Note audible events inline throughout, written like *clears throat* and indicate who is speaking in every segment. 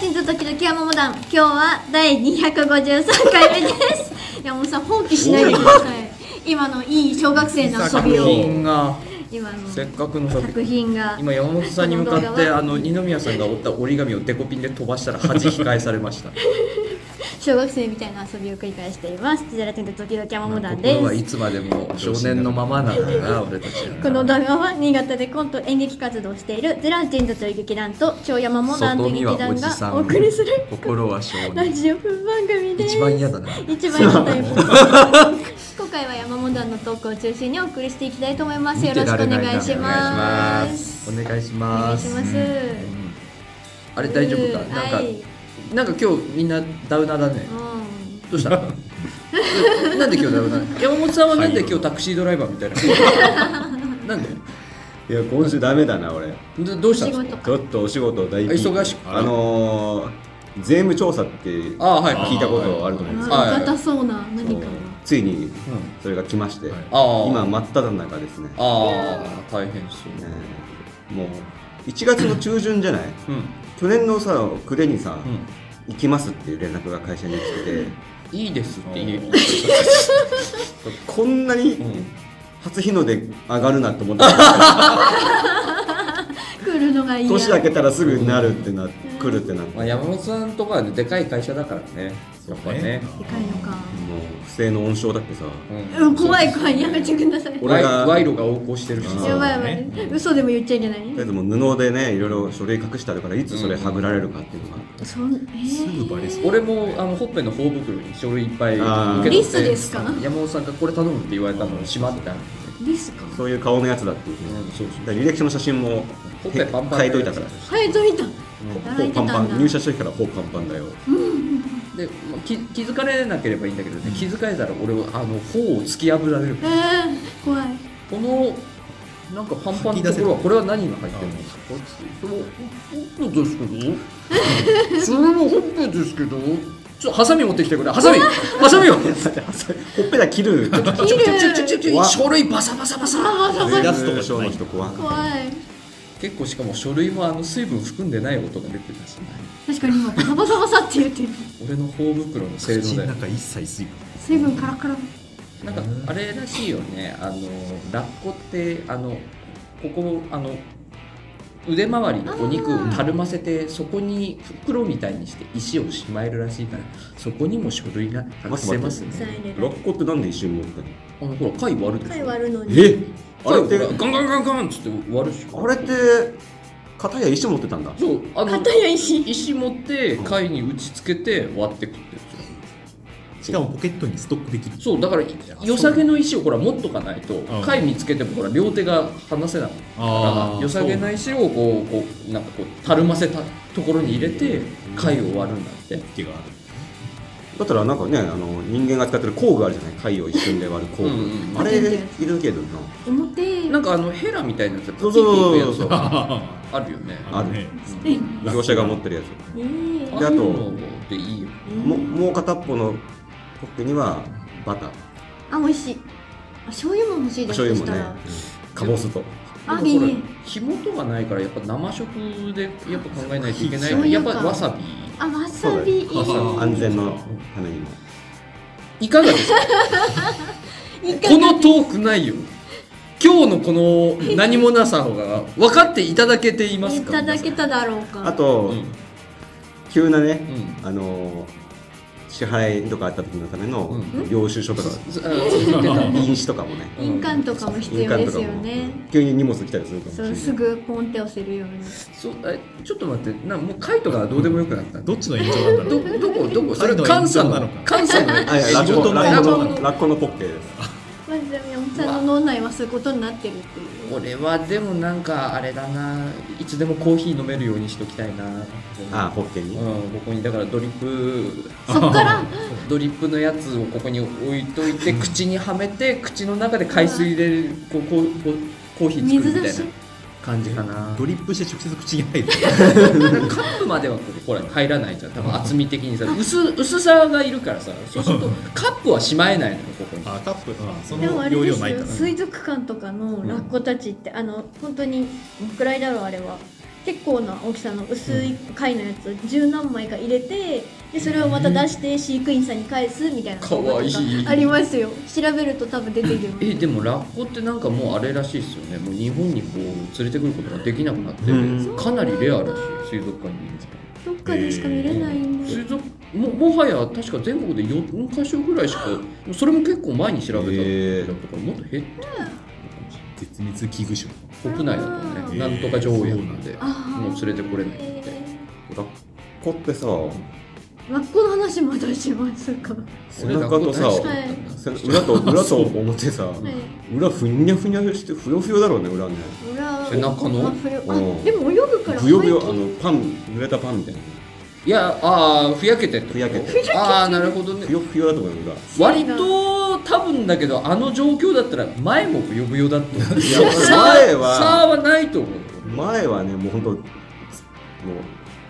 Speaker 1: チンズ時々山モモダン今日は第253回目です
Speaker 2: *laughs*
Speaker 1: いやもうさ放棄しないでください今のいい小学生の遊
Speaker 2: 作
Speaker 1: びを
Speaker 2: 品が
Speaker 1: 今の
Speaker 2: せっかくの作
Speaker 1: 作品が
Speaker 2: 今山本さんに向か
Speaker 1: この
Speaker 2: っ
Speaker 1: 動
Speaker 2: て
Speaker 1: 画は
Speaker 2: あの二宮さんが折った折り紙をデコピンで飛ばしたら恥控えされました
Speaker 1: 小学生みたいな遊びを繰り返していますジェラテンズ時々山モモダン
Speaker 2: 心は
Speaker 1: で
Speaker 2: い
Speaker 1: す
Speaker 2: つまでも少年のままなんだ
Speaker 1: *laughs*
Speaker 2: な俺たちは
Speaker 1: この動画は新潟でコント演劇活動をしているゼラチンズという劇団と超山モモダンと
Speaker 2: 外
Speaker 1: いう
Speaker 2: 見
Speaker 1: 劇
Speaker 2: はお
Speaker 1: 団
Speaker 2: じさ
Speaker 1: が
Speaker 2: ん
Speaker 1: お送りする
Speaker 2: 心は少
Speaker 1: ラ *laughs*
Speaker 2: 年
Speaker 1: ジオ風番組です
Speaker 2: 一番嫌だ
Speaker 1: *laughs*
Speaker 2: な
Speaker 1: 一番いいタイプ今回は山本団のトークを中心にお送りしていきたいと思いますよろしくお願いします
Speaker 2: お願いし
Speaker 1: お願
Speaker 2: ま
Speaker 1: いし
Speaker 2: す
Speaker 1: ます
Speaker 2: うんあれ大丈夫か
Speaker 1: うん
Speaker 2: なん
Speaker 1: はい
Speaker 2: かなんか今日みんなダウナーだね
Speaker 1: う
Speaker 2: どうした *laughs* なんで今日ダウナー山本さんはなんで今日タクシードライバーみたいななんで
Speaker 3: いや今週ダメだな俺
Speaker 2: どどうしたんですか
Speaker 1: 仕
Speaker 3: ちょっとお仕事大ピンチ
Speaker 2: 忙しく
Speaker 3: あのー、税務調査って
Speaker 2: ああはい
Speaker 3: 聞いたことあると思うん
Speaker 1: ん
Speaker 3: です
Speaker 2: はい
Speaker 1: あ硬そうな
Speaker 3: け
Speaker 1: 何
Speaker 3: ど
Speaker 1: かが
Speaker 3: ついにそれが来まして、
Speaker 4: はい
Speaker 2: ああ
Speaker 3: 今真っ只中ですね
Speaker 2: ああ大変そう
Speaker 3: ねもう1月の中旬じゃない
Speaker 2: うん
Speaker 3: 去年のさ暮れにさ、
Speaker 2: う
Speaker 3: 行きますっていう連絡が会社に来てて
Speaker 2: んいいですって言え
Speaker 3: こんなに
Speaker 2: *laughs* うん
Speaker 3: 初日の出上がるなと思って
Speaker 1: 来るのがいい
Speaker 3: 年明けたらすぐなるってな来るってなって
Speaker 2: まあ山本さんとかはねでかい会社だからねやっぱね
Speaker 1: でかいのか
Speaker 3: もう不正の温床だってさ
Speaker 2: うん
Speaker 1: うん怖い怖いやめてください
Speaker 3: 俺が
Speaker 2: 賄賂が横行してるし
Speaker 3: うん
Speaker 1: やばい
Speaker 2: さ
Speaker 1: やばい、
Speaker 4: ね
Speaker 1: 嘘でも言っちゃいけない
Speaker 3: とりあえずもう布でねいろいろ書類隠してあるからいつそれはぐられるかっていうのが、
Speaker 1: そんえ
Speaker 4: すぐ
Speaker 1: ー、
Speaker 4: バレそう
Speaker 2: 俺もあのほっぺの頬袋に書類いっぱい受け取って
Speaker 1: リスですか
Speaker 2: 山本さんがこれ頼むって言われたのにしまってある
Speaker 1: リスか
Speaker 3: そういう顔のやつだっていう
Speaker 2: う
Speaker 3: ね、
Speaker 2: んそうそう
Speaker 3: だから履歴書の写真も
Speaker 2: ほっぺパンパン
Speaker 3: 変えといたから
Speaker 1: 変えといた
Speaker 3: ほ
Speaker 1: 働
Speaker 3: う
Speaker 1: い
Speaker 3: パ
Speaker 1: て
Speaker 3: ン
Speaker 1: た
Speaker 3: パ
Speaker 1: んだ
Speaker 3: ン入社した時からほうパンパンだよ
Speaker 2: で、まあ、気気づかれなければいいんだけどね気づかれたら俺はあの頬を突き破られる
Speaker 1: えー、怖い
Speaker 2: このなんかパンパンのところはこれは何が入ってるんですかこれそのほっぺですけど *laughs* それもほっぺですけどちょっとハサミ持ってきてくれハサ *laughs* ミハサミを
Speaker 3: ほっぺた切る
Speaker 1: 切る
Speaker 2: ちょちょちょちょ
Speaker 3: 怖っ
Speaker 2: 書類バサバサバサ
Speaker 3: 出すとこしょうの人怖い
Speaker 1: 怖い
Speaker 2: 結構しかも書類もあの水分含んでない音が出てたし
Speaker 1: 確かに今バサバサバサって言ってる
Speaker 2: 俺の頬袋の性
Speaker 4: 口
Speaker 2: 能
Speaker 4: の
Speaker 2: だよ
Speaker 4: 中一切水分
Speaker 1: 水分カラカラ
Speaker 2: なんかあれらしいよねあのラッコってあのここあの腕周りのお肉をたるませてそこに袋みたいにして石をしまえるらしいからそこにも書類が隠せます
Speaker 1: さあ
Speaker 2: ね
Speaker 1: 入れ
Speaker 3: ロ
Speaker 1: る
Speaker 3: ッコってなんで一瞬持ってん
Speaker 2: あのほら貝割るでし
Speaker 1: 貝
Speaker 2: ょ
Speaker 1: 割るのに
Speaker 3: のあれ
Speaker 2: 貝
Speaker 3: って
Speaker 2: ほらガンガンガンガンっつって割るでしょ
Speaker 3: あれって片や石持ってたんだ
Speaker 2: そうあの
Speaker 1: 片や石
Speaker 2: 石持って貝に打ちつけて割ってくってる
Speaker 4: しかもポケットにストックできる
Speaker 2: そうだから良さげの石をほら持っとかないと
Speaker 4: ん
Speaker 2: 貝見つけてもほら両手が離せないから良さげな石をこうこうなんかこうたるませたところに入れて貝を割るんだって
Speaker 4: 気がある
Speaker 3: だったらなんかねあの人間が使ってる工具あるじゃない貝を一瞬で割る工具、
Speaker 2: うんうん
Speaker 3: あれいるけどな
Speaker 1: 表
Speaker 2: なんかあのヘラみたいなやつが
Speaker 3: そうそうそう
Speaker 2: ピッ
Speaker 3: そう
Speaker 2: てやつあるよね
Speaker 4: あるね
Speaker 1: え
Speaker 3: 業者が持ってるやつ
Speaker 1: えー
Speaker 3: であと
Speaker 2: のでいいよ
Speaker 3: ももう片っぽのポッケにはバター
Speaker 1: あ美味しいあ醤油も欲しいです
Speaker 3: 醤油
Speaker 1: そし
Speaker 3: もね
Speaker 1: たら
Speaker 3: かぼすと
Speaker 1: あ
Speaker 2: でもこれ
Speaker 1: いいね
Speaker 2: 火元がないからやっぱ生食でやっぱ考えないといけな
Speaker 1: そうか
Speaker 2: いやっぱわさ
Speaker 1: あわさびいい
Speaker 4: そうだよ
Speaker 3: 安全のためにも
Speaker 2: びいかがですか
Speaker 1: いいか
Speaker 2: このトークないよ今日のこの何もなさが分かっていただけています
Speaker 1: い
Speaker 2: か
Speaker 1: ただけただろうか
Speaker 3: あと、
Speaker 2: 皆さん
Speaker 3: 急なね、
Speaker 2: うん
Speaker 3: あのー支払いとかあった時のための
Speaker 2: うん
Speaker 3: 領収書とか、
Speaker 2: ずあ言っ
Speaker 3: *laughs*
Speaker 2: てた
Speaker 3: 印紙とかもね
Speaker 2: うん
Speaker 1: 印鑑とかも必
Speaker 3: 印
Speaker 1: 要
Speaker 3: 鑑
Speaker 1: で
Speaker 3: とか
Speaker 1: すよ
Speaker 3: も
Speaker 1: ね
Speaker 3: 急に荷物来たりするかもし
Speaker 1: そ
Speaker 3: れな
Speaker 1: う
Speaker 3: い
Speaker 1: すぐポンって押せるように
Speaker 2: そうえちょっと待ってなもうカイトがどうでもよくなった
Speaker 4: どっちの延長なんだろ
Speaker 2: ど
Speaker 4: う
Speaker 2: どこどこそれ
Speaker 4: カイトは
Speaker 2: 関西
Speaker 4: 延長な
Speaker 2: の
Speaker 4: のか
Speaker 2: 関
Speaker 3: *laughs*
Speaker 2: 西の
Speaker 3: あいやラ
Speaker 4: 仕
Speaker 3: ッコ
Speaker 4: 事
Speaker 3: の
Speaker 4: の
Speaker 3: ラッコ
Speaker 4: ラッコ
Speaker 3: のラッコのポッケです
Speaker 1: まず山本さんの脳内はそういうことになってるっていう
Speaker 2: 俺はでもなんかあれだないつでもコーヒー飲めるようにしときたいな
Speaker 3: あポッケ
Speaker 2: うん
Speaker 3: に、
Speaker 2: ここにだからドリップ
Speaker 1: そっから
Speaker 2: ドリップのやつをここに置いといて口にはめて口の中で海水でこうこうこうコーヒー作るみたい
Speaker 1: 水
Speaker 2: な
Speaker 1: 出し
Speaker 2: 感じかな
Speaker 4: ドリップして直接口に入る
Speaker 2: なんかカップまではこうほら入らないじゃん多分厚み的にさ薄薄さがいるからさそうするとカップはしまえないのよここに
Speaker 4: あカップあそ
Speaker 1: でも
Speaker 4: の
Speaker 1: あれ
Speaker 4: 容
Speaker 1: で
Speaker 4: 量
Speaker 1: す
Speaker 4: ないか
Speaker 1: よ
Speaker 4: ら
Speaker 1: 水族館とかのラッコたちって、あの本当にいくらいだろうあれは結構な大きさの薄い貝のやつを十何枚か入れてでそれをまた出して飼育員さんに返すみたいな
Speaker 2: かわいい
Speaker 1: ありますよ調べると多分出てきます
Speaker 2: えでもラッコってなんかもうあれらしいですよねもう日本にこう連れてくることができなくなって
Speaker 3: うん
Speaker 2: かなりレアらしい水族館にいるんですか
Speaker 1: どっかでしか見れないんで、
Speaker 2: 水族ももはや確か全国で4か所ぐらいしかそれも結構前に調べたん
Speaker 3: へー
Speaker 2: だからもっと減って
Speaker 4: 絶滅危惧種
Speaker 2: 国内だ
Speaker 1: あ
Speaker 2: と
Speaker 1: ー
Speaker 2: ねなんとか条約なんで
Speaker 1: あー
Speaker 2: もう連れてこれないって
Speaker 1: え
Speaker 3: ラッコってさ
Speaker 1: ーラッコの話まだしますか、は
Speaker 2: それ
Speaker 3: お腹とさ
Speaker 2: ラッコ大好きなんだ
Speaker 3: せ裏と裏と表さ
Speaker 1: い、
Speaker 3: 裏ふにゃふにゃしてふよふよだろうね裏ね
Speaker 1: 裏
Speaker 2: 背中の
Speaker 1: あ触れあ
Speaker 3: うん
Speaker 1: でも泳ぐから
Speaker 3: ぶよぶよ
Speaker 1: 背
Speaker 3: あ
Speaker 1: 筋
Speaker 3: のパン濡れたパンみたいない
Speaker 2: やああふやけてってこと
Speaker 3: ふやけて
Speaker 2: ああなるほどね
Speaker 3: ふよふよだと思うよ裏
Speaker 2: 割と多分だけどあの状況だったら前もぶよぶよだと思う
Speaker 3: いや前は
Speaker 2: 差はないと思うよ
Speaker 3: 前はねもう本当もう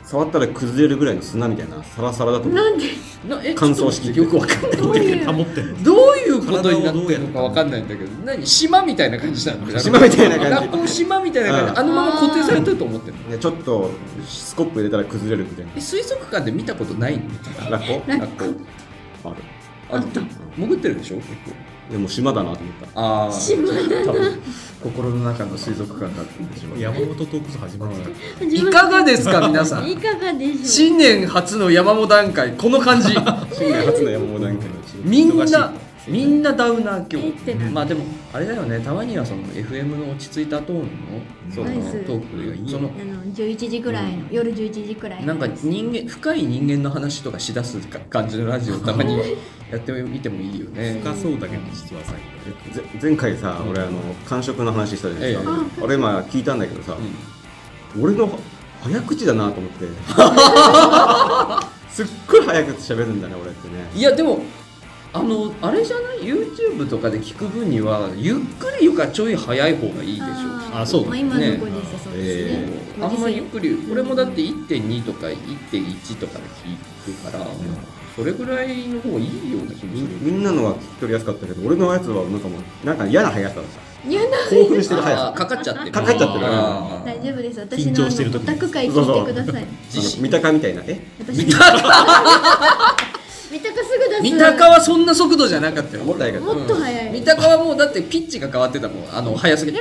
Speaker 3: 触ったら崩れるぐらいの砂みたいなサラサラだと思う
Speaker 1: なんで
Speaker 2: なえ
Speaker 3: 乾燥して
Speaker 2: ちょっとよくわかんない
Speaker 1: どういう
Speaker 4: 保ってるの
Speaker 2: どういうことになってるのかわかんないんだけど何島みたいな感じなの
Speaker 3: 島みたいな感じ
Speaker 2: 学校島みたいな感じ、
Speaker 3: うん
Speaker 2: あのまま固定されてると思ってるの
Speaker 3: ねちょっとスコップ入れたら崩れるみたい
Speaker 2: え水族館で見たことないの
Speaker 3: なラッ
Speaker 2: 学校
Speaker 3: コある
Speaker 2: あ潜ってるでしょ結構
Speaker 3: でも島だなと思った
Speaker 2: ああ
Speaker 1: 島だ
Speaker 3: 多分
Speaker 5: 心の中の水族館があってんでしょう
Speaker 4: 山本トークス始まった
Speaker 2: いかがですか皆さん
Speaker 1: いかがでしょ
Speaker 2: 新年初の山本段階この感じ
Speaker 3: 新年初の山本なんか
Speaker 2: みん
Speaker 4: 忙しい
Speaker 2: なみんなダウナー
Speaker 1: うえ
Speaker 2: 今
Speaker 1: っ
Speaker 2: 日
Speaker 1: てな
Speaker 2: まあでもあれだよねたまにはその FM の落ち着いたトーンのその
Speaker 1: ナイス
Speaker 2: トークがいいその
Speaker 1: あの11時ぐらいの、夜11時くらい
Speaker 2: なんか人間深い人間の話とかしだすか感じのラジオたまにやってみてもいいよね
Speaker 4: 深そうだけど実は最後
Speaker 3: ぜ前回さ俺あの感触の話したじゃないですか、
Speaker 1: ええ
Speaker 3: 俺今聞いたんだけどさ、
Speaker 2: う
Speaker 3: 俺の早口だなと思ってすっごい早口喋るんだね俺ってね
Speaker 2: んいやでもあのあれじゃない YouTube とかで聞く分にはゆっくりよりかちょい早い方がいいでしょ
Speaker 1: あー
Speaker 4: あそう
Speaker 1: まあ、今の
Speaker 2: ね
Speaker 1: ご時世そう
Speaker 2: う
Speaker 1: ですね、
Speaker 2: んあんまりゆっくり
Speaker 1: ん
Speaker 2: 俺もだって1.2とか1.1とかで聞くから、それぐらいの方がいいような気も
Speaker 3: み
Speaker 2: する
Speaker 3: みんなのは聞き取りやすかったけど俺のやつはなんかもうなんか嫌な速さだった
Speaker 1: いやな
Speaker 3: 興奮してる速
Speaker 2: あ
Speaker 3: さ
Speaker 2: ーかかっちゃってる
Speaker 3: かかっちゃってる
Speaker 2: あ
Speaker 1: 大
Speaker 2: ー
Speaker 1: 丈夫です私
Speaker 4: 緊
Speaker 1: の
Speaker 4: 張してる時
Speaker 1: オタク会聞いてください
Speaker 2: 自
Speaker 3: あの
Speaker 2: 信
Speaker 3: 三鷹みたいなえ
Speaker 1: 私三鷹三鷹すぐ出す
Speaker 2: 三鷹はそんな速度じゃなかったよ
Speaker 3: もっと早かった
Speaker 1: もっと早い、
Speaker 2: 三鷹はもうだってピッチが変わってたもんあの速すぎて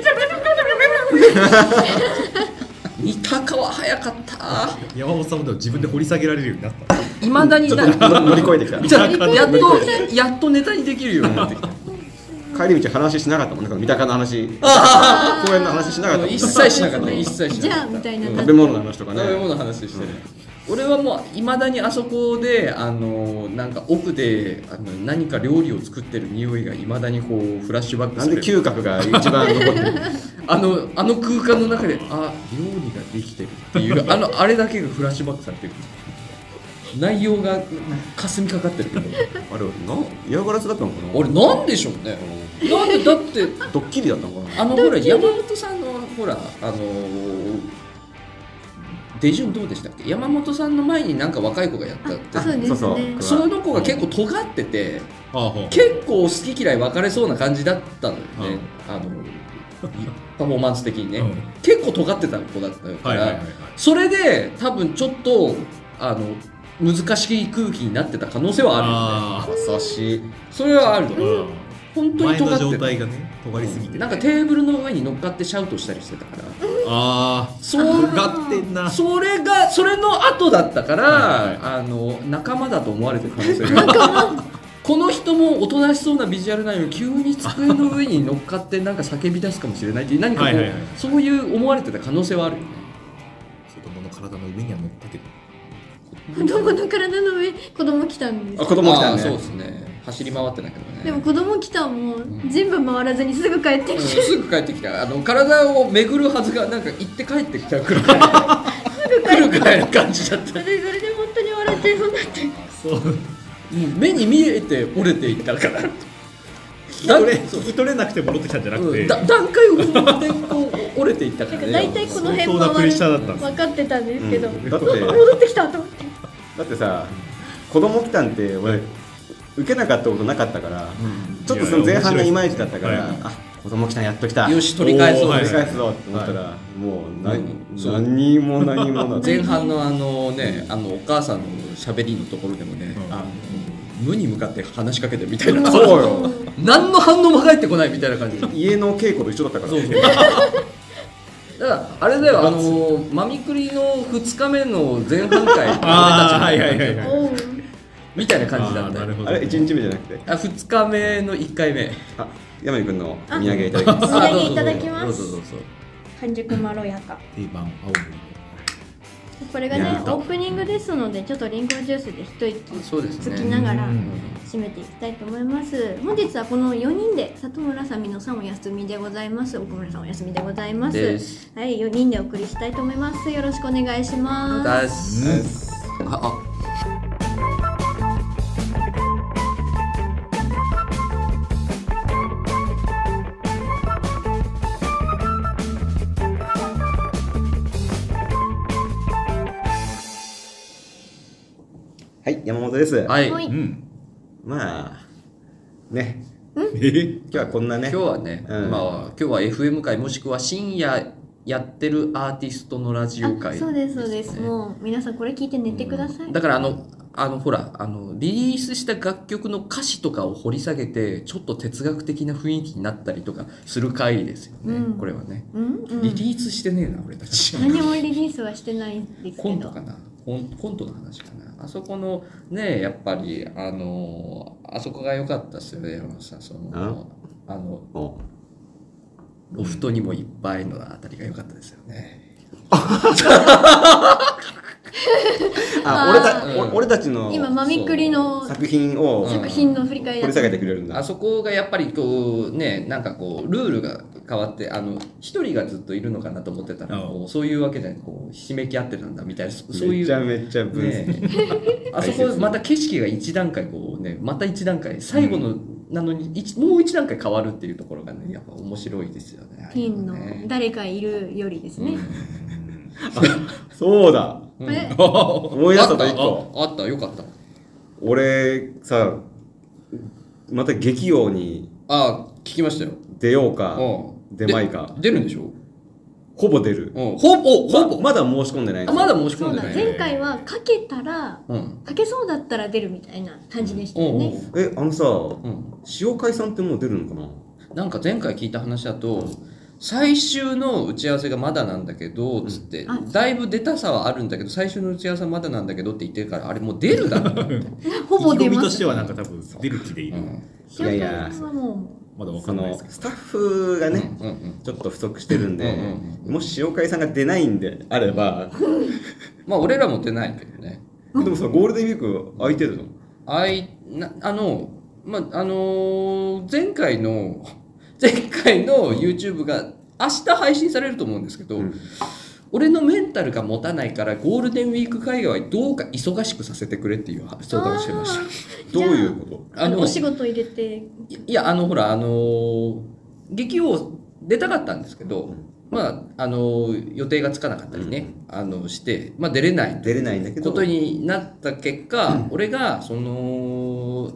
Speaker 2: 三鷹は速かった
Speaker 4: 山本さんもでも自分で掘り下げられるようになった
Speaker 2: いまだに
Speaker 3: ちょっ
Speaker 2: な
Speaker 3: と乗乗り越えてきた
Speaker 2: じゃあやっとやっとネタにできるようになってきた
Speaker 3: 帰り道話しなかったもんねこの三鷹の話
Speaker 1: あー
Speaker 3: 公園の話しなかったもんね
Speaker 2: 一切しなかった一切しな
Speaker 1: じゃ
Speaker 2: かった
Speaker 1: あみたいな
Speaker 2: うん
Speaker 1: 感
Speaker 3: 食べ物の話とかね
Speaker 2: 食べ物の話してる、俺はもういまだにあそこであのなんか奥であの何か料理を作ってる匂いがいまだにこうフラッシュバック
Speaker 3: なん
Speaker 2: す
Speaker 3: で
Speaker 2: る
Speaker 3: 嗅覚が一番残 *laughs* ってる
Speaker 2: あのあの空間の中であ料理ができてるって
Speaker 4: *laughs*
Speaker 2: いうあのあれだけがフラッシュバックされてる内容が霞みかかってるけど
Speaker 3: あれな嫌がらせだったのかな
Speaker 2: 俺なんでしょうねなんでだって
Speaker 3: ドッキリだったのかな
Speaker 2: あのほら山本さんのほらあのー手順どうでしたっけ山本さんの前になんか若い子がやったって
Speaker 1: あそうですね
Speaker 3: そうそう
Speaker 2: その子が結構尖ってて
Speaker 4: ああほう
Speaker 2: 結構好き嫌い分かれそうな感じだったのよね、あのパフォーマンス的にね、
Speaker 4: うん
Speaker 2: 結構尖ってた子だったから、
Speaker 4: はいはいはいはい
Speaker 2: それで多分ちょっとあの難しい空気になってた可能性はあるよね
Speaker 4: あ
Speaker 3: 優しい
Speaker 2: それはある
Speaker 4: あ
Speaker 2: の本当に
Speaker 4: 前
Speaker 2: 尖
Speaker 4: の
Speaker 2: って
Speaker 4: 状
Speaker 2: た
Speaker 4: 態がね尖りすぎて
Speaker 2: なんかテーブルの上に乗っかってシャウトしたりしてたから
Speaker 4: あ
Speaker 2: そう
Speaker 4: あ尖ってんな
Speaker 2: それがそれの後だったから、
Speaker 4: はいは
Speaker 2: あの仲間だと思われてる可能性
Speaker 4: *laughs*
Speaker 2: がこの人もおとなしそうなビジュアルなのに急に机の上に乗っかってなんか叫び出すかもしれないっていう何かこう、
Speaker 4: はいはいはい
Speaker 2: そういう思われてた可能性はあるよね
Speaker 4: 子供の体の上には乗ったけど
Speaker 1: 子供の体の上子供来たんです
Speaker 3: あ子供来た
Speaker 2: あー
Speaker 3: ね
Speaker 2: そうですね走り回ってないけどね
Speaker 1: でも子供来たも
Speaker 2: ん
Speaker 1: 全部回らずにすぐ帰って
Speaker 2: うん
Speaker 1: きて、
Speaker 2: *laughs* すぐ帰ってきたあの体を巡るはずがなんか行って帰ってきた
Speaker 4: *laughs*
Speaker 2: くらい来るくらいの感じだった
Speaker 1: それそれで本当に笑っちゃいそうになって
Speaker 4: そう
Speaker 2: もう目に見えて折れていった
Speaker 4: *laughs*
Speaker 2: から
Speaker 4: 聞き取れ聞き取れなくて戻ってきたんじゃなくて、
Speaker 2: うんだ段階を踏んでこう折れていったか
Speaker 1: なんか
Speaker 2: らね
Speaker 1: 大体この辺
Speaker 4: 相当なプレッシャーだったん
Speaker 1: 回
Speaker 4: です
Speaker 1: 分かってたんですけど、
Speaker 3: うん
Speaker 1: う
Speaker 3: だって
Speaker 1: わ戻ってきたと思って
Speaker 3: だってさ子供来たんって俺受けなかったことなかったから、
Speaker 2: う
Speaker 3: ちょっとその前半がいまいちだったか
Speaker 4: いや
Speaker 3: ら、
Speaker 4: 面白い
Speaker 3: あ子供来たやっと来た
Speaker 2: よし取り返そう、
Speaker 4: おーは
Speaker 3: 取
Speaker 4: い
Speaker 3: り返すぞって思ったら、もう何,、
Speaker 2: うんそう
Speaker 3: 何も何もなく
Speaker 2: *laughs* 前半のあのねあのお母さんの喋りのところでもね、
Speaker 4: うん
Speaker 2: あの無に向かって話しかけてみたいな
Speaker 3: そうよ
Speaker 2: 何の反応も返ってこないみたいな感じだか
Speaker 3: 家の稽古と一緒だったからね
Speaker 2: らあれだよあのマミクリの2日目の前半回俺たち
Speaker 4: *laughs* あーはいはいはいはい
Speaker 1: おう
Speaker 2: みたいな感じだった
Speaker 4: あーなるほど
Speaker 3: あれ1日目じゃなくて
Speaker 2: あ2日目の1回目
Speaker 3: あ山井君のお土産いただきます
Speaker 1: お土産いただきます
Speaker 2: どうぞどうぞどうぞ
Speaker 1: 半熟まろやか
Speaker 4: 定番青
Speaker 1: これが
Speaker 3: いや
Speaker 1: ね
Speaker 3: ー
Speaker 1: オープニングですのでちょっとリンゴジュースで一息
Speaker 2: そうですね
Speaker 1: つきながら
Speaker 4: うん
Speaker 1: 締めていきたいと思います本日はこの4人で里村さみのさんお休みでございます奥村さんお休みでございます
Speaker 2: です
Speaker 1: はい4人でお送りしたいと思いますよろしくお願いします
Speaker 2: です、ああ
Speaker 3: はい山本です、
Speaker 2: はい、
Speaker 1: はい
Speaker 4: 森うん
Speaker 3: まあね
Speaker 4: え
Speaker 3: 今日はこんなね
Speaker 2: 今日はね、
Speaker 3: うん
Speaker 2: まあ今日は FM 会もしくは深夜やってるアーティストのラジオ
Speaker 1: あ
Speaker 2: 会
Speaker 1: そうですそうです
Speaker 2: ね
Speaker 1: もう皆さんこれ聞いて寝てください、
Speaker 2: だからあのあのほらあのリリースした楽曲の歌詞とかを掘り下げてちょっと哲学的な雰囲気になったりとかする回ですよね、
Speaker 1: うん
Speaker 2: これはね、
Speaker 1: うん、うん、
Speaker 2: リリースしてねえな俺たち
Speaker 1: 何もリリースはしてないんですけど
Speaker 2: コントかなコンコントの話かなあそこのねやっぱりあのあそこが良かったですよね山本さんそのあの
Speaker 3: お
Speaker 2: ロフトにもいっぱいのあたりが良かったですよね
Speaker 3: あ俺た俺俺たちの
Speaker 1: 今マミクリの
Speaker 3: 作品を
Speaker 2: そう
Speaker 3: 掘
Speaker 1: 作品の振り返りだ
Speaker 3: り下げてくれるん
Speaker 2: あ
Speaker 3: だ
Speaker 2: そこがやっぱりこうねなんかこうルールが変わってあの一人がずっといるのかなと思ってたら
Speaker 4: うん
Speaker 2: こうそういうわけじゃないこうひしめき合ってたんだみたいなそそうい
Speaker 3: めちゃ
Speaker 2: う。
Speaker 3: めちゃ分析、
Speaker 2: ね、あそこまた景色が一段階こうねまた一段階最後の、なのに一もう一段階変わるっていうところがねやっぱ面白いですよね。
Speaker 1: ピンの
Speaker 2: ああいうね
Speaker 1: 誰かいるよりですね、
Speaker 3: そうだ
Speaker 2: うん
Speaker 1: あれ
Speaker 3: 思い出したと一個
Speaker 2: あったああったよかった。
Speaker 3: 俺さまた劇王に
Speaker 2: あ聞きましたよ。
Speaker 3: 出ようか
Speaker 2: うん
Speaker 3: 出まいか
Speaker 2: で出るんでしょ。
Speaker 3: ほぼ出る
Speaker 2: うんほぼほぼ。
Speaker 3: まだ申し込んでないん
Speaker 2: あ
Speaker 3: です
Speaker 2: まだ申し
Speaker 1: そ
Speaker 2: 込ん
Speaker 1: う
Speaker 2: で
Speaker 1: だ
Speaker 2: ない。
Speaker 1: 前回はかけたら
Speaker 2: うん。
Speaker 1: かけそうだったら出るみたいな感じでしたよね、
Speaker 3: えあのさ
Speaker 2: うん。
Speaker 3: 塩海さんってもう出るのかな
Speaker 2: なんか前回聞いた話だと、最終の打ち合わせがまだなんだけど、つって
Speaker 1: あ、
Speaker 2: だいぶ出たさはあるんだけど、最終の打ち合わせはまだなんだけどって言ってるから、あれもう出るだろ。
Speaker 1: ほぼ出
Speaker 4: 意気込み
Speaker 1: ま
Speaker 4: と
Speaker 1: す
Speaker 4: してはなんか多分出る気でいる、
Speaker 2: うん
Speaker 3: いやいや
Speaker 1: 塩パンはも
Speaker 4: まだわか
Speaker 3: そ
Speaker 4: んないで
Speaker 3: の
Speaker 4: すけど
Speaker 3: スタッフがね
Speaker 2: うんうん。
Speaker 3: ちょっと不足してるんで
Speaker 2: うんうん
Speaker 3: もし塩海さんが出ないんであれば
Speaker 2: まあ、俺らも出ないけどね。
Speaker 3: でもさゴールデンウィーク空いてるの
Speaker 2: あい、な、あの、まあ、あのー前回の、 *laughs* 前回の YouTube が、明日配信されると思うんですけど、
Speaker 3: うん
Speaker 2: 俺のメンタルが持たないからゴールデンウィーク界隈どうか忙しくさせてくれっていう相談をしてました。
Speaker 1: う
Speaker 3: どういう
Speaker 1: じ
Speaker 3: こ
Speaker 1: ゃああのお仕事入れて
Speaker 2: いいやあのほらあのー劇を出たかったんですけど、まああのー予定がつかなかったりね、あのして、まあ、出れない
Speaker 3: と出れないんだけ
Speaker 2: こ
Speaker 3: ど
Speaker 2: とになった結果、俺がその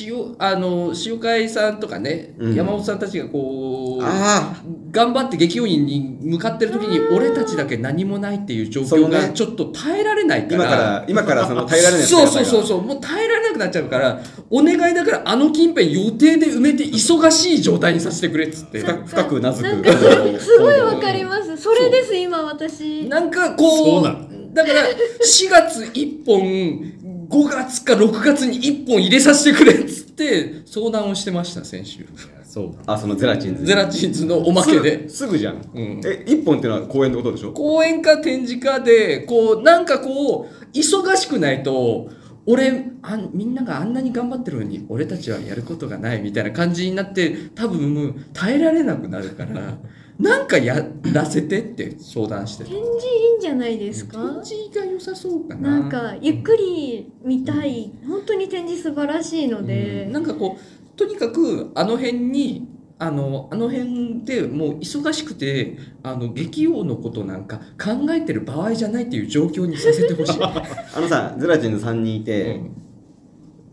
Speaker 2: 塩あの塩海さんとかね、
Speaker 3: うん
Speaker 2: 山本さんたちがこう
Speaker 3: あ
Speaker 2: 頑張って劇院に向かってる時に俺たちだけ何もないっていう状況
Speaker 3: そう
Speaker 2: が
Speaker 3: ね
Speaker 2: ちょっと耐えられない
Speaker 3: あ
Speaker 2: か。
Speaker 3: 今からら今からその耐えられない
Speaker 2: そうそうそう
Speaker 3: う
Speaker 2: そうもう耐えられなくなっちゃうからお願いだからあの近辺予定で埋めて忙しい状態にさせてくれっつって
Speaker 3: 深く深くうなずく
Speaker 1: なんかそれすごいわかりますそれです今私
Speaker 2: なんかこ
Speaker 4: そううなの
Speaker 2: だから4月1本5月か6月に1本入れさせてくれっつって相談をしてました先週
Speaker 4: そう
Speaker 3: あそのゼラチンズ
Speaker 2: ゼラチンズのおまけで。
Speaker 3: すぐじゃん、
Speaker 2: うん
Speaker 3: え一本ってのは公演のことでしょ
Speaker 2: 公演か展示かでこうなんかこう忙しくないと俺あんみんながあんなに頑張ってるのに俺たちはやることがないみたいな感じになって多分もう耐えられなくなるからなんかやらせてって相談してた
Speaker 1: 展示いいんじゃないですか
Speaker 2: 展示が良さそうかな
Speaker 1: なんかゆっくり見たい、本当に展示素晴らしいので、
Speaker 2: なんかこうとにかくあの辺にあのあの辺でもう忙しくてあの劇王のことなんか考えてる場合じゃないっていう状況にさせてほ
Speaker 1: *laughs*
Speaker 2: しい、
Speaker 3: あのさゼラチンズ3人いて、
Speaker 2: うん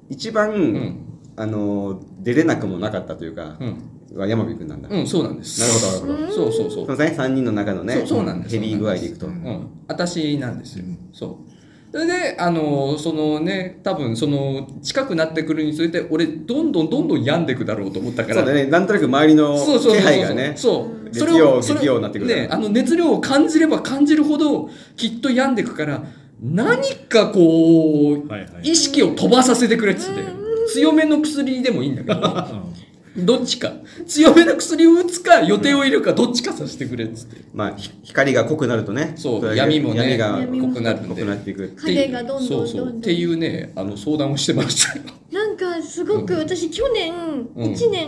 Speaker 3: 一番、
Speaker 2: うん
Speaker 3: あのー出れなくもなかったというか
Speaker 2: う、ん、
Speaker 3: は山火君なんだ。
Speaker 2: うん、そうなんです。
Speaker 3: なるほどなるほど
Speaker 2: ほど。そうそうそう
Speaker 3: そ。うですね、3人の中の
Speaker 2: そ
Speaker 3: ね
Speaker 2: う、そうなんです
Speaker 3: ヘビー具合でいくと。
Speaker 5: そうなんで
Speaker 2: うん、私なんですよ。そう。それで、あのそのね、多分、その、近くなってくるにつれて、俺、どんどんどんどん病んでくだろうと思ったか
Speaker 3: そ
Speaker 2: ら。
Speaker 3: うだね、なんとなく周りの
Speaker 2: そうそうそうそう
Speaker 3: 気配がね、
Speaker 2: そう。
Speaker 3: 月
Speaker 2: それ
Speaker 3: 曜
Speaker 2: を、それを
Speaker 3: 月曜になってくるから
Speaker 2: ね、あの、熱量を感じれば感じるほど、きっと病んでくから、何かこう、
Speaker 4: はいはい
Speaker 2: 意識を飛ばさせてくれっつって。強めの薬でもいいんだけど。
Speaker 4: う
Speaker 3: *laughs*
Speaker 4: ん
Speaker 2: どっちか。強めの薬を打つか、予定を入れるか、どっちかさせてくれっつって。
Speaker 3: まあ、ひ光が濃くなるとね、
Speaker 2: そう
Speaker 3: れだけ
Speaker 2: 闇もね
Speaker 3: 闇が
Speaker 1: 闇
Speaker 2: 濃くなるん
Speaker 3: 濃
Speaker 2: で
Speaker 3: くなっていく。
Speaker 1: 影がどんどんどんどん
Speaker 2: そうそうっていうねあの相談をしてましたよ *laughs*
Speaker 1: なんかすごく
Speaker 2: うん
Speaker 1: 私去年
Speaker 2: うん
Speaker 1: 1年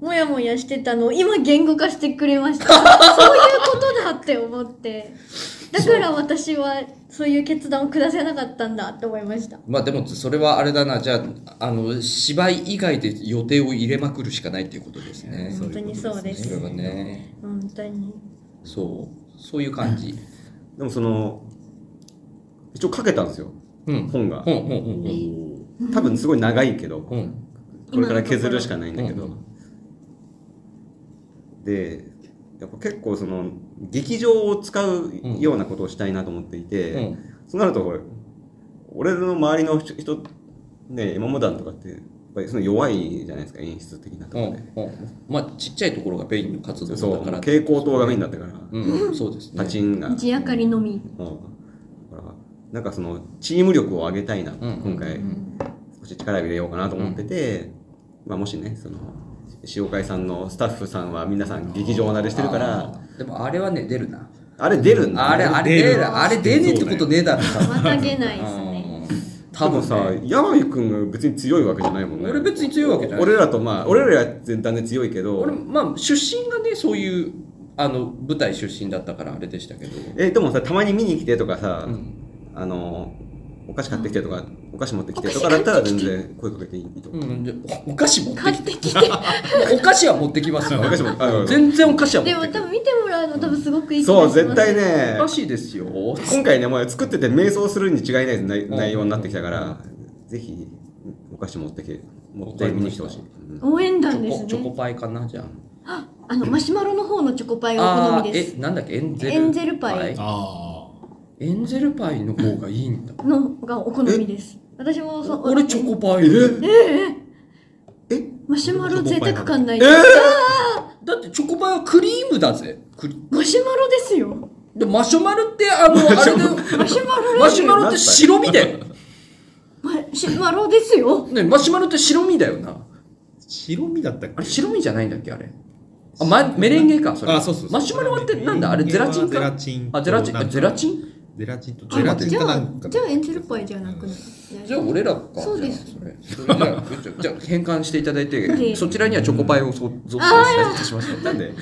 Speaker 1: もやもやしてたのを今言語化してくれ
Speaker 2: *laughs*
Speaker 1: ましたそういうことだって思ってだから私はそういう決断を下せなかったんだって思いました
Speaker 2: まあでもそれはあれだなじゃああの芝居以外で予定を入れまくるしかないっていうことですね
Speaker 1: 本当にそうです
Speaker 2: それはね
Speaker 1: 本当に
Speaker 2: そうそういう感じ
Speaker 3: でもその、一応かけたんですよ、
Speaker 2: うん
Speaker 3: 本が
Speaker 2: うん。うんうん
Speaker 3: 多分すごい長いけど、
Speaker 2: う
Speaker 3: こ
Speaker 2: んうん
Speaker 3: れから削るしかないんだけ
Speaker 2: う
Speaker 3: ど
Speaker 2: ん。
Speaker 3: で、やっぱ結構その、劇場を使うようなことをしたいなと思っていうて、
Speaker 2: ん
Speaker 3: そうなるとこれ、俺の周りの人、ね、今モダンとかって、やっぱりその弱いじゃないですか、演出的なと
Speaker 2: う
Speaker 3: ころで。
Speaker 2: んうんまあちっちゃいところがペインの活動
Speaker 3: そう、
Speaker 2: だから
Speaker 3: 蛍光灯がメインだったから、
Speaker 2: うんそうですね
Speaker 3: パチンが。
Speaker 1: 一明かりのみ
Speaker 3: うんだからなんかその、チーム力を上げたいな、
Speaker 2: ん
Speaker 3: 今回、少し力を入れようかなと思ってて、まあもしね、その、塩貝さんのスタッフさんは皆さん劇場慣れしてるから、
Speaker 2: あーでもあれはね出るな
Speaker 3: あれ出るんだ。
Speaker 2: あれあれ出るあれ出ねえってことねえだろ多分
Speaker 1: またげないですね
Speaker 2: うん
Speaker 3: 多
Speaker 2: 多
Speaker 3: 分
Speaker 2: 分
Speaker 3: さ
Speaker 2: ね、
Speaker 3: 山井君が別に強いわけじゃないもんね。
Speaker 2: 俺別に強いわけじゃない
Speaker 3: 俺らとまあ、俺らは全体で強いけど
Speaker 2: 俺、まあ出身がねそういうあの舞台出身だったからあれでしたけど、
Speaker 3: え、でもさ、たまに見に来てとかさ、
Speaker 2: うん
Speaker 3: あの、お菓子買ってきてとか、お菓子持ってきてとかだったら全然声かけていいと
Speaker 2: う
Speaker 3: 思う。
Speaker 2: ん、でおお菓子持って
Speaker 1: 買
Speaker 2: き
Speaker 1: っててきて
Speaker 2: *laughs* お菓子は持ってきますよ
Speaker 3: お菓子持ってあ
Speaker 2: 全然お菓子は持
Speaker 1: で
Speaker 2: っ
Speaker 1: も
Speaker 2: て
Speaker 1: 多
Speaker 2: きます
Speaker 1: 分見てもらうの多分すごくいい気がし
Speaker 3: そ
Speaker 1: ま
Speaker 3: う、
Speaker 1: す
Speaker 3: 絶対ね
Speaker 2: お、菓子ですよ
Speaker 3: 今回ね、もう作ってて瞑想するに違いないです内
Speaker 2: ん
Speaker 3: 内容になってきたから、ぜひ、お菓子持ってき持って見に来てほしい。うん
Speaker 1: 応援
Speaker 2: チ
Speaker 1: 団
Speaker 2: ョ
Speaker 1: です
Speaker 2: コチョコ
Speaker 1: ね
Speaker 2: パイかなじゃ
Speaker 1: ああのマシュマロの方のチョコパイがお
Speaker 2: あ
Speaker 1: 好
Speaker 2: あ
Speaker 1: みです
Speaker 2: ーえなんだっけエンゼル
Speaker 1: エンゼルパイ
Speaker 4: あ
Speaker 2: エンゼルパイの方がいいんだ
Speaker 1: のがお好みです私もそう
Speaker 2: 俺チョコパイ
Speaker 3: え
Speaker 1: マシュマロ贅沢感ない。
Speaker 2: だってチョコパイはクリームだぜクリ
Speaker 1: マシュマロですよ。
Speaker 2: でマシュマロってあのあれだよ
Speaker 1: マシュマロ
Speaker 2: マシュマロって白身だよ、
Speaker 1: マシュマロですよ。
Speaker 2: ね、マシュマロって白身だよな
Speaker 4: ー白身だったっけ
Speaker 2: あれ白身じゃないんだっけあれあ、ま、メレンゲかそれ
Speaker 4: あそうそうそう
Speaker 2: マシュマロってなんだあれ
Speaker 4: メ
Speaker 2: ゼ
Speaker 4: レンゲ
Speaker 2: ラ
Speaker 4: は
Speaker 2: チンか
Speaker 4: ゼラチンと
Speaker 2: あゼラチン
Speaker 4: な
Speaker 2: あ
Speaker 4: ん
Speaker 2: ゼラ
Speaker 4: か
Speaker 2: チン
Speaker 4: ゼラチンと
Speaker 2: あ
Speaker 4: ゼラチン
Speaker 1: じゃ
Speaker 4: かな
Speaker 1: あ
Speaker 4: んか、
Speaker 1: じゃあエンゼルパイじゃなくなる。
Speaker 2: じゃあ俺らか
Speaker 1: そうです
Speaker 2: じゃあそれそれじゃあちょじゃあ変換していただいて
Speaker 1: で
Speaker 2: そちらにはチョコパイをそ増産ししました
Speaker 3: なんで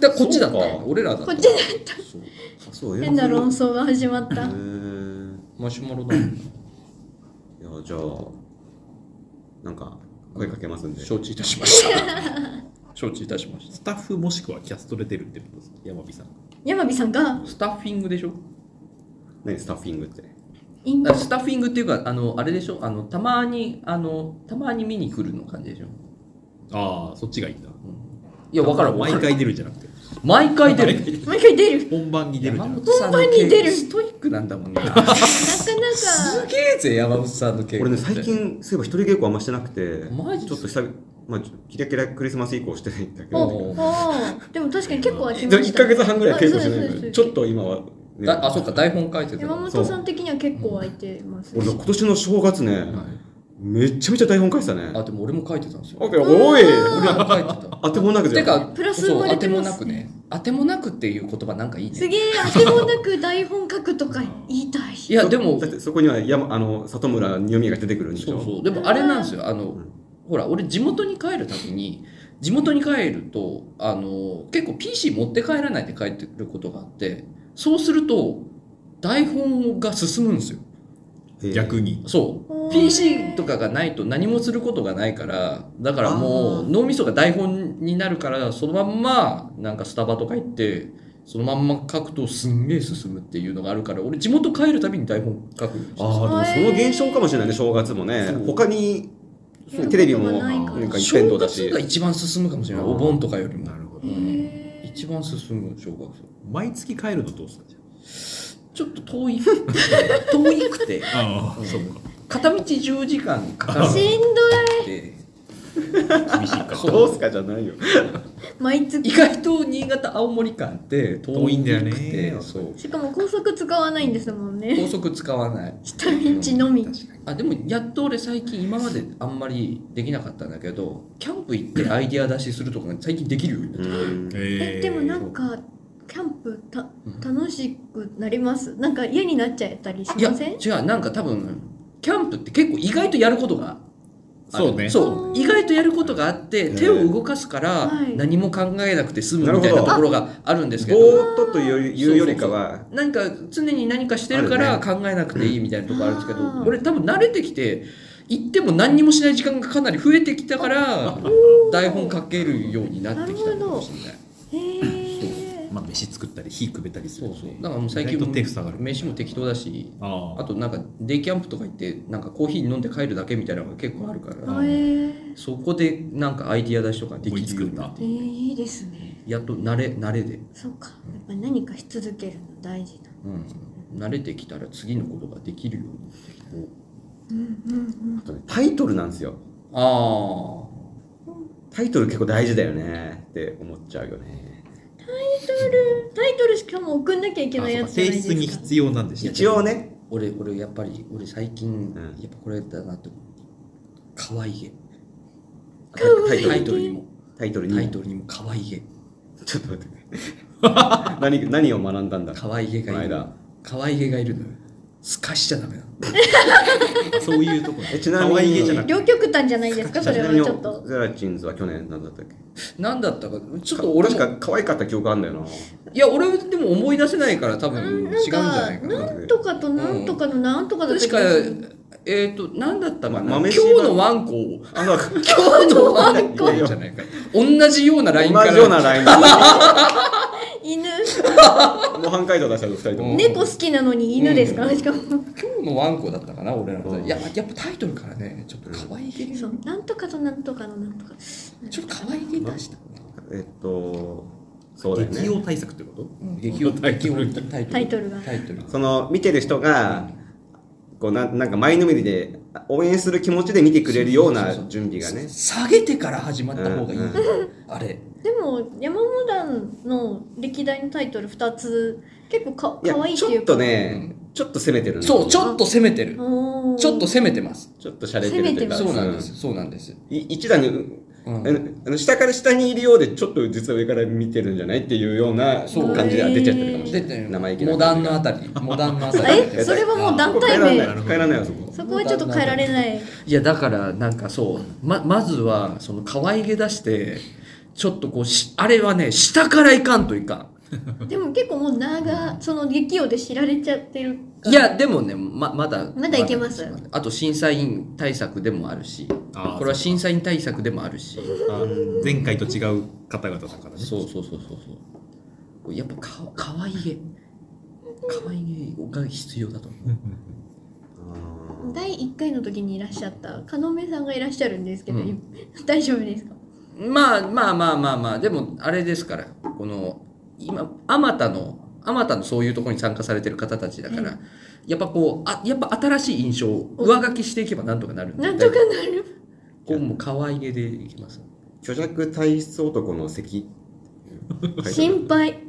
Speaker 2: だからこっちだった
Speaker 3: そうか
Speaker 2: 俺らだっ
Speaker 1: こ
Speaker 2: た
Speaker 1: っちで
Speaker 3: あそう
Speaker 1: 変な論
Speaker 3: 争。
Speaker 1: 争が始まった
Speaker 3: え。ー
Speaker 2: マシュマロだもんない
Speaker 3: や、じゃあ、なんか、声かけますんで。
Speaker 2: 承知いたしました承知いたしました
Speaker 4: スタッフもしくはキャストで出るってことですか山火さん
Speaker 1: 山火さんが
Speaker 2: スタッフィングでしょ
Speaker 3: 何スタッフィングって。
Speaker 1: イン
Speaker 2: だからスタッフィングっていうかあのあれでしょあのたまにあのたまに見に来るの感じでしょ
Speaker 4: ああそっちがいいんだ
Speaker 2: いや分からん分
Speaker 4: 毎
Speaker 2: からん
Speaker 4: 回出るじゃなくて
Speaker 2: 毎回出る
Speaker 1: 毎回出る。
Speaker 4: 本番に出るじゃ
Speaker 2: 山
Speaker 4: なくて
Speaker 2: 本さんの
Speaker 1: 本番に出る
Speaker 2: ストイックなんだもんな
Speaker 1: なか
Speaker 2: す
Speaker 1: なか。
Speaker 2: げえぜ山本さんの稽古
Speaker 3: 俺ね、最近、そういえば一人稽古あんましてなくて、
Speaker 2: マジ
Speaker 3: ちょっと久々、まあ、キラキラクリスマス以降してないんだけ
Speaker 1: お
Speaker 3: ど、
Speaker 1: おー。でも確かに結構飽きま
Speaker 3: でも
Speaker 1: し
Speaker 3: 1
Speaker 1: た。
Speaker 3: ヶ月半ぐらい稽古して
Speaker 1: あ
Speaker 3: な
Speaker 1: そうですそうで
Speaker 3: いか
Speaker 1: す
Speaker 3: ら、ちょっと今は、ね
Speaker 2: だあそっか台本書いてた
Speaker 1: 山
Speaker 2: は
Speaker 1: 本さん的には結構空いてます。
Speaker 3: 俺ね、今年の正月ね、
Speaker 2: い
Speaker 3: めちゃめちゃ台本書いてたね。
Speaker 2: あでも俺も書いてたんですよ
Speaker 3: おいおい
Speaker 2: 俺も書いてた
Speaker 3: 当てもなくじゃ
Speaker 2: て
Speaker 3: ん
Speaker 2: か
Speaker 1: プラス生
Speaker 2: そう
Speaker 1: ま
Speaker 2: 当
Speaker 1: れ
Speaker 2: て
Speaker 1: て
Speaker 2: も
Speaker 1: ま
Speaker 2: な
Speaker 1: す
Speaker 2: くね当てもなくっていう言葉なんかいい
Speaker 1: す
Speaker 2: ね
Speaker 1: げえ当てもなく台本書くとか言いたい。
Speaker 2: いやでも
Speaker 3: だってそこには山あの里村二宮が出てくるんでし
Speaker 2: そ
Speaker 3: ょ
Speaker 2: うそうでもあれなんですよあのほら俺地元に帰るたびに地元に帰るとあの結構 PC 持って帰らないで帰ってくることがあってそうすると台本が進むんですよ
Speaker 3: へえ
Speaker 4: 逆に
Speaker 2: そ
Speaker 1: お
Speaker 2: う
Speaker 1: ー
Speaker 2: PC とかがないと何もすることがないからだからも
Speaker 3: あ
Speaker 2: う
Speaker 3: ー
Speaker 2: 脳みそが台本になるからそのまんまなんかスタバとか行ってそのまんま書くとすんげえ進むっていうのがあるから俺地元帰るたびに台本書くようにして
Speaker 3: ああでもその現象かもしれないね正月もね
Speaker 2: そう
Speaker 3: 他に
Speaker 1: やることが
Speaker 3: テレビも
Speaker 1: ないから
Speaker 3: なんか一
Speaker 2: 小
Speaker 3: 辺倒だ
Speaker 2: 学生
Speaker 3: し
Speaker 2: が一番進むかもしれないお盆とかよりも
Speaker 5: なるほど
Speaker 2: う。ん
Speaker 1: へー
Speaker 2: 一番進む小学生
Speaker 4: 毎月帰るのどうすかじゃ
Speaker 2: ちょっと遠い遠いくて *laughs*
Speaker 4: ああそう
Speaker 2: 片道10時間かか
Speaker 1: しんど
Speaker 2: って
Speaker 4: か厳しいか
Speaker 2: そう
Speaker 3: どうすかじゃないよ。
Speaker 1: い毎月
Speaker 2: 意外と新潟青森間って遠いんだよ
Speaker 4: 遠いんだよ
Speaker 2: ね
Speaker 4: ね
Speaker 2: そう
Speaker 1: しかも高速使わないんですもん
Speaker 2: 高
Speaker 1: ね
Speaker 2: 速使わない
Speaker 1: 下道のみ
Speaker 2: あでもやっと俺最近今まであんまりできなかったんだけどキャンプ行ってアイディア出しするとか最近できるようになった
Speaker 1: えでもなんかキャンプた楽しくなりますなんか嫌になっちゃったりし
Speaker 2: いや
Speaker 1: ません
Speaker 2: 違うなんか多分キャンプって結構意外とやることがある
Speaker 4: そうね
Speaker 2: そう意外とやることがあって
Speaker 3: うん
Speaker 2: 手を動かすから
Speaker 1: はい
Speaker 2: 何も考えなくて済むみたいなところがあるんですけ
Speaker 3: ぼ
Speaker 2: ど
Speaker 3: ーっとといういうよりかは、
Speaker 2: なんか常に何かしてるから
Speaker 3: あ
Speaker 2: 考えなくていいみたいなところあるんですけ
Speaker 1: あ
Speaker 2: ど
Speaker 1: ー
Speaker 2: 俺多分慣れてきて行っても何にもしない時間がかなり増えてきたから台本書けるようになってきたのかもしれない
Speaker 1: へえ
Speaker 4: まあ飯作ったり火くべたりす
Speaker 2: そ
Speaker 4: る
Speaker 2: うそうだからもう最近
Speaker 4: 意外と手塞がる
Speaker 2: 飯も適当だし
Speaker 4: あ
Speaker 2: あとなんかデイキャンプとか行ってなんかコーヒー飲んで帰るだけみたいなのが結構あるから、
Speaker 1: あへえ
Speaker 2: そこでなんかアイディア出しとかできるようになっ
Speaker 1: え
Speaker 2: て
Speaker 1: ー、いいですね
Speaker 2: やっと慣れ慣れで、
Speaker 1: そうかやっぱ何かし続けるの大事だ
Speaker 2: うん、慣れてきたら次のことができるようになってきた
Speaker 1: うんうん
Speaker 3: あとねタイトルなんですよ。
Speaker 2: あ
Speaker 3: タイトル結構大事だよねって思っちゃうよね。
Speaker 1: うんタイトルしかも送んなきゃいけないやつじゃ
Speaker 4: 性
Speaker 1: ないです
Speaker 4: 質
Speaker 1: か
Speaker 4: に必要なんでしょ
Speaker 3: 一応ね
Speaker 2: あ、俺俺やっぱり俺最近
Speaker 3: うん
Speaker 2: やっぱこれだなって思う可愛げ
Speaker 1: 可愛げ
Speaker 3: タ
Speaker 2: タイ
Speaker 3: イトル
Speaker 2: トルにも
Speaker 3: タイトル
Speaker 2: タイ
Speaker 3: に。
Speaker 2: トルにも可愛げ
Speaker 3: ちょっと待って。 *laughs* 何何を学んだんだ。
Speaker 2: 可愛げがい
Speaker 3: この
Speaker 2: る
Speaker 3: 間
Speaker 2: 可愛げがいるのよすかしちゃダメなの
Speaker 4: そういうとこ
Speaker 3: えちなみに
Speaker 4: 可愛げじゃなくて
Speaker 1: 両極端じゃないです
Speaker 2: *laughs*
Speaker 1: かそれはちょっと
Speaker 3: ゼラチンズは去年何だったっけ
Speaker 2: 何だったかちょっ
Speaker 3: か
Speaker 2: と俺
Speaker 3: 確
Speaker 2: も
Speaker 3: か可愛かった記憶あんだよな。
Speaker 2: いや俺でも思い出せないから多
Speaker 1: う
Speaker 2: 分違うん
Speaker 1: ん
Speaker 2: じ
Speaker 1: なん
Speaker 2: ゃ
Speaker 1: か
Speaker 2: ないか
Speaker 1: な
Speaker 2: なん
Speaker 1: とかとなんとかのなんとかだった気
Speaker 2: 確か
Speaker 1: がする
Speaker 2: えっ、ー、と何だったかな今
Speaker 3: 豆
Speaker 2: 日
Speaker 3: 柴
Speaker 2: のワンコを
Speaker 3: あ、 *laughs* なんか、
Speaker 2: 今日のワン
Speaker 3: いやい
Speaker 2: コ
Speaker 3: や
Speaker 2: じゃないか同じようなラインか
Speaker 3: 同
Speaker 2: ら
Speaker 3: じようなラインで。
Speaker 1: 犬
Speaker 3: 模範解答出したの2人と
Speaker 2: うん
Speaker 3: も。
Speaker 1: 猫好きなのに犬ですから、
Speaker 2: うん
Speaker 1: しかも
Speaker 2: 今日のワンコだったかな俺らの
Speaker 3: うん
Speaker 2: いややっぱタイトルからねちょっと可愛げ
Speaker 1: そうなんとかとなんとかのなんとか
Speaker 2: ちょっと可愛げ出した、
Speaker 3: えっと、そうだよ
Speaker 4: 適
Speaker 3: ね。
Speaker 4: 応対策ってこと
Speaker 2: うん、激音タイトルタイ
Speaker 1: タイトルが
Speaker 2: タイトル
Speaker 3: その、見てる人が、こうななんか前のめりで応援する気持ちで見てくれるような準備がね
Speaker 2: 下げてから始まった方がいい、
Speaker 3: うんうん
Speaker 2: あれ
Speaker 1: でも山モダンの歴代のタイトル2つ結構か
Speaker 3: いや
Speaker 1: かわいいって
Speaker 3: ち
Speaker 1: い
Speaker 3: ょっ
Speaker 1: うか
Speaker 3: とね、ちょっと攻めてるんだよ
Speaker 2: そうちょっと攻めてる
Speaker 1: おー
Speaker 2: ちょっと攻めてます
Speaker 3: ちょっと洒落てるというか
Speaker 2: そうなんです、そうなんです、
Speaker 3: うんい一段に、
Speaker 2: うん
Speaker 3: あのあの下から下にいるようでちょっと実は上から見てるんじゃないっていうような
Speaker 2: そう
Speaker 3: 感じが出ちゃってるかもしれ
Speaker 2: 出
Speaker 3: な
Speaker 2: て
Speaker 3: い
Speaker 2: る
Speaker 3: 生意気な
Speaker 2: モダンのあたりモダンのあたり
Speaker 1: えそれはもう団
Speaker 3: 帰
Speaker 1: 体
Speaker 3: らない
Speaker 1: 名
Speaker 3: 帰らないよそこ
Speaker 1: そこはちょっと変えられない
Speaker 2: いやだからなんかそうままずはその可愛げ出してちょっとこうしあれはね下からいかんといか
Speaker 1: でも結構もう長その劇用で知られちゃってる
Speaker 2: んいやでもねままだ
Speaker 1: まだいけます
Speaker 2: だあと審査員対策でもあるし
Speaker 4: あー
Speaker 2: これは審査員対策でもあるし
Speaker 4: 前回と違う方々だからね
Speaker 2: そうそうそうそうそうやっぱか可愛げ可愛げが必要だと思う
Speaker 1: 第1回の時にいらっしゃったカノメさんがいらっしゃるんですけど、
Speaker 2: うん
Speaker 1: い大丈夫ですか
Speaker 2: まあまあまあまあまあでもあれですからこの今あまたのあまたのそういうところに参加されてる方たちだから、
Speaker 1: う
Speaker 2: やっぱこうあやっぱ新しい印象を上書きしていけばなんとかなるんで
Speaker 1: なんとかなる
Speaker 2: 今後も可愛げでいきます
Speaker 3: 虚弱体質男の咳
Speaker 1: 心配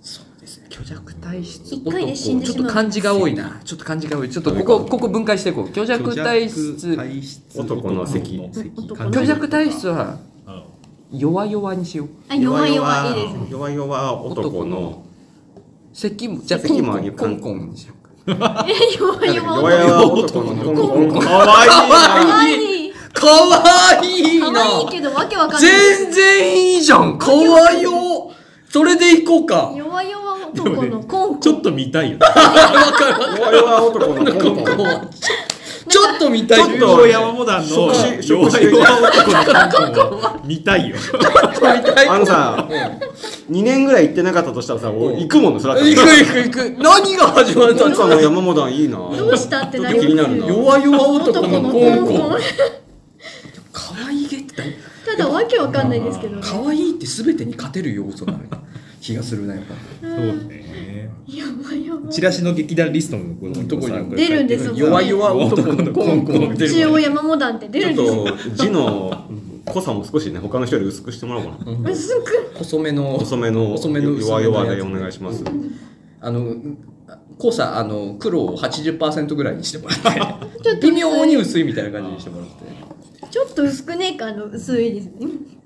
Speaker 2: そうですね虚弱体質
Speaker 1: 一回で死んでしまう
Speaker 2: ちょっと漢字が多いなちょっと漢字が多いちょっとここここ分解していこう虚弱体質
Speaker 4: 体質
Speaker 3: 男の咳
Speaker 1: 男
Speaker 2: 虚弱体質は
Speaker 4: あ
Speaker 2: 弱々にしよう
Speaker 1: あ弱々いいですね
Speaker 3: 弱々男の
Speaker 2: 咳もじゃあ
Speaker 3: 咳も
Speaker 2: コンコンコンコンにしよう
Speaker 1: え弱
Speaker 3: なんだっけ
Speaker 1: 々
Speaker 3: 弱々男のか
Speaker 1: 可
Speaker 3: わいい
Speaker 1: 愛い
Speaker 2: かわいい
Speaker 1: 可
Speaker 2: な
Speaker 1: 愛いけどわけわかんない
Speaker 2: 全然いいじゃんかわいよそれでいこうか
Speaker 1: 弱々男のコンコン
Speaker 4: ちょっと見たいよね
Speaker 3: 弱々男の
Speaker 2: こ
Speaker 3: コンコン
Speaker 2: こちょっと見たい
Speaker 4: ちょっと山本団の
Speaker 3: 触手
Speaker 4: 弱
Speaker 3: 触
Speaker 4: い
Speaker 3: 手
Speaker 4: 弱男の感を見たいよ。
Speaker 3: あのさ、2年ぐらい行ってなかったとしたらさ、俺行くもんね、それは。
Speaker 2: 行く行く行く何が始まった
Speaker 3: なんん
Speaker 2: だ
Speaker 3: かの山本団いいな。
Speaker 1: どうしたってなり
Speaker 3: 気になるな
Speaker 2: 弱々男
Speaker 1: 男
Speaker 2: の
Speaker 1: の
Speaker 2: コ
Speaker 1: コ
Speaker 2: ン
Speaker 1: ン
Speaker 2: コ
Speaker 1: コ
Speaker 2: ン
Speaker 1: ン
Speaker 2: 可愛いげって何
Speaker 1: ただわけわかんないですけどね
Speaker 2: 可愛いって全てに勝てる要素なのよ気がするなやっぱ
Speaker 4: そうね。
Speaker 1: やばいやばい
Speaker 4: チラシの劇団リストのところに
Speaker 2: どこに
Speaker 1: 出るんですもんね
Speaker 2: 弱々男のコンコンって
Speaker 1: 一応山モダンって出
Speaker 3: ち
Speaker 1: る
Speaker 3: ょっ
Speaker 1: んですよ
Speaker 3: と字の濃さも少しね、他の人より薄くしてもらおうかな。
Speaker 1: うんすっご
Speaker 2: 細めの
Speaker 3: 細めの
Speaker 2: 細めの
Speaker 3: 弱
Speaker 2: 薄めの
Speaker 3: 々
Speaker 2: やつ
Speaker 3: でお願いします。
Speaker 2: あの濃さあの黒を80%ぐらいにしてもらっ
Speaker 1: ちょっと薄
Speaker 2: て
Speaker 1: い
Speaker 2: 微妙に薄いみたいな感じにしてもらって
Speaker 1: いちょっと薄くねえかあの薄いですね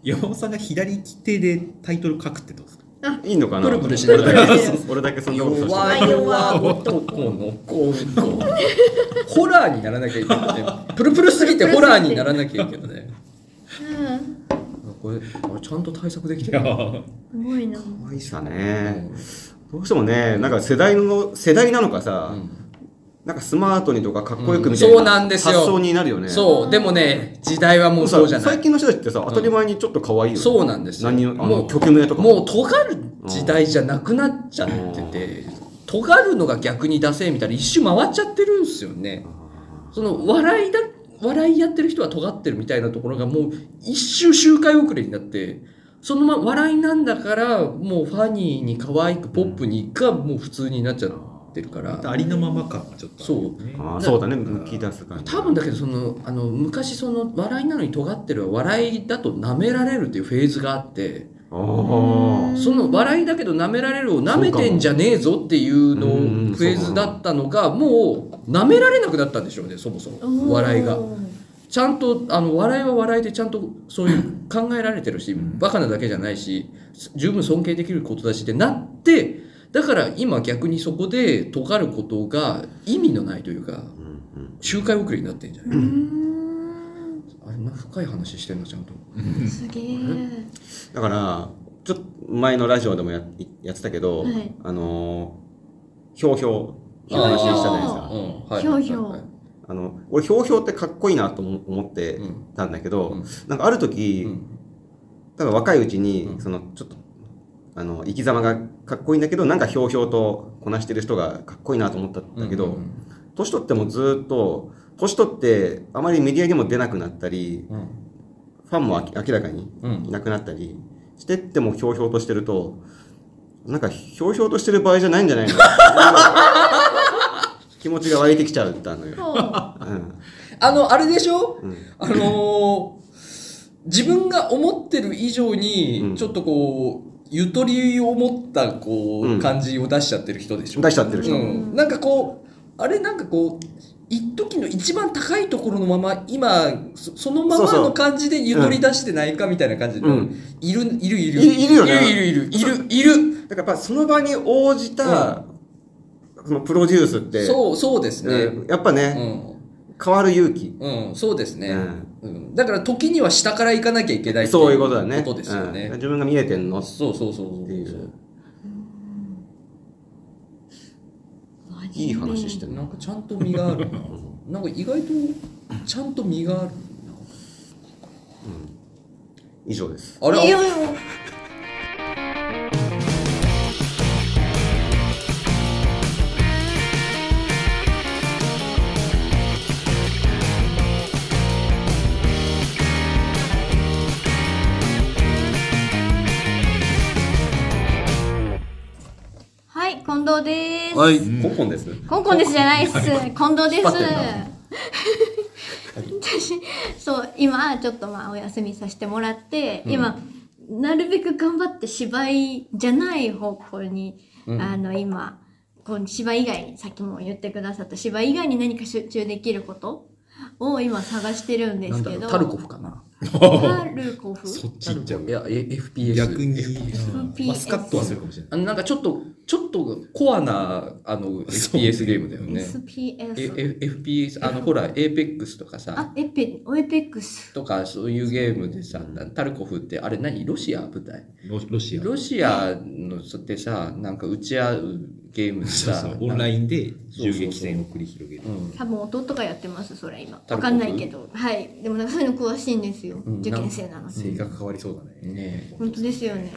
Speaker 4: 山本さんが左利き手でタイトル書くってどうですか
Speaker 3: いいのかな
Speaker 2: プルプルしながら
Speaker 3: 俺だけそんなことさせてもら
Speaker 2: 弱
Speaker 3: う
Speaker 2: 々男のコンコンホラーにならなきゃいけないねプルプルすぎてホラーにならなきゃいけないね
Speaker 1: うん
Speaker 2: これあれちゃんと対策できて
Speaker 4: い
Speaker 2: る
Speaker 4: や
Speaker 2: な
Speaker 4: ー
Speaker 1: すごいな
Speaker 3: 可愛いさね。どうしてもね、なんか世代の、世代なのかさ、なんかスマートにとかかっこよくみたいな、
Speaker 2: うんそうなんですよ
Speaker 3: 発想になるよね。
Speaker 2: そうでもね時代はも
Speaker 3: も
Speaker 2: う
Speaker 3: うさ
Speaker 2: そうじゃない
Speaker 3: 最近の人たちってさ、当たり前にちょっと可愛いよね、
Speaker 2: そうなんですよ
Speaker 3: 何をあ
Speaker 2: も
Speaker 3: の
Speaker 2: う
Speaker 3: 曲名とか
Speaker 2: もう尖る時代じゃなくなっちゃってて、尖るのが逆にダセえみたいな一周回っちゃってるんですよね。その笑いだ笑いやってる人は尖ってるみたいなところがもう一周周回遅れになってそのまま笑いなんだからもうファニーに可愛くポップにがもう普通になっちゃってるから
Speaker 4: ありのまま感がちょっとあるよね。
Speaker 3: あーそうだね、聞いたんすか
Speaker 2: 多分だけどそのあの昔その笑いなのに尖ってるは笑いだと舐められるっていうフェーズがあって。
Speaker 3: あ
Speaker 2: その笑いだけど舐められるを舐めてんじゃねえぞっていうのをフェーズだったのがもう舐められなくなったんでしょうねそもそも笑いが
Speaker 1: おー
Speaker 2: ちゃんとあの笑いは笑いでちゃんとそういう考えられてるしバカなだけじゃないし十分尊敬できることだしってなってだから今逆にそこで尖ることが意味のないというか
Speaker 3: ーうんうん
Speaker 2: 周回遅れになってんじゃないう
Speaker 1: ー
Speaker 2: あれな深い話してんのちゃんと
Speaker 1: んすげえ
Speaker 3: だからちょっと前のラジオでもややってたけど、
Speaker 1: はい
Speaker 3: あのーひょうひょう
Speaker 1: ひょうひょう
Speaker 3: 話したじゃないです
Speaker 2: うん
Speaker 3: か
Speaker 2: はい
Speaker 1: ひょうひょう
Speaker 2: はい
Speaker 3: あの俺ひょうひょうってかっこいいなと思思って
Speaker 2: うん
Speaker 3: たんだけど、
Speaker 2: うん
Speaker 3: なんかある時、
Speaker 2: うん
Speaker 3: だから若いうちに、
Speaker 2: うん
Speaker 3: そのちょっとあの生き様がかっこいいんだけどなんかひょうひょうとこなしてる人がかっこいいなと思ったんだけど、
Speaker 2: うん
Speaker 3: 年取ってもずっと年取ってあまりメディアにも出なくなったり
Speaker 2: うん
Speaker 3: ファンもあき明らかに
Speaker 2: うんうん
Speaker 3: いなくなったりしてってもひょうひょうとしてるとなんかひょうひょうとしてる場合じゃないんじゃな
Speaker 2: *laughs*
Speaker 3: いの気持ちが湧いてきちゃったのよ、
Speaker 1: そう
Speaker 3: うん
Speaker 2: あの、あれでしょ
Speaker 3: うん、
Speaker 2: *laughs* あのー自分が思ってる以上
Speaker 3: う
Speaker 2: に、
Speaker 3: ん
Speaker 2: ちょっとこう、ゆとりを持った、こう、
Speaker 3: うん
Speaker 2: 感じを出しちゃってる人でしょ
Speaker 3: 出しちゃってる人
Speaker 2: うんなんかこう、あれなんかこう、一時の一番高いところのまま、今、そそのま
Speaker 3: そう
Speaker 2: ま
Speaker 3: そ
Speaker 2: の
Speaker 3: う
Speaker 2: 感じでゆとり出してないかみたいな感じで、
Speaker 3: うん
Speaker 2: いる、いる、いる。
Speaker 3: いいるよね
Speaker 2: いる、いる、いる、いる、いる。
Speaker 3: だからやっぱその場に応じた、そのプロデュースって
Speaker 2: そう、そうですね。
Speaker 3: うんやっぱ
Speaker 2: う
Speaker 3: ね、
Speaker 2: ん。
Speaker 3: 変わる勇気
Speaker 2: うん、そうですね、
Speaker 3: うん
Speaker 2: うんだから時には下から行かなきゃいけないって
Speaker 3: そういうことだね
Speaker 2: ことですよね、
Speaker 3: うん自分が見えてんのっ
Speaker 2: そうそうそうそう
Speaker 3: ていう
Speaker 1: 真面目
Speaker 3: いい話してる
Speaker 2: なんかちゃんと身があるななんか意外とちゃんと身がある
Speaker 3: 以上です
Speaker 2: なあ
Speaker 1: いや
Speaker 2: れ
Speaker 1: いやはい近藤です、
Speaker 3: はいコンコンです
Speaker 1: コンコンですじゃないっす。近藤で
Speaker 3: 引っ
Speaker 1: す
Speaker 3: 張ってんな。
Speaker 1: 私、そう、今、ちょっとまあ、お休みさせてもらって、今、なるべく頑張って芝居じゃない方向に、あの、今、こう芝居以外に、さっきも言ってくださった芝居以外に何か集中できることを今探してるんで
Speaker 2: なん
Speaker 1: す
Speaker 2: だ
Speaker 1: け
Speaker 2: ろう
Speaker 1: ど。
Speaker 2: タルコフかな
Speaker 1: タルコフ
Speaker 4: そっち行っちゃう
Speaker 2: い。やえ FPS
Speaker 4: 逆に
Speaker 1: FPS
Speaker 4: まあスカッとはするかもしれない。
Speaker 2: あのなんかちょっとちょっとコアなあの FPS ゲームだよね。
Speaker 1: SPS。
Speaker 2: え F- FPS あのほら APEX とかさ
Speaker 1: あ、エペ、オエペックス。
Speaker 2: とかそういうゲームでさタルコフってあれ何ロシア舞台
Speaker 4: ロロシア
Speaker 2: ロシアのってさなんか打ち合うゲームで
Speaker 4: そう
Speaker 2: さ
Speaker 4: そうオンラ
Speaker 2: ン
Speaker 4: インで銃撃戦を繰り広げる
Speaker 1: 多分弟がやってます、それ今。
Speaker 2: タ
Speaker 1: わ
Speaker 2: ルコ
Speaker 1: か
Speaker 2: フ
Speaker 1: んないけど。はい。でもなんかそういうの詳しいんですよ。
Speaker 2: うん
Speaker 1: 受験生なのに。
Speaker 5: 性格変わりそうだね。
Speaker 2: ね
Speaker 1: 本当ですよね。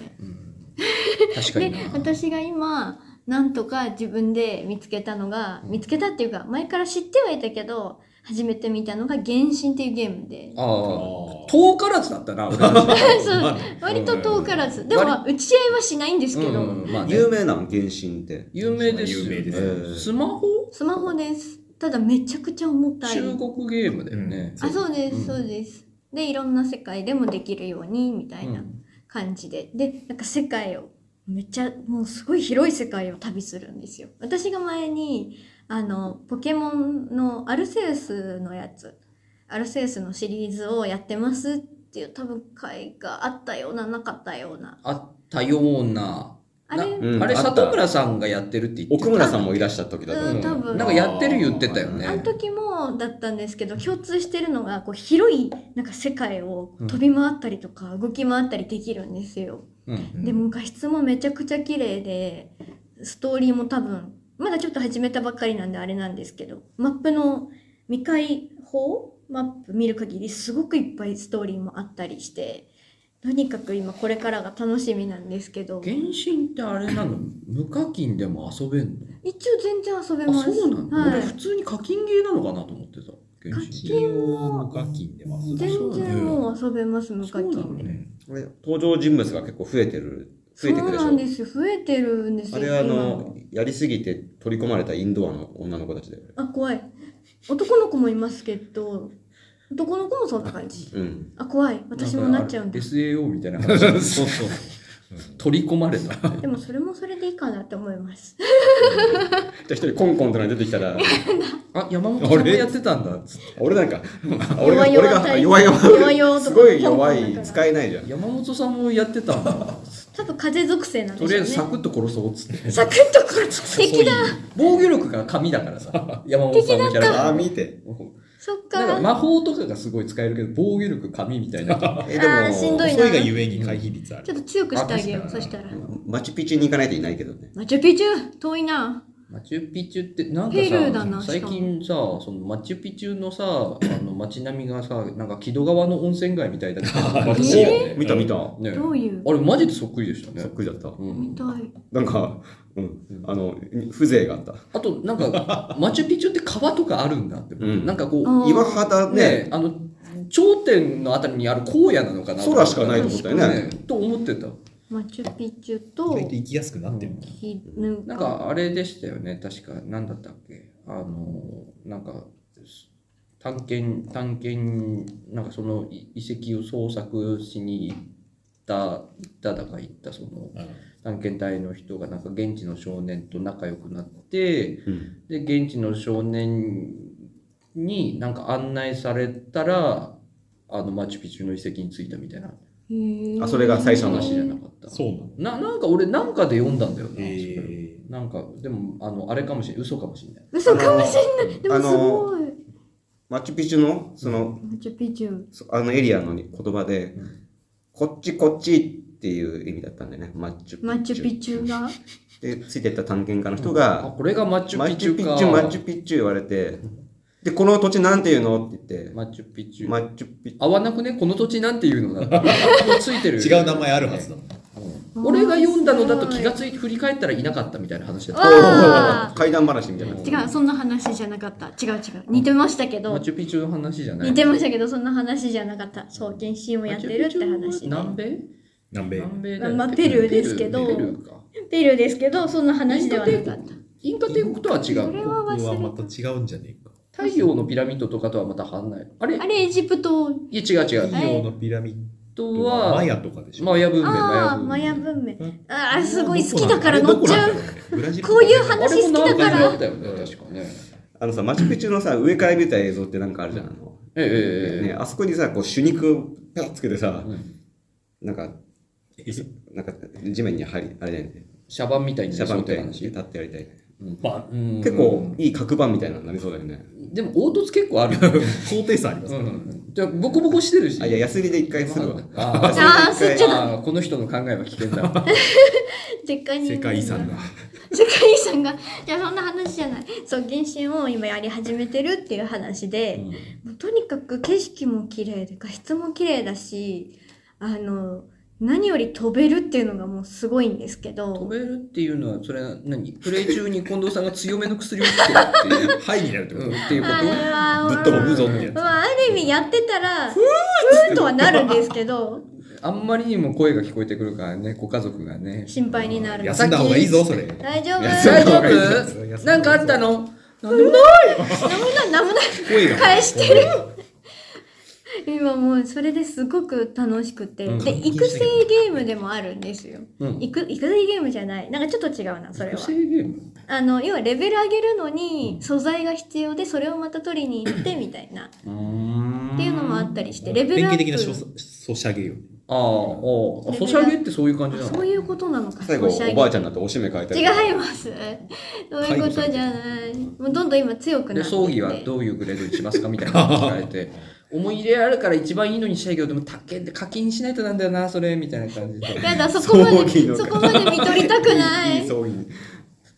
Speaker 2: 確かに
Speaker 1: で
Speaker 2: な、
Speaker 1: 私が今、なんとか自分で見つけたのが、見つけたっていうか、前から知ってはいたけど、初めて見たのが原神っていうゲームで。
Speaker 2: ああ遠からずだったな俺たち
Speaker 1: そう、割と遠からず。でも、
Speaker 2: 割
Speaker 1: 打ち合いはしないんですけど、
Speaker 2: うんまあね
Speaker 3: 有名なん原神って。
Speaker 2: 有名ですよね
Speaker 4: 有名です
Speaker 2: スマホ
Speaker 1: スマホです。ただめちゃくちゃ重たい。
Speaker 2: 中国ゲームだよね、
Speaker 1: あ、そうで
Speaker 2: うん
Speaker 1: す、そうです。で、いろんな世界でもできるように、みたいな
Speaker 2: うん
Speaker 1: 感じで。で、なんか世界を、めっちゃ、もうすごい広い世界を旅するんですよ。私が前に、あの、ポケモンのアルセウスのやつ、アルセウスのシリーズをやってますっていう、多分会があったような、なかったような。
Speaker 2: あったような
Speaker 1: あれ、
Speaker 2: な
Speaker 3: うん
Speaker 2: あれ
Speaker 3: あった
Speaker 2: 里村さんがやってるって言ってた
Speaker 3: 奥村さんもいらっしゃった時だと
Speaker 1: う
Speaker 3: 思
Speaker 1: ん多分
Speaker 2: なんかやってる言ってたよ
Speaker 1: あの
Speaker 2: ね
Speaker 1: 時もだったんですけど共通してるのがこう広いなんか世界を飛び回ったりとか動き回ったりできるんですよ、
Speaker 2: うん
Speaker 1: でも画質もめちゃくちゃ綺麗でストーリーも多分まだちょっと始めたばっかりなんであれなんですけどマップの未開放マップ見る限りすごくいっぱいストーリーもあったりしてとにかく今これからが楽しみなんですけど
Speaker 2: 原神ってあれなの無課金でも遊べんの
Speaker 1: 一応全然遊べま
Speaker 2: あ
Speaker 1: す
Speaker 2: そうなの、
Speaker 1: は
Speaker 2: 俺
Speaker 1: い
Speaker 2: 普通に課金ゲーなのかなと思ってた原神
Speaker 1: 課金も
Speaker 4: 無課金でます
Speaker 1: 全然もう遊べます無課
Speaker 2: そうなの
Speaker 1: 金で
Speaker 2: ね。
Speaker 3: これ登場人物が結構増えてる、増えてくでし
Speaker 1: そうな
Speaker 3: ょ
Speaker 1: ん。ですよ増えてるんですよ
Speaker 3: あれはあの
Speaker 1: 今、
Speaker 3: やりすぎて取り込まれたインドアの女の子たちだよね。
Speaker 1: あ怖い男の子もいますけど男の子もそんな感じ
Speaker 3: うん。
Speaker 1: あ怖い私もなっちゃうん
Speaker 2: で
Speaker 1: です
Speaker 2: SAO みたいな話 *laughs*
Speaker 4: そうそう
Speaker 2: 取り込まれたって
Speaker 1: でもそれもそれでいいかなって思います
Speaker 3: じゃあ一人コンコンとか出てきたら、
Speaker 2: あ山本さんもやってたんだ
Speaker 3: 俺なんか、俺が、
Speaker 1: 弱
Speaker 3: 俺
Speaker 1: 々
Speaker 3: が、
Speaker 1: タイプ
Speaker 3: 弱
Speaker 1: 弱
Speaker 3: 々、
Speaker 1: 々とか
Speaker 3: すごい弱
Speaker 1: 香港だか
Speaker 3: い、
Speaker 1: ら
Speaker 3: 使えないじゃん。
Speaker 2: 山本さんもやってたんだ
Speaker 1: 多分風属性なん
Speaker 2: と
Speaker 1: で
Speaker 2: りあえず
Speaker 1: す
Speaker 2: サ
Speaker 1: よね
Speaker 2: クッと殺そうっつって
Speaker 1: サクッとこれ敵だ
Speaker 2: 防御力が神だからさ山本さんのキャラ
Speaker 3: ああ、
Speaker 2: ク
Speaker 3: 見て。
Speaker 1: そっ
Speaker 2: ターなんか
Speaker 1: か
Speaker 2: 魔法とかがすごい使えるけど防御力神みたいな
Speaker 3: え、
Speaker 1: あーしんど
Speaker 3: で
Speaker 1: い
Speaker 3: も、
Speaker 4: 遅いがゆえに回避率あ
Speaker 1: ちょ
Speaker 4: る
Speaker 1: っと強くしてあげよ
Speaker 4: あ
Speaker 1: うそしたら
Speaker 3: マチュピチュに行かないといないけどね。
Speaker 1: マチュピチュ遠いな
Speaker 2: マチュピチュってなんか
Speaker 1: ペルーだな
Speaker 2: さ最近さそのマチュピチュのさあの街並みがさなんか木戸川の温泉街みたいだった
Speaker 4: らしいよね
Speaker 3: お見た見た。そ
Speaker 2: ね
Speaker 1: どういう
Speaker 2: あれマジでそっくりでした
Speaker 3: っ
Speaker 2: ね、
Speaker 3: くりだった。
Speaker 2: うん
Speaker 1: 見たい
Speaker 3: なんか、うん、あの、風情があった。
Speaker 2: あとなん
Speaker 3: *laughs*
Speaker 2: かマチュピチュって川とかあるんだって思って、
Speaker 3: うん
Speaker 2: なんかこ
Speaker 1: あ
Speaker 2: う
Speaker 1: ー
Speaker 3: 岩肌
Speaker 2: ね
Speaker 3: ね、
Speaker 2: あの頂点のあたりにある荒野なのかなと思
Speaker 3: 空しかないと思ったよね。
Speaker 2: と思ってた
Speaker 1: マチュピチュ
Speaker 4: 意
Speaker 1: と
Speaker 4: 外と行きやすくなってる
Speaker 1: キヌ
Speaker 2: なん
Speaker 1: カ
Speaker 2: かあれでしたよね確か何だったっけあのなんか探検探検なんかそのい遺跡を捜索しに行った行っただか行ったその探検隊の人がなんか現地の少年と仲良くなって
Speaker 3: うん
Speaker 2: で現地の少年になんか案内されたらあのマチュピチュの遺跡に着いたみたいな
Speaker 1: へー
Speaker 3: あそれが最初の
Speaker 2: 話じゃなかった
Speaker 4: そうなの
Speaker 2: ななんか俺なんかで読んだんだよな、
Speaker 4: え
Speaker 2: それなんかでもあのあれかもしれない嘘かもしれない
Speaker 1: 嘘かもしれないでも
Speaker 3: あ
Speaker 1: す
Speaker 3: の
Speaker 1: ごい
Speaker 3: マチュピチュの、その、
Speaker 1: マチュピチュ
Speaker 3: そあのエリアの言葉で、こっちこっちっていう意味だったんだよね。マチュピチュ。
Speaker 1: マチュピチュが
Speaker 3: で、ついてった探検家の人
Speaker 2: あ
Speaker 3: が、
Speaker 2: これがマチュ
Speaker 3: マ
Speaker 2: ピチ
Speaker 3: チュ
Speaker 2: ュ
Speaker 3: ピ
Speaker 2: か
Speaker 3: チュ、マチュピチュ言われて、で、この土地なんていうのって言って、
Speaker 2: マチュピチュ
Speaker 3: マチュピチュ。
Speaker 2: 合わなくねこの土地なんていうのだついてる
Speaker 4: ー違う名前あるはずだもん
Speaker 2: うん俺が読んだのだと気がついて振り返ったらいなかったみたいな話だっ
Speaker 1: わあ
Speaker 3: 怪談話みたいな。
Speaker 1: 違うそんな話じゃなかった違う違う似てましたけ
Speaker 2: た
Speaker 1: ど
Speaker 2: マチュピチュの話じゃない
Speaker 1: 似てましたけどそんな話じゃなかったそう原神をやってるって
Speaker 2: マチュピ
Speaker 1: 話
Speaker 2: チュは南米
Speaker 4: 南米
Speaker 2: 南米だよね
Speaker 1: まあペルーですけど
Speaker 2: ペルーか
Speaker 1: ペルーですけどそんな話ではなかった
Speaker 2: インカ帝国とは違
Speaker 1: それ
Speaker 2: う
Speaker 1: は
Speaker 4: ここはま
Speaker 1: 忘
Speaker 4: た
Speaker 1: れ
Speaker 4: 違うんじゃねえか
Speaker 2: 太陽のピラミッドとかとはまた反対あれ
Speaker 1: たあれエジプト
Speaker 2: いや違う違う
Speaker 1: はい
Speaker 4: 太陽のピラミッ
Speaker 2: と
Speaker 4: ド
Speaker 2: は
Speaker 4: はマヤとかでしょ
Speaker 2: マヤ文明
Speaker 1: ああマ
Speaker 2: マヤ
Speaker 1: ヤ
Speaker 2: 文明
Speaker 1: 文明
Speaker 4: うん
Speaker 1: ああすごい好きだから乗っちゃう
Speaker 4: う
Speaker 1: こういう話
Speaker 2: あれも
Speaker 1: 好きだから
Speaker 2: 南米ったよね確かね
Speaker 3: あのさ、マチュピチュのさ、上から見た映像ってなんかあるじゃん。あの
Speaker 2: えええ
Speaker 3: ね、あそこにさ、こう、手肉をペッつけてさ
Speaker 2: えう、ん
Speaker 3: なんか、なんか、地面に針、あれだよね。
Speaker 2: シャバンみたいに
Speaker 3: シャバンみたいに
Speaker 2: なりそうって
Speaker 3: 立ってやりたい。
Speaker 4: まあ、
Speaker 2: 話うん
Speaker 3: 結構いい角板みたいなのになりそうだよね。
Speaker 2: でも凹凸結構あるよね
Speaker 4: 高低差あります
Speaker 2: う
Speaker 4: ね。
Speaker 2: んじゃあボコボコしてるし
Speaker 3: あ、いや、ヤスリで一回するわ。
Speaker 2: あー
Speaker 1: あー、吸っちゃった。
Speaker 2: あーこの人の考えは危険だ
Speaker 3: *laughs*
Speaker 2: わ
Speaker 1: 絶対に。
Speaker 4: 世界遺産が。
Speaker 1: 世界遺産がじゃあそんな話じゃないそう原神を今やり始めてるっていう話で、もうとにかく景色も綺麗で画質も綺麗だしあの何より飛べるっていうのがもうすごいんですけ
Speaker 2: 飛
Speaker 1: ど
Speaker 2: べるっていうのはそれは何プレイ中に近藤さんが強めの薬を打ってるっていう
Speaker 4: ハイになるってこ
Speaker 2: う
Speaker 4: と
Speaker 2: ん、っていうこ
Speaker 1: あれは
Speaker 4: ぶっ飛ぶぞって
Speaker 1: ま
Speaker 4: や
Speaker 1: あ、ある意味やってたらふーっとはなるんですけど
Speaker 2: とあんまりにも声が聞こえてくるからねご家族がね
Speaker 1: 心配になる
Speaker 4: つ。休んだ方がいいぞ、それ。
Speaker 1: 大丈夫
Speaker 3: 休
Speaker 2: 大
Speaker 3: ん
Speaker 2: 丈
Speaker 3: だ
Speaker 1: 大
Speaker 3: 方がいいで
Speaker 2: 夫なんかあったのなんでも
Speaker 1: 丈夫何もない何もない
Speaker 4: 声が。
Speaker 1: 返してる今もうそれですごく楽しくて、
Speaker 2: うん
Speaker 1: で育成ゲームでもあるんですよ、
Speaker 2: うん
Speaker 1: 育育成ゲームじゃないなんかちょっと違うなそれは
Speaker 2: 女性ゲーム
Speaker 1: あの要はレベル上げるのに素材が必要でそれをまた取りに行ってみたいなっていうのもあったりしてレベルア
Speaker 4: 典
Speaker 1: ッ
Speaker 4: 型
Speaker 1: プ
Speaker 4: 的なソシャゲよ。
Speaker 2: ああ、ああ、ソシャゲってそういう感じな
Speaker 1: あ
Speaker 2: の
Speaker 1: そういうことなのか
Speaker 3: 最後、
Speaker 1: ソシャゲ
Speaker 3: おばあちゃんになっておしめ変えたり。
Speaker 1: 違いますそういうことじゃないもうどんどん今強くな
Speaker 2: で
Speaker 1: って
Speaker 2: 葬儀はどういうグレードにしますかみたいなのを聞かれて *laughs* 思い入れあるから一番いいのにしたいけどでもたけ課金しないとなんだよなそれみたいな感じで
Speaker 1: やだそこま
Speaker 3: 葬儀
Speaker 1: で
Speaker 3: の
Speaker 1: そこまで見とりたくない
Speaker 3: いいそういう。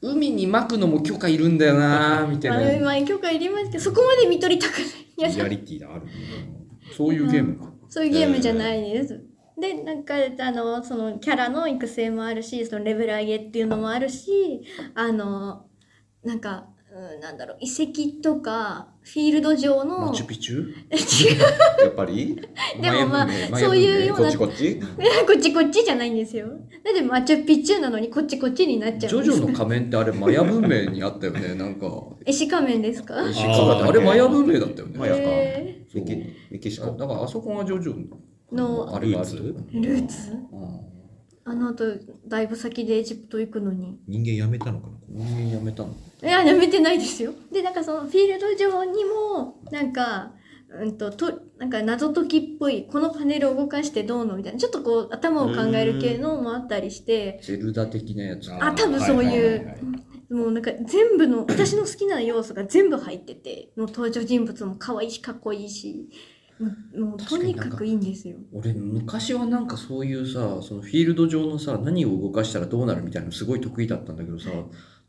Speaker 2: 海にまくのも許可いるんだよなみた
Speaker 1: まあ
Speaker 2: いな
Speaker 1: 今許可いりますけどそこまで見とりたくないい
Speaker 4: リア
Speaker 1: や
Speaker 4: リティがある。
Speaker 2: そういうゲームか
Speaker 1: そういうゲームじゃないです、でなんかあのそのキャラの育成もあるしそのレベル上げっていうのもあるしあのなんか、うん、なんだろう遺跡とかフィールド上の
Speaker 2: マチュピチュ
Speaker 1: 違
Speaker 3: やっぱり
Speaker 1: うでもまあ
Speaker 2: マヤ文明マヤ文明
Speaker 1: そういうよう
Speaker 3: こ
Speaker 1: な
Speaker 3: っちこっち
Speaker 1: こっちこっちじゃないんですよだってマチュピチュなのにこっちこっちになっち
Speaker 2: ジ
Speaker 1: ゃうん
Speaker 2: ョ
Speaker 1: で
Speaker 2: ジ
Speaker 1: す
Speaker 2: ョの仮面ってあれマヤ文明にあったよねなんか
Speaker 1: 絵師仮面ですか
Speaker 2: 石川ってあれマヤ文明だったよね
Speaker 3: マヤか
Speaker 1: え
Speaker 2: そう
Speaker 3: メキメキシ
Speaker 2: あ
Speaker 3: コ。
Speaker 2: だからあそこがジョジョ
Speaker 1: の
Speaker 2: あれがある
Speaker 4: ルーツ
Speaker 1: ールーツ
Speaker 2: うん
Speaker 1: あの後だいぶ先でエジプト行くのに
Speaker 4: 人間やめたのかな
Speaker 2: 人間やめたの
Speaker 1: いや、やめてないですよ。で、なんかそのフィールド上にも、なんか、うんと、と、なんか謎解きっぽい、このパネルを動かしてどうのみたいな、ちょっとこう、頭を考える系のもあったりして、
Speaker 2: ゼルダ的なやつ
Speaker 1: あ、多分そういう、
Speaker 4: はいはいはい
Speaker 1: もうなんか全部の、私の好きな要素が全部入ってて、もう登場人物も可愛いし、かっこいいし、もうもう
Speaker 2: 確か
Speaker 1: と
Speaker 2: に
Speaker 1: にかくいいんですよ。
Speaker 2: 俺昔はなんかそういうさそのフィールド上のさ何を動かしたらどうなるみたいなのすごい得意だったんだけどさ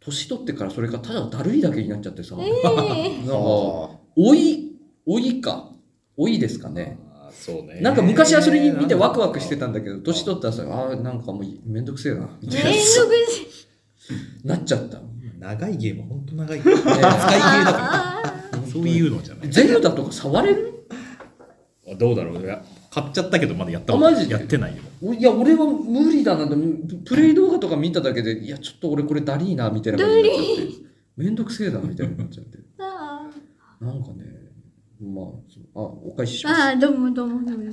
Speaker 2: 年取ってからそれがただだるいだけになっちゃってさ、
Speaker 1: ええ
Speaker 2: なんか老い老いか老いですかね
Speaker 4: あーそうね
Speaker 2: なんか昔はそれに見てワクワクしてた
Speaker 4: た。
Speaker 2: んだけど年取ったらさあーなんかもうめんどくせえなみ
Speaker 1: ー、
Speaker 2: *laughs* たい
Speaker 1: 連続
Speaker 2: ななっちゃった、
Speaker 4: 長いゲーム、本当長いゲーム。
Speaker 2: ね
Speaker 4: 使い切れなか
Speaker 1: あー
Speaker 4: った。そういうのじゃない。
Speaker 2: ゼルダとか触れる
Speaker 4: どうだろう俺買っちゃったけどまだやった
Speaker 2: あ
Speaker 4: こと
Speaker 2: マジで
Speaker 4: やってないよ
Speaker 2: おいや俺は無理だなでもプレイ動画とか見ただけでいやちょっと俺これダリーなみたいな感じになっちゃってめんどくせえなみたいになっちゃって
Speaker 1: あ *laughs*
Speaker 2: なんかね、まあ、そうあ、お返しし
Speaker 1: ー
Speaker 2: ます。
Speaker 1: あー、どうもどうもどうも。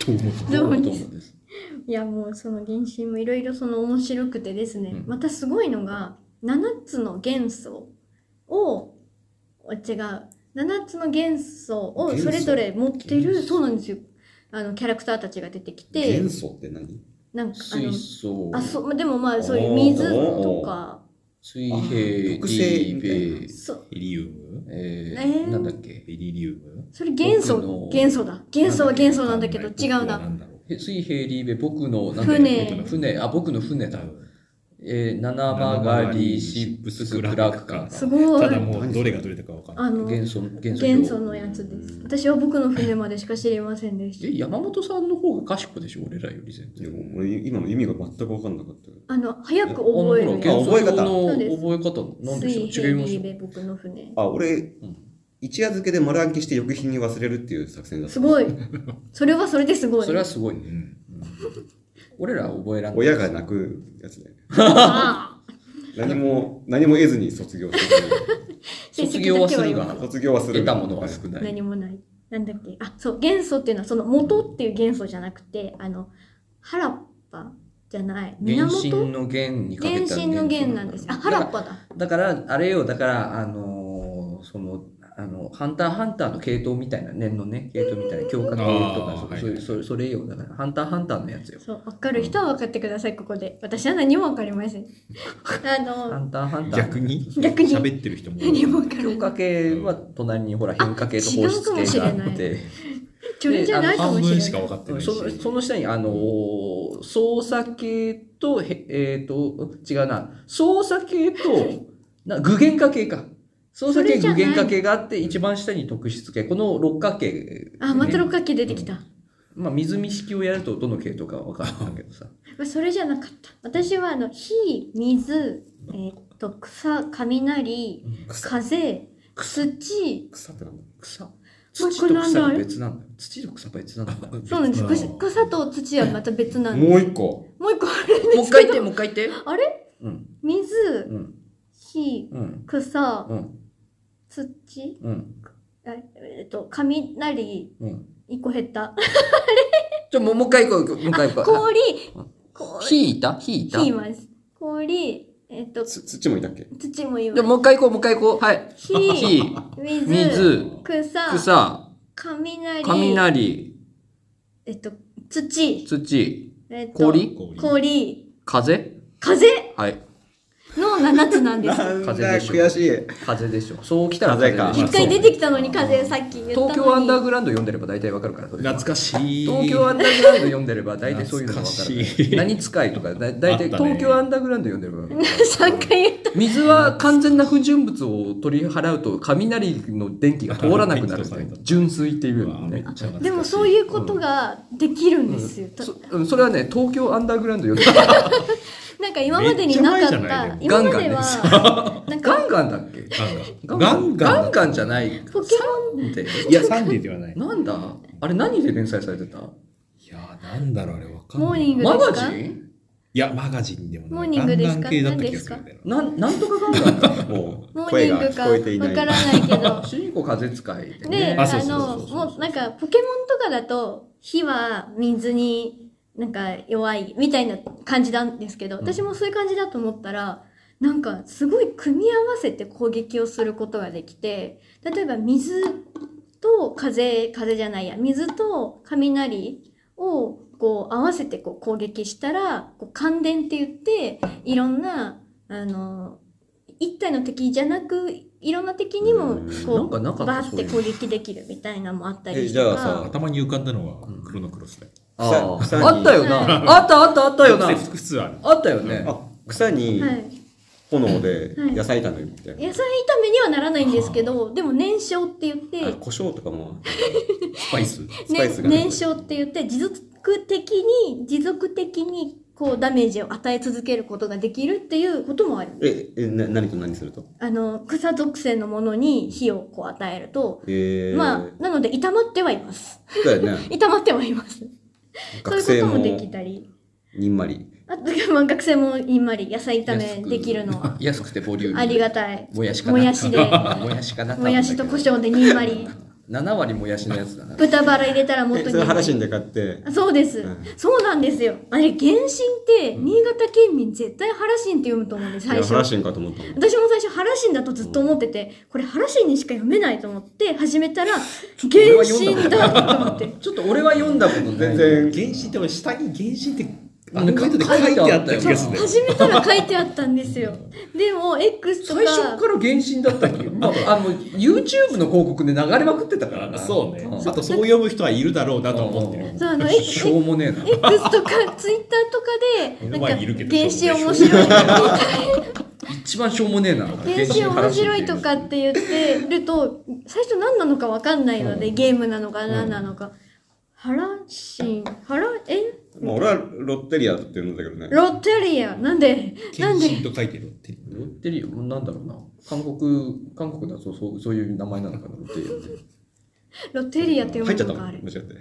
Speaker 4: と思う
Speaker 1: どうも
Speaker 2: どうもです。
Speaker 1: いやもうその原神もいろいろその面白くてですね、
Speaker 2: うん
Speaker 1: またすごいのが7つの元素をお違う7つの元素をそれぞれ持ってるそうなんですよあのキャラクターたちが出てきて
Speaker 3: 元素って何
Speaker 1: なんかあの
Speaker 2: 水素、
Speaker 1: あそうでもまあそういう
Speaker 3: おー
Speaker 1: 水とか
Speaker 2: 水平、
Speaker 3: 特性
Speaker 2: リ
Speaker 3: み
Speaker 2: ー
Speaker 3: た
Speaker 2: ベ
Speaker 3: いな
Speaker 2: ー、
Speaker 1: そう
Speaker 4: イリウム
Speaker 2: え
Speaker 1: え
Speaker 2: ー、
Speaker 1: ー
Speaker 2: なんだっけ。
Speaker 4: イリウム
Speaker 1: それ元
Speaker 2: 僕の
Speaker 1: 素元素だ元素は元素なんだけど違う
Speaker 4: な
Speaker 1: なん
Speaker 4: だろう
Speaker 2: え水平、リーベー、僕の、なんだっけ
Speaker 1: 船
Speaker 2: 僕の船、あ、僕の船だ。えー、七曲がり、シップス、クラッカ
Speaker 1: す
Speaker 2: ー。
Speaker 1: ご
Speaker 4: ただ
Speaker 1: い
Speaker 4: もうどれがどれだかわかんない
Speaker 1: あの
Speaker 2: 元素、元素量。
Speaker 1: 元素のやつです私は僕の船までしか知りませんでした
Speaker 2: え、山本さんの方が賢いでしょ、俺らより全
Speaker 3: で
Speaker 2: 然。
Speaker 3: も俺今の意味が全く分かんなかった。
Speaker 1: あの早く覚え
Speaker 2: あの
Speaker 1: る
Speaker 2: ほら元素表の
Speaker 1: そうです
Speaker 2: 覚え方、なんでしょう
Speaker 1: 水
Speaker 2: 違
Speaker 1: 平
Speaker 2: いま
Speaker 1: リ
Speaker 2: し
Speaker 1: ー
Speaker 2: ょ
Speaker 1: ベ僕の船
Speaker 3: あ、俺、一夜漬けで丸暗記して翌日に忘れるっていう作戦だった
Speaker 1: す。ごいそれはそれですご
Speaker 2: う。
Speaker 1: い
Speaker 2: それはすごいね。
Speaker 4: うん
Speaker 2: 俺らは覚えらんない。
Speaker 3: 親が泣くやつだよね。
Speaker 1: ああ
Speaker 3: 何も、何も得ずに卒業し
Speaker 2: *laughs*
Speaker 3: てる。
Speaker 2: 卒業はする
Speaker 1: 成績だ
Speaker 2: が
Speaker 1: け、
Speaker 3: 卒業はする
Speaker 2: 得
Speaker 3: が
Speaker 2: たものは少ない。
Speaker 1: 何もないなんだっけあそう元素っていうのはその元っていう元素じゃなくてあの原っぱじゃない
Speaker 2: 原
Speaker 1: 源
Speaker 2: 神の原にかけ
Speaker 1: 原
Speaker 2: た
Speaker 1: 神の源なんですあ
Speaker 2: だか
Speaker 1: 原
Speaker 2: ら
Speaker 1: っぱだ
Speaker 2: だからあれよだからあのーそのあの、ハンターハンターの系統みたいな、年のね、系統みたいな、強化系とか、
Speaker 4: あ
Speaker 2: そう
Speaker 4: ー
Speaker 2: そういう、それ、それよ、だから、ハンターハンターのやつよ。
Speaker 1: そう、わかる人は分かってください、ここで。私は何も分かりま
Speaker 2: *laughs*
Speaker 1: せん。あ
Speaker 2: ハ
Speaker 1: の、
Speaker 2: ンターハンター。
Speaker 4: 逆に
Speaker 1: 逆に
Speaker 4: 喋ってる人も
Speaker 1: 何も分から
Speaker 2: 強
Speaker 1: ない。
Speaker 2: 化系は隣にほら変化系と放出系があって、
Speaker 1: ちょれじゃないかもし
Speaker 4: 半
Speaker 1: れ
Speaker 4: 分
Speaker 1: な
Speaker 4: しか
Speaker 1: い
Speaker 4: 分。かってないし
Speaker 2: そのその下にあのー操作系とへえっ、と違うな操作系とな具現化系か操作系
Speaker 1: それじゃない
Speaker 2: 具現化系があって一番下に特質系この六角形、
Speaker 1: あ、また六角形出てきた。
Speaker 2: まあ水見式をやるとどの系とかわかんないけどさ
Speaker 1: まあそれじゃなかった。私は、あの、火、水、えーっと、草、雷、風、土、
Speaker 3: 草ってなんだ
Speaker 2: 草
Speaker 1: もう一個
Speaker 2: 土と草
Speaker 1: なん
Speaker 2: は
Speaker 1: だ
Speaker 2: 別なんだよ土と草は別
Speaker 1: *laughs*
Speaker 2: なんだよも
Speaker 1: そうなんです。草草と土はまた別なんで
Speaker 3: もう一個。
Speaker 1: す。もう一個あるんで
Speaker 2: う一
Speaker 1: す
Speaker 2: 回
Speaker 1: け
Speaker 2: 言って
Speaker 1: ど。
Speaker 2: もう一回言って
Speaker 1: あれ
Speaker 2: うん
Speaker 1: 水、
Speaker 2: うん
Speaker 1: 火、
Speaker 2: うん
Speaker 1: 草、
Speaker 2: うん
Speaker 1: 土、
Speaker 2: うん
Speaker 1: あえーっと、雷、
Speaker 2: うん
Speaker 1: 一個減った。
Speaker 2: じゃあもうもう一回行こうもう一回行こう
Speaker 1: 氷、氷、
Speaker 2: 火いた火いた
Speaker 1: 火います。氷、えっと、
Speaker 3: つ土もいたっけ
Speaker 1: 土もい
Speaker 2: じゃあ
Speaker 1: ま
Speaker 2: もう一回行こう、もう一回行こう。はい。
Speaker 1: す。火、
Speaker 2: 火、
Speaker 1: 水、
Speaker 2: 水、
Speaker 1: 草、
Speaker 2: 草、
Speaker 1: 雷、
Speaker 2: 雷、
Speaker 1: えっと、土、
Speaker 2: 土、
Speaker 1: えっと、
Speaker 2: 氷、
Speaker 1: 氷
Speaker 2: 風
Speaker 1: 風
Speaker 2: はい。
Speaker 1: の7つなん
Speaker 3: *laughs*
Speaker 1: です。
Speaker 2: 風
Speaker 3: だ
Speaker 2: でしょ
Speaker 3: 悔しい。
Speaker 2: 風でしょ。そう来たら
Speaker 3: 風か
Speaker 2: でしょ
Speaker 1: 一回出てきたのに風、さっき言ったのに。
Speaker 2: 東京アンダーグラウンド読んでれば大体わかるから、それ
Speaker 4: 懐かしい
Speaker 2: 東京アンダーグラウンド読んでれば大体そういうのがわか
Speaker 4: 懐かし
Speaker 2: る。
Speaker 4: い
Speaker 2: 何使いとか、だ大体
Speaker 4: あったね
Speaker 2: 東京アンダーグラウンド読んでればわかる。
Speaker 1: *laughs* 3回言った。
Speaker 2: 水は完全な不純物を取り払うと雷の電気が通らなくなるんで純水っていうう
Speaker 4: わ
Speaker 2: の
Speaker 4: めっ
Speaker 2: ね
Speaker 4: ちゃ懐かし
Speaker 1: でもそういうことができるんですよ。
Speaker 2: そうんそれはね東京アンダーグラウンド読んで
Speaker 1: なんか今までになか
Speaker 4: めっ
Speaker 1: っ
Speaker 4: ちゃ前じゃな
Speaker 1: た
Speaker 4: い、
Speaker 1: 今まで
Speaker 2: ガ
Speaker 1: は、なん
Speaker 2: *laughs* ガ
Speaker 1: か
Speaker 2: ンガンだっけ
Speaker 4: ガンガン
Speaker 2: ガン
Speaker 4: ガ
Speaker 2: ガ
Speaker 4: ン
Speaker 2: ンじゃない
Speaker 1: ポケ
Speaker 2: モンって
Speaker 4: いやサンデーではない
Speaker 2: なんだあれ何で連載されてた
Speaker 4: いやなんだろうあれわかんない
Speaker 1: モーニング
Speaker 2: マ
Speaker 1: です
Speaker 2: ガ
Speaker 1: か
Speaker 2: ジン
Speaker 4: いやマガジンでもない
Speaker 1: モーニングですか
Speaker 4: ガンガン系だった気がするんだよな
Speaker 2: なんなんとかガンガンか *laughs*
Speaker 3: もう
Speaker 1: モー
Speaker 3: 声
Speaker 1: ニン
Speaker 3: が
Speaker 1: グ
Speaker 3: 聞こえてい
Speaker 1: か
Speaker 3: な
Speaker 1: わ
Speaker 3: い。
Speaker 1: からないけ *laughs* ど。
Speaker 2: 主人公風使いで
Speaker 1: で、
Speaker 2: ね
Speaker 1: あ
Speaker 4: あそうそう
Speaker 1: の、
Speaker 2: そうそうそう
Speaker 1: もうなんか、ポケモンとかだと、火は水になんか弱いみたいな感じなんですけど、私もそういう感じだと思ったら、なんか、すごい組み合わせて攻撃をすることができて、例えば水と風、風じゃないや、水と雷をこう合わせてこう攻撃したら、こう感電って言って、いろんな、あの、一体の敵じゃなく、いろんな敵にも
Speaker 3: うん
Speaker 1: こう
Speaker 2: なんかなかった
Speaker 1: バーって
Speaker 2: そ
Speaker 1: 攻
Speaker 2: う
Speaker 1: 撃できるみたいなのもあった
Speaker 3: え
Speaker 1: り
Speaker 3: じゃあさ
Speaker 4: 頭に浮かんだのはクロノクロスだよ
Speaker 2: あ
Speaker 3: 草
Speaker 2: ーあったよなあったあったあったよな
Speaker 4: 普通ある
Speaker 2: あったよね
Speaker 3: あ、草に
Speaker 1: はい、
Speaker 3: 炎で野菜炒めみたいな。
Speaker 1: 野菜炒めにはならないんですけどでも燃焼って言って、
Speaker 3: あ、胡椒とかも。
Speaker 4: スパイス
Speaker 3: スパ
Speaker 1: ね
Speaker 3: イス、が
Speaker 1: 燃焼って言って持続的に持続的にこうダメージを与え続けることができるっていうこともある
Speaker 3: え、え、な、何と何すると
Speaker 1: あの草属性のものに火をこう与えると、
Speaker 3: えー。
Speaker 1: まあなので炒まってはいます *laughs*
Speaker 3: だよね。
Speaker 1: 炒まってはいますそう
Speaker 3: 学
Speaker 1: い
Speaker 3: 生
Speaker 1: うこ
Speaker 3: も
Speaker 1: ともできたり
Speaker 3: にんまり。
Speaker 1: あとまあ学生もいんまり野菜炒めできるのは
Speaker 2: *laughs* 安くてボリューム
Speaker 1: ありがたい
Speaker 2: もやしかな
Speaker 1: もやしで
Speaker 2: あもやしかな
Speaker 1: もやしと胡椒でにんまり
Speaker 2: 7割もやしのやつだな
Speaker 1: 豚バラ入れたらもっ
Speaker 3: え、
Speaker 1: と
Speaker 3: それ
Speaker 1: にんま
Speaker 3: 話
Speaker 1: り
Speaker 3: にで買って。
Speaker 1: あそうです、
Speaker 3: うん
Speaker 1: そうなんですよあれ原神って新潟県民絶対原神って読むと思うんです
Speaker 3: い
Speaker 1: 最
Speaker 3: や、
Speaker 1: 初
Speaker 3: 話にかと思ったもん。
Speaker 1: 私も最初原神だとずっと思っててこれ原神にしか読めないと思って始めたら原神だと思 *laughs*
Speaker 2: *laughs*
Speaker 1: って
Speaker 2: ちょっと俺は読んだことない
Speaker 3: 全然
Speaker 4: 原神って俺下に原神って
Speaker 2: うん
Speaker 4: アルバイトで書いてあった気
Speaker 1: そう
Speaker 4: がするんだよ
Speaker 1: 始めたら書いてあったんですよでも X とか
Speaker 2: 最初から原神だったっけ、まあ、あの YouTube の広告で流れまくってたからな
Speaker 4: あそうね
Speaker 2: ん
Speaker 4: あとそう読む人はいるだろうなと思って
Speaker 2: う
Speaker 4: る
Speaker 2: ん
Speaker 1: そうあの X
Speaker 2: しょうもねえな
Speaker 1: X とか Twitter とかでな
Speaker 4: 目の
Speaker 1: んか
Speaker 4: 前
Speaker 1: 原
Speaker 4: にいるけど
Speaker 1: 神面白い
Speaker 2: 一番しょうもねえな原
Speaker 1: 原神面白いとかって言ってると最初何なのか分かんないので、ゲームなのか何なのか、原神原え
Speaker 3: まあ、俺はロッテリアって言うんだけどね。
Speaker 1: ロッテリアなんでなん
Speaker 4: 原
Speaker 1: で
Speaker 4: 神と書いてるって
Speaker 2: ロッテリアなんだろうな韓国韓国だとそうそういう名前なのかなロッテリアって
Speaker 1: ロッテリアって
Speaker 3: 入っちゃ
Speaker 1: 読むの
Speaker 3: ったもん。
Speaker 1: かあ
Speaker 3: 間
Speaker 1: れ
Speaker 3: 違って。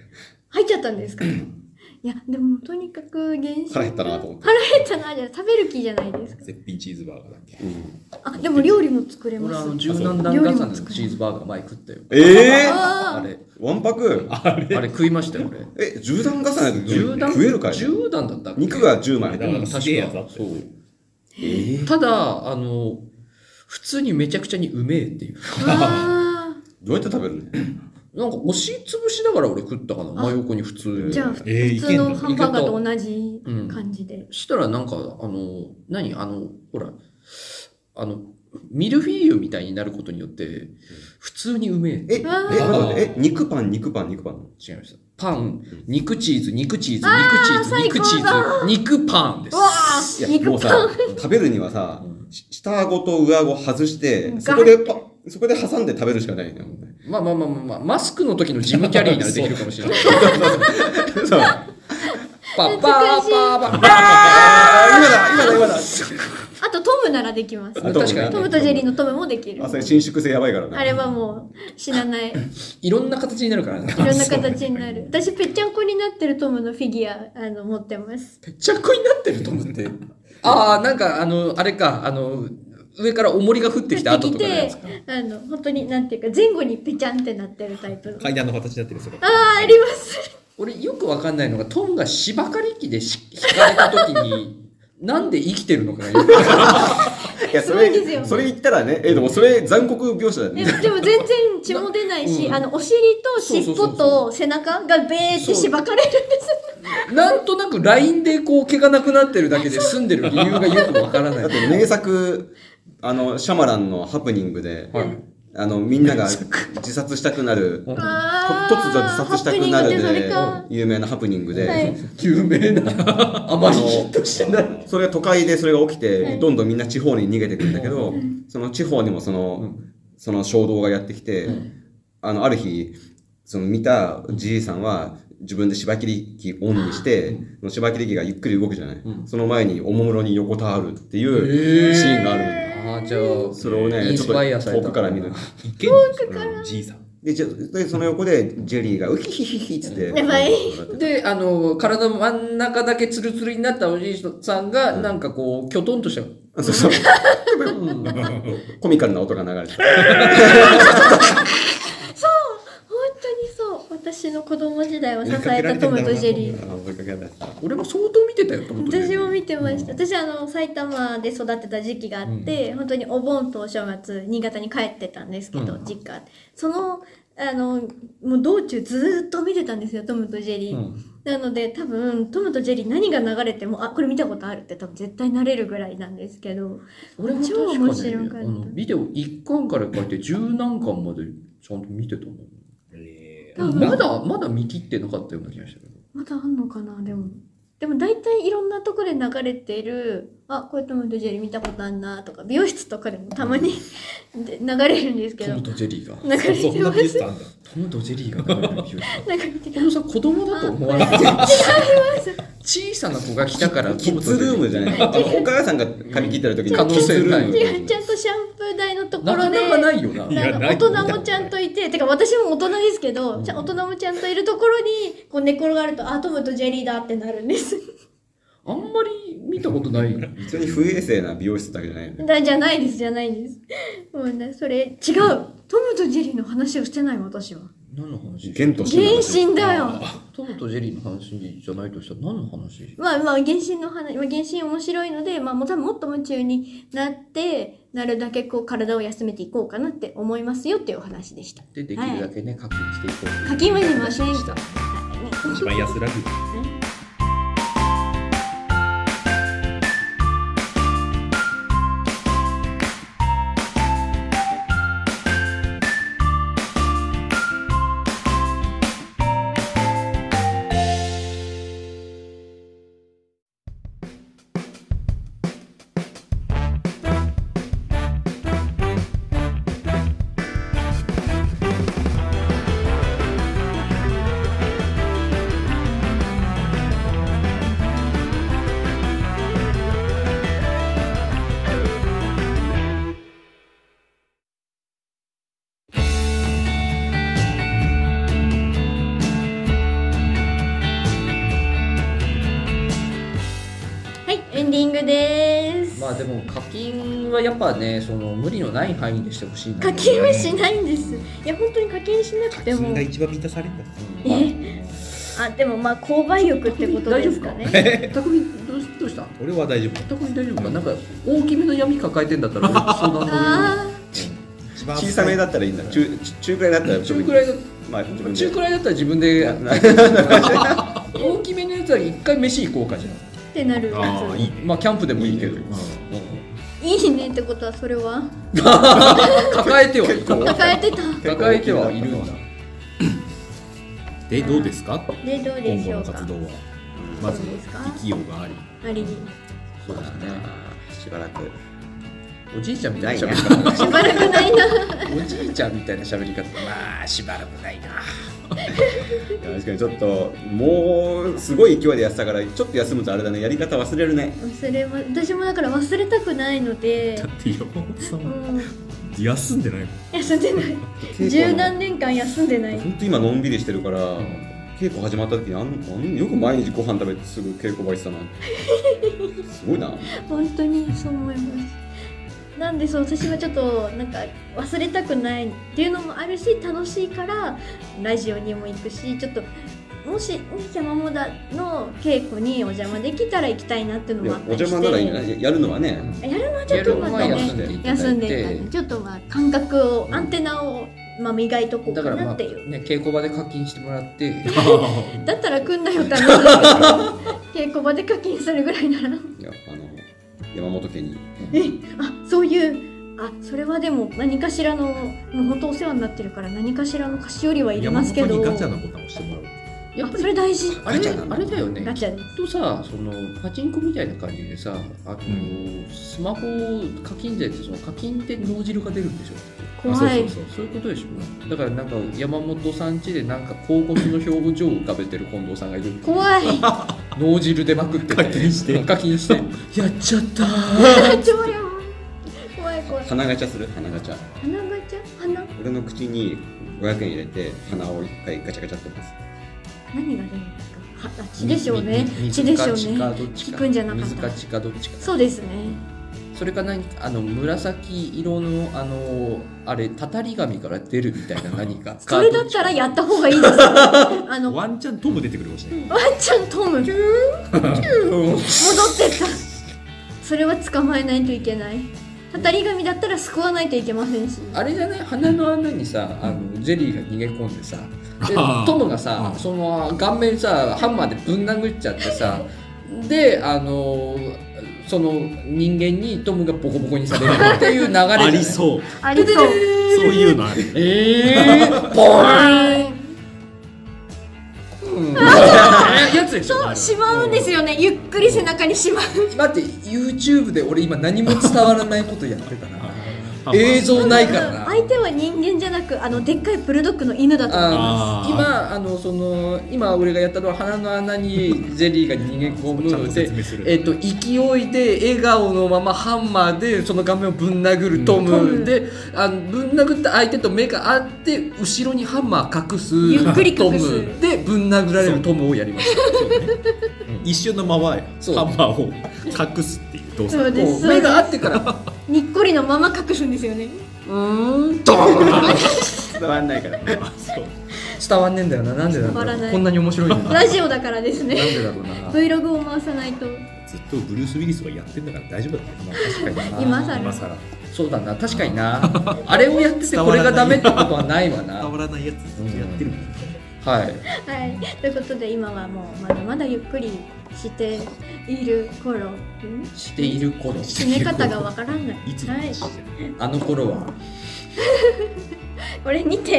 Speaker 1: 入っちゃったんですかいやでもとにかく原神
Speaker 3: 腹減ったなと思って
Speaker 1: 腹減ったなじゃ食べる気じゃないですか
Speaker 4: 絶品チーズバーガーだっけ
Speaker 3: うん。
Speaker 1: あでも料理も作れま
Speaker 2: 俺あ
Speaker 1: す
Speaker 2: の柔軟弾重ねのチーズバーガー前食ったよ
Speaker 3: えー
Speaker 1: あ
Speaker 2: あ
Speaker 1: ー
Speaker 2: れ
Speaker 3: わんぱく
Speaker 2: あれ食いましたよ俺
Speaker 3: え、十段重ねで
Speaker 2: 10段
Speaker 3: 食えるかい
Speaker 2: 10段だったっけ
Speaker 3: 肉が10枚
Speaker 4: だ
Speaker 3: 入
Speaker 4: か
Speaker 3: っ
Speaker 4: ら
Speaker 3: て
Speaker 4: すげえやつだった
Speaker 2: そ
Speaker 4: よ
Speaker 2: う
Speaker 3: えー
Speaker 2: ただあの普通にめちゃくちゃにうめえっていう
Speaker 1: あー
Speaker 3: どうやって食べるの
Speaker 2: なんか押しつぶしながら俺食ったかな真横に普通に
Speaker 1: じゃあ、
Speaker 4: えー
Speaker 1: 普通の
Speaker 4: いけんの
Speaker 1: ハンバーガーと同じ感じで。
Speaker 2: したらなんかあの何あのほらあのミルフィーユみたいになることによって普通にうめえ
Speaker 3: え、え、
Speaker 1: うわー
Speaker 3: 待って待ってえ、肉パン、肉パン、肉パン。
Speaker 2: 違いましたパン肉チーズ肉チーズ肉チーズ
Speaker 1: 最
Speaker 2: 肉
Speaker 1: 高
Speaker 2: チー
Speaker 1: だ
Speaker 2: ズ肉パンです
Speaker 1: うわー
Speaker 3: いや、
Speaker 1: 肉
Speaker 3: もうさ、食べるにはさ、し下顎と上顎外して、そこでパ、そこで挟んで食べるしかないね。
Speaker 2: まあまあまあまあ、まあ、マスクの時のジムキャリーならできるかもし
Speaker 1: *laughs*
Speaker 2: れない
Speaker 3: そう。
Speaker 2: パッパーパーパー
Speaker 3: あー、今だ、今だ、今だ。
Speaker 1: あとトムならできます。
Speaker 3: あ
Speaker 2: 確かにね
Speaker 1: トムとジェリーのトムもできる
Speaker 3: あ、。それ伸縮性やばいからな。
Speaker 1: あれはもう死なない。い
Speaker 2: いろんな形になるからね
Speaker 1: ろんな形になる。私、ぺっちゃんこになってるトムのフィギュア、あの、持ってます。
Speaker 2: ぺっちゃこになってると思ってああなんかあのあれかあの上から重りが降ってきた後とかのやつか
Speaker 1: あの、本当になんていうか、前後にぺちゃんってなってるタイプの。あ
Speaker 4: 階段の形になってるんですよ。
Speaker 1: あー、あります。
Speaker 2: 俺よくわかんないのがトンが芝刈り機でし引かれた時になんで生きてるのかがよくわかん *laughs* ない
Speaker 3: いや、そ
Speaker 1: すごいですよ
Speaker 3: れ、それ言ったらね、え、でもそれ残酷描写だよ
Speaker 1: で
Speaker 3: ね。
Speaker 1: もでも全然血も出ないし、
Speaker 2: うん
Speaker 1: あの、お尻と尻
Speaker 2: そ
Speaker 1: 尾
Speaker 2: うそうそうそ
Speaker 1: と背中がベーってしばかれるんです。
Speaker 2: なんとなくラインでこう毛がなくなってるだけで住んでる理由がよくわからな
Speaker 3: だっ
Speaker 2: い
Speaker 3: て名作、あの、シャマランのハプニングで、
Speaker 2: はい
Speaker 3: あの、みんなが自殺したくなる、と突
Speaker 1: あー
Speaker 3: 如自殺したくなる
Speaker 1: ハプニングってそれ
Speaker 3: で
Speaker 1: か、
Speaker 3: 有名なハプニングで、
Speaker 1: はい
Speaker 2: 有名なあまりヒットしてない
Speaker 3: それが都会でそれが起きて、
Speaker 1: はい
Speaker 3: どんどんみんな地方に逃げてくんだけど、その地方にもその、その衝動がやってきて、あの、ある日、その見たじいさんは、自分で芝切り機オンにして、その芝切り機がゆっくり動くじゃない、その前におもむろに横たわるっていうシーンがある。
Speaker 2: あーじゃあ
Speaker 3: それを
Speaker 2: イ
Speaker 3: ね、
Speaker 2: ン
Speaker 3: ちょっ
Speaker 2: ス
Speaker 3: と
Speaker 2: パイアされ
Speaker 3: 遠
Speaker 2: た
Speaker 3: くから見る。
Speaker 4: 一見、うんじいさん。
Speaker 3: で、じゃでその横でジェリーがウヒヒヒヒっつって。
Speaker 1: やばい
Speaker 2: であの体の真ん中だけツルツルになったおじいさんが、なんかこうきょとんとした
Speaker 3: そうそう。 *laughs* コミカルな音が流れて。
Speaker 1: 本当にそう。私の子供時代を支えたトムとジェリー。
Speaker 3: あ追いかけられた
Speaker 2: 俺も相当見てたよと思って
Speaker 1: 私も見てました私あの埼玉で育ってた時期があって、本当にお盆とお正月新潟に帰ってたんですけど、実家そのあのもう道中ずーっと見てたんですよトムとジェリー、なので多分トムとジェリー何が流れてもあこれ見たことあるって多分絶対なれるぐらいなんですけど
Speaker 2: 俺も確
Speaker 1: 超
Speaker 2: か
Speaker 1: 面
Speaker 2: ね
Speaker 1: 白かっ
Speaker 2: あのビデオ1巻から書いて十何巻までちゃんと見てたもん
Speaker 4: え
Speaker 1: 多分
Speaker 2: まだまだ見切ってなかったような気がしたけど
Speaker 1: まだあんのかなでもでも大体いろんなとこで流れてるあこういうトムとジェリー見たことあんなとか美容室とかでもたまに *laughs* で流れるんですけ
Speaker 2: ト
Speaker 1: ど
Speaker 2: ムとジェリーが
Speaker 1: 流れ
Speaker 4: ー、そ
Speaker 1: て
Speaker 4: んな
Speaker 1: ま
Speaker 4: ピー
Speaker 1: す
Speaker 4: スあんだ。
Speaker 2: トムとジェリーが流れる美容室
Speaker 1: なんか見て
Speaker 2: このさ子供だと思われてる小さな子が来たから
Speaker 3: キッズルームじ
Speaker 2: *laughs*
Speaker 3: ゃない。あのお母さんが髪切ってる時に。
Speaker 2: 可能性ない
Speaker 3: キッズルー
Speaker 1: 違
Speaker 3: ム
Speaker 1: う
Speaker 3: *laughs*
Speaker 1: ちゃんとシャンプー台のとこ
Speaker 2: な
Speaker 1: ろ
Speaker 2: か
Speaker 1: で
Speaker 2: なかないよな
Speaker 4: や
Speaker 1: あの
Speaker 4: な
Speaker 1: 大
Speaker 4: い
Speaker 1: 人もちゃんといててか私も大人ですけど、ちゃん大人もちゃんといるところにこう寝転がるとあトムとジェリーだってなるんです *laughs*
Speaker 2: あんまり見たことない
Speaker 3: 普通に不衛生な美容室だけじゃないよね。
Speaker 1: だじゃないですじゃないです *laughs* もうなそれ違うトムとジェリーの話をしてない私は
Speaker 2: 何の話
Speaker 3: ゲンとシンの
Speaker 1: 原神
Speaker 3: 話
Speaker 1: だよ
Speaker 2: トムとジェリーの話じゃないとしたら何の話
Speaker 1: まあまあ原神の話、まあ、原神面白いので、まあもう多分もっと夢中になって、なるだけこう体を休めていこうかなって思いますよっていうお話でした。
Speaker 2: でできるだけね、確認していこう
Speaker 1: 課金はしません。
Speaker 4: 一番安らぐ。
Speaker 1: はい、エンディングです。
Speaker 2: まあでも課金はやっぱねその無理のない範囲でしてほしいな
Speaker 1: 課金はしないんです。いや、本当に課金しなくて
Speaker 4: それ
Speaker 1: も
Speaker 4: が。一番満たされるんだ。
Speaker 1: えあ、でもまあ、購買欲ってことですかね。
Speaker 2: 匠どうしどうした
Speaker 4: 俺は大丈夫。
Speaker 1: *laughs*
Speaker 2: 匠大丈夫かなんか大きめの闇抱えてんだったら俺相談乗るよ
Speaker 1: あ
Speaker 5: 番
Speaker 3: 小さめだったらいいんだ中中くらいだったらちょ
Speaker 2: 中
Speaker 3: っと
Speaker 2: くらいだ
Speaker 3: まあ自分で
Speaker 2: 中くらいだったら自分 *laughs* で
Speaker 3: な
Speaker 2: 大きめのやつは一回飯行こうかじゃん
Speaker 1: ってなる
Speaker 4: ああいいね
Speaker 2: まあキャンプでもいいけど
Speaker 4: いいね
Speaker 1: いいねってことはそれは
Speaker 2: 抱えてはいる
Speaker 1: 抱えてた
Speaker 2: 抱えてはいるんだ
Speaker 4: でどうですか
Speaker 1: でどうで
Speaker 4: 今後
Speaker 1: しょ
Speaker 4: の
Speaker 1: うか
Speaker 4: 活動はまず
Speaker 1: どうですか
Speaker 4: 生きようがあり
Speaker 1: ありに
Speaker 2: そうだね
Speaker 3: しばらく
Speaker 2: *laughs* おじいちゃんみた
Speaker 3: ないい
Speaker 2: な
Speaker 3: な
Speaker 2: 喋り
Speaker 1: しばらくないな
Speaker 2: 方おじいちゃんみたいな喋り方まあしばらくないな
Speaker 3: *laughs* 確かにちょっともうすごい勢いでやってたからちょっと休むとあれだねやり方忘れるね
Speaker 1: 忘れま私もだから忘れたくないので
Speaker 4: だって山本さん
Speaker 1: う
Speaker 4: *laughs* は
Speaker 1: ん
Speaker 4: 休んでない
Speaker 1: *laughs*
Speaker 4: もん
Speaker 1: 休んでない十何年間休んでない
Speaker 3: ほんと今のんびりしてるから、稽古始まった時にあんあんよく毎日ご飯食べてすぐ稽古場行ってたな
Speaker 1: *laughs*
Speaker 3: すごいな
Speaker 1: 本当にそう思いますなんでそう私はちょっとなんか忘れたくないっていうのもあるし楽しいからラジオにも行くしちょっともしね山本の稽古にお邪魔できたら行きたいなっていうの
Speaker 3: で
Speaker 1: もあ
Speaker 3: も
Speaker 1: った
Speaker 3: お
Speaker 1: りして
Speaker 3: 邪魔ならいいなややるのはね
Speaker 1: やるのはちょっとまた
Speaker 2: やるのは
Speaker 1: ね
Speaker 2: 休んでいただいて
Speaker 1: 休んでいただいてちょっとまあ感覚をアンテナを、まあ、磨いとこう
Speaker 2: だ
Speaker 1: か
Speaker 2: から
Speaker 1: な
Speaker 2: まあ
Speaker 1: っていう
Speaker 2: ね稽古場で課金してもらって
Speaker 1: だったら来んなよか
Speaker 3: *laughs*
Speaker 1: な稽古場で課金するぐらいなら
Speaker 3: いやあの山本家に
Speaker 1: あそういうあそれはでも何かしらのもう本当お世話になってるから何かしらの菓子折りはいりますけど
Speaker 4: *laughs* 山本にガチャのボタン押してもらう
Speaker 2: やっ
Speaker 1: あ
Speaker 2: ぱ
Speaker 1: そ
Speaker 2: り
Speaker 1: れ大事
Speaker 2: あれ
Speaker 3: ガチャなの
Speaker 2: あれだよね
Speaker 1: ガチャです
Speaker 2: とさそのパチンコみたいな感じでさあの、スマホ課金税ってその課金って脳汁が出るんでしょ
Speaker 1: 怖い
Speaker 4: あそうそう
Speaker 2: そういうことでしょだからなんか山本さん家でなんか広告の標語帳を浮かべてる近藤さんがいる
Speaker 1: 怖い
Speaker 2: 脳汁出まくってて
Speaker 4: 課金して
Speaker 2: 課金してやっちゃった
Speaker 1: 超やばい怖い怖い
Speaker 3: 鼻ガチャする鼻ガチャ
Speaker 1: 鼻ガチャ鼻
Speaker 3: 俺の口に500円入れて鼻を一回ガチャガチャってます
Speaker 1: 何が出るんですかはあ血でしょうね
Speaker 2: みみ
Speaker 1: 血でしょう
Speaker 2: 水か
Speaker 1: ね
Speaker 2: 血かどっち
Speaker 1: 聞
Speaker 2: か
Speaker 1: くんじゃなかった
Speaker 2: 水か血かどっちか
Speaker 1: そうですね
Speaker 2: それか何かあの紫色のあのあれたたり紙から出るみたいな何か
Speaker 1: それだったらやった方がいいですあのワン
Speaker 4: ワンチャントム出てくるかもしれない
Speaker 1: ちゃんトム戻ってったそれは捕まえないといけないたたり神だったら救わないといけませんし
Speaker 2: あれじゃない鼻の穴にさあのジェリーが逃げ込ん
Speaker 4: *laughs*
Speaker 2: でさで
Speaker 4: あー
Speaker 2: トムがさ
Speaker 4: うん
Speaker 2: その顔面さハンマーでぶん殴っちゃってさであのその人間にトムがボコボコにされるっていう流れじゃない
Speaker 4: ありそう
Speaker 1: ありそう
Speaker 4: そういうの
Speaker 2: *laughs*
Speaker 4: ある
Speaker 2: ええー、ボーンうん、やつでしょ
Speaker 1: そうしまうんですよねゆっくり背中にしまう
Speaker 2: 待って YouTube で俺今何も伝わらないことやってたな映像ないからな
Speaker 1: 相手は人間じゃなくあのでっかいプルドッグの犬だと思います
Speaker 2: あー今あのその今俺がやったのは鼻の穴にジェリーが逃げ
Speaker 4: ちゃ
Speaker 2: 込
Speaker 4: ん
Speaker 2: む
Speaker 4: と
Speaker 2: で
Speaker 4: 説明する
Speaker 2: えっと勢いで笑顔のままハンマーでその顔面をぶん殴るト
Speaker 1: ト
Speaker 2: ム
Speaker 1: ム
Speaker 2: であのぶん殴った相手と目が合って後ろにハンマー隠す
Speaker 1: ゆっくり
Speaker 2: ト
Speaker 1: 隠す
Speaker 2: ムでぶん殴られるトムをやりました
Speaker 4: 一瞬のままハン
Speaker 2: そう
Speaker 4: マーを隠すっていう動
Speaker 1: そう
Speaker 4: 作
Speaker 1: で
Speaker 2: こ
Speaker 1: す
Speaker 2: う
Speaker 1: そう
Speaker 2: 目
Speaker 1: で
Speaker 2: が合ってから
Speaker 1: すにっこりのまま隠すんですよね
Speaker 2: うーんドーン
Speaker 3: 伝わんないから
Speaker 4: あそう
Speaker 2: 伝わんねえんだよななんでなんだ
Speaker 1: 伝わら
Speaker 2: ろ
Speaker 1: *laughs* な
Speaker 2: う
Speaker 1: い
Speaker 2: こんなに面白いのになん
Speaker 1: ラ
Speaker 2: で
Speaker 1: ジオだからですね
Speaker 2: だろうな
Speaker 1: Vlog を回さないと
Speaker 4: ずっとブルース・ウィリスがやってんだから大丈夫だった
Speaker 2: 確
Speaker 4: よ
Speaker 2: かにな
Speaker 1: 今更
Speaker 4: 今更
Speaker 2: そうだな確かになあれをやっててこれがダメってことはないわな
Speaker 4: 伝わらないやつずっとやってるもん
Speaker 2: はい
Speaker 1: はいということで今はもうまだまだゆっくりしている頃ん
Speaker 2: している頃
Speaker 1: 締め方がわからない
Speaker 4: いつの
Speaker 1: はい
Speaker 4: 話してる
Speaker 2: あの頃は
Speaker 1: これにて、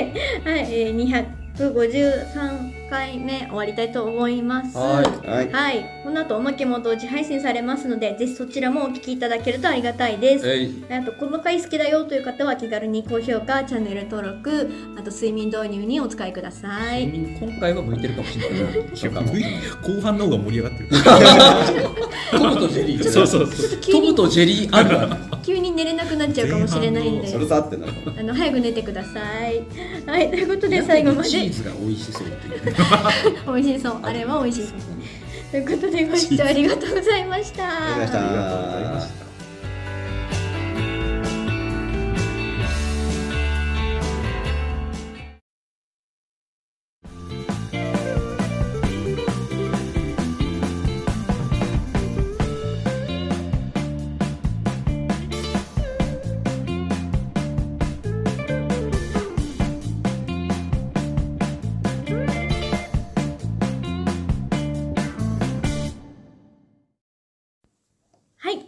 Speaker 1: はいえー、253回目終わりたいと思います
Speaker 2: は
Speaker 3: はい
Speaker 1: はい、この後おまけも同時配信されますので、ぜひそちらもお聞きいただけるとありがたいです。
Speaker 2: えい
Speaker 1: あと、この回好きだよという方は気軽に高評価、チャンネル登録、あと睡眠導入にお使いください。
Speaker 2: 君今回は向いてるかもしれない
Speaker 4: いや
Speaker 1: *laughs*
Speaker 2: な
Speaker 4: 後半の方が盛り上がってる
Speaker 2: トムとジェリー
Speaker 4: そう *laughs* そうそう
Speaker 1: 急
Speaker 2: トム
Speaker 1: に、
Speaker 2: とジェリーあるわ
Speaker 1: 急に寝れなくなっちゃうかもしれないん
Speaker 4: 前
Speaker 1: で
Speaker 3: そ、れと合ってんだろ
Speaker 1: あの、早く寝てください。はい、ということで最後まで、
Speaker 2: チ
Speaker 1: 美
Speaker 2: ーズが美味しそうっていう
Speaker 1: 味しそう。あれは美味しそう。ということで、ご視聴ありがとうございました。
Speaker 3: ありがとうございました
Speaker 4: ありがとうございました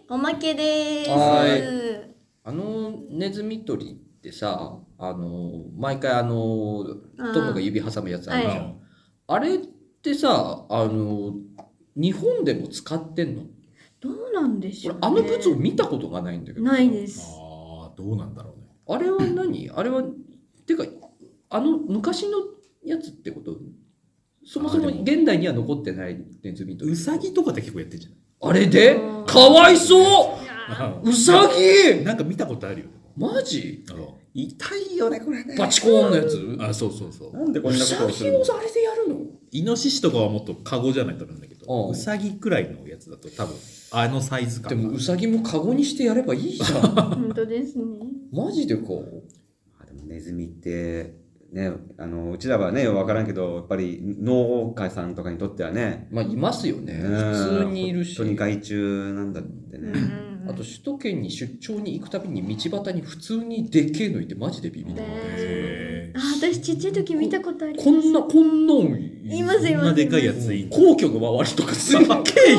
Speaker 1: おまけです。
Speaker 2: はいあのネズミ捕りってさあの毎回あの
Speaker 1: あー
Speaker 2: トムが指挟むやつあるじゃん、
Speaker 1: は
Speaker 2: あれってさあの日本でも使ってんの
Speaker 1: どうなんでしょう、
Speaker 2: 俺
Speaker 1: ね、
Speaker 2: あのブツを見たことがないんだけど
Speaker 1: ないです。
Speaker 4: ああ、どうなんだろうね。
Speaker 2: あれは何あれはてかあの昔のやつってことそもそも
Speaker 4: あでも
Speaker 2: 現代には残ってないネズミ捕り
Speaker 4: うさぎとかって結構やってんじ
Speaker 2: あれで
Speaker 1: うん
Speaker 2: かわいそ
Speaker 4: ゃな
Speaker 2: ううさ
Speaker 4: ぎ
Speaker 2: ぎ
Speaker 4: なんか見たことあるよ。
Speaker 2: マジ
Speaker 4: あの
Speaker 3: 痛いよね、これね。
Speaker 2: バチコーンのやつ
Speaker 4: あ、そうそうそう。
Speaker 3: なんでこん
Speaker 2: う
Speaker 3: なこ
Speaker 2: さ
Speaker 3: とをす
Speaker 2: ぎ
Speaker 3: るの
Speaker 2: をさあれでやるの
Speaker 4: イノシシとかはもっとカゴじゃないとダメなんだけ
Speaker 2: う
Speaker 4: ど、
Speaker 2: ん
Speaker 4: うさぎくらいのやつだと多分、あのサイズ
Speaker 2: で
Speaker 4: 感
Speaker 2: も
Speaker 4: が
Speaker 2: う。さぎもカゴにしてやればいいじゃん
Speaker 3: *laughs*
Speaker 1: 本当ですね。
Speaker 2: マジでか
Speaker 3: あでもネズミって、ね、あのうちらはね、分からんけど、やっぱり農家さんとかにとってはね、
Speaker 2: まあいますよね
Speaker 3: ね
Speaker 2: 普通にいるし
Speaker 3: 本当に害虫なんだって
Speaker 1: うんう
Speaker 3: *laughs* ね。
Speaker 1: ん
Speaker 2: あと首都圏に出張に行くたびに道端に普通にでっけえのいてマジでビビった、
Speaker 1: ね
Speaker 4: へ
Speaker 1: あ私ちっちゃい時見たことあります。
Speaker 2: こんなこんなん
Speaker 1: います
Speaker 4: ー
Speaker 1: い
Speaker 4: こん
Speaker 1: ます。
Speaker 4: なでかいやついい。
Speaker 2: 皇居の周りとかすっげえい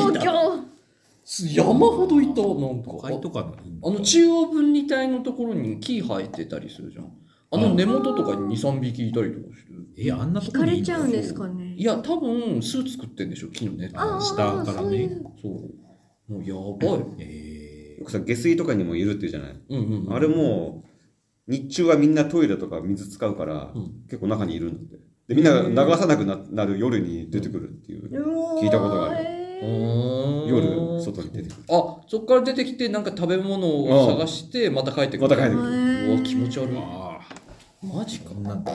Speaker 1: 東
Speaker 2: た
Speaker 1: 京。
Speaker 2: *laughs* 山ほどいたなん
Speaker 4: 都
Speaker 2: か
Speaker 4: 会とかの。
Speaker 2: あの中央分離帯のところに木生えてたりするじゃんあの根元とかに23匹いたりとかしてる
Speaker 4: え、あんなと
Speaker 1: 引
Speaker 4: こ
Speaker 1: か
Speaker 4: にい
Speaker 1: れ
Speaker 4: ん
Speaker 1: ち
Speaker 4: だ
Speaker 1: ゃうんですかね。
Speaker 2: いや多分巣作ってんでしょ木のね
Speaker 1: あー
Speaker 4: 下から
Speaker 1: そうい
Speaker 4: ね
Speaker 1: う。
Speaker 2: そうもうやばい
Speaker 4: え
Speaker 3: よくさ下水とかにもいるっていうじゃない。
Speaker 2: うんうんうん
Speaker 3: あれもう、日中はみんなトイレとか水使うから、
Speaker 2: うん
Speaker 3: 結構中にいるんだって。で、みんな流さなくななる夜に出てくるっていう。聞いたことがあ
Speaker 2: う
Speaker 3: る
Speaker 1: る。
Speaker 2: ーん
Speaker 3: 夜、外に出てくる。
Speaker 2: あそっから出てきてなんか食べ物を探してまた帰ってくる
Speaker 3: また帰ってく
Speaker 2: う
Speaker 3: る
Speaker 1: う
Speaker 2: わ気持ち悪い
Speaker 4: ああ、
Speaker 2: マジか
Speaker 4: こんなんだ。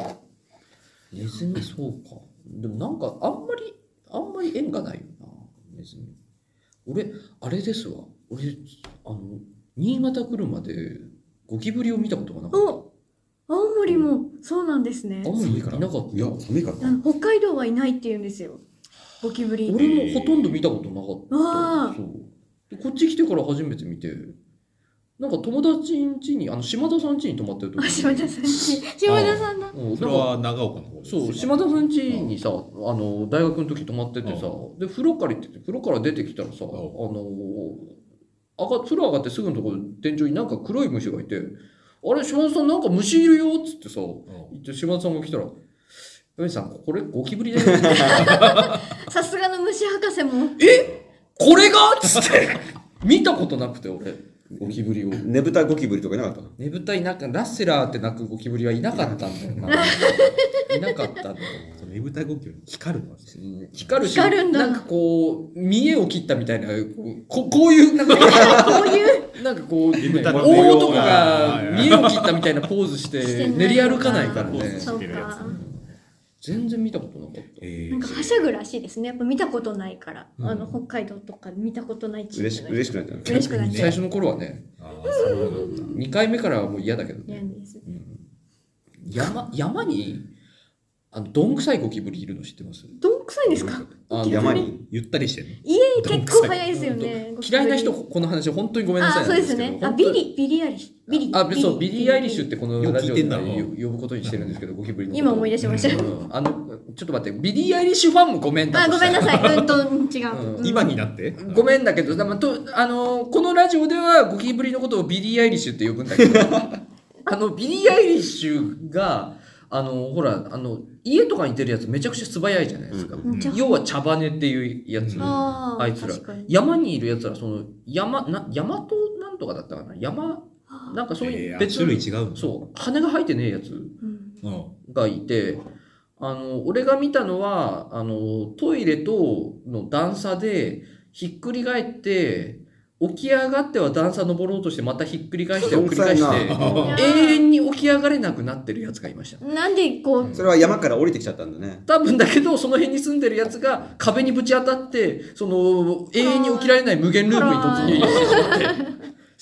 Speaker 2: ネズミそうかでもなんかあんまりあんまり縁がないよなネズミ俺あれですわ俺あの新潟来るまでゴキブリを見たことがなかっ
Speaker 1: お青森もそうなんですね
Speaker 2: たあん。まりいなかった
Speaker 3: いや、寒いから
Speaker 1: あ
Speaker 3: か。
Speaker 1: の北海道はいないって言うんですよ。ゴキブリ。
Speaker 2: 俺もほとんど見たことなかった、
Speaker 1: あー
Speaker 2: そうでこっち来てから初めて見てなんか友達ん家にあの島田さん家に泊まってる時
Speaker 1: あ島田さんち。島田さんだ。
Speaker 2: うん
Speaker 4: それは長岡の方です
Speaker 2: そう島田さん家にさあの大学の時泊まっててさで風呂借りてて風呂から出てきたらさあの上が風呂上がってすぐのところ天井になんか黒い虫がいて「あれ島田さんなんか虫いるよ」っつってさ
Speaker 4: う
Speaker 2: 言って島田さんが来たら「ヨネさんこれゴキブリだよ」
Speaker 1: さすがの虫博士も。
Speaker 2: *laughs* これが?」っつって *laughs* 見たことなくて俺ゴキブリを。
Speaker 3: ねぶたゴキブリとかいなかったの
Speaker 2: ねぶたいなかラッセラーって鳴くゴキブリはいなかったんだよな。 *laughs* いなかったんだよ。
Speaker 4: ん。ねぶたごきより光るのはですね
Speaker 2: うん光るし
Speaker 1: 光るんだ
Speaker 2: なんかこう見栄を切ったみたいなここ
Speaker 1: *laughs*
Speaker 2: ういうなんか
Speaker 1: こういう。
Speaker 2: なんかこう
Speaker 4: ぶたの模
Speaker 2: 大
Speaker 4: 様が
Speaker 2: 男が見栄を切ったみたいなポーズして練り歩かないからね
Speaker 1: そうか。
Speaker 2: 全然見たことなかっ
Speaker 4: え
Speaker 1: なんかはしゃぐらしいですね。やっぱ見たことないから。あの北海道とか見たことない地域
Speaker 3: 嬉し嬉しくなっちゃう。
Speaker 1: 嬉しくなっち
Speaker 2: た
Speaker 1: ゃう
Speaker 2: 最初の頃はね
Speaker 4: ああ、そうなんだ。
Speaker 2: 2回目からはもう嫌だけど
Speaker 1: いや
Speaker 2: ね
Speaker 1: です。
Speaker 2: 山山にあのどんくさいゴキブリいるの知ってます
Speaker 1: どんくさいんですか。
Speaker 2: あの
Speaker 3: 山に
Speaker 4: ゆったりしてる
Speaker 1: 家結構早いですよね。
Speaker 2: 嫌いな人この話本当にごめんなさ
Speaker 1: あ、
Speaker 2: い
Speaker 1: そ
Speaker 2: な
Speaker 1: うんで
Speaker 2: です
Speaker 1: す
Speaker 2: けど
Speaker 1: ね。あ、
Speaker 2: 本当
Speaker 1: ビリ
Speaker 2: に
Speaker 1: ビリアリシュ。ビリ。
Speaker 2: あ、そう、ビリー・アイリッシュってこのラジオで
Speaker 4: よく聞いてん
Speaker 2: 呼ぶことにしてるんですけど、ゴキブリのこと
Speaker 1: 今思い出しました
Speaker 2: うんあの、ちょっと待って、ビリー・アイリッシュファンもごめんだ
Speaker 1: あ、
Speaker 2: と
Speaker 1: ご
Speaker 2: し
Speaker 1: め
Speaker 2: た
Speaker 1: ん
Speaker 2: ら
Speaker 1: なさい。うんと違う。うん
Speaker 4: 今になって
Speaker 2: ごめんだけど、だまとあのこのラジオではゴキブリのことをビリー・アイリッシュって呼ぶんだ
Speaker 1: *laughs*
Speaker 2: けど、あの、ビリー・アイリッシュが、あの、ほら、あの、家とかに出るやつめちゃくちゃ素早いじゃないですか。
Speaker 1: めっちゃ
Speaker 2: 要は茶羽っていうやつ。
Speaker 1: あー
Speaker 2: あいつら
Speaker 1: 確かに
Speaker 2: 山にいるやつら、その、山、な、山となんとかだったかな山、なんかそういう別
Speaker 4: 種類違うの
Speaker 2: そう、羽が生えてねえやつ。
Speaker 1: うん
Speaker 4: うん。
Speaker 2: がいてあの俺が見たのはあのトイレとの段差でひっくり返って起き上がっては段差登ろうとしてまたひっくり返してを繰り返して
Speaker 1: な
Speaker 2: 永遠に起き上がれなくなってるやつがいました
Speaker 1: なんでこう
Speaker 3: それは山から降りてきちゃったんだね。
Speaker 2: 多分だけどその辺に住んでるやつが壁にぶち当たってその永遠に起きられない無限ループに突入してしまって。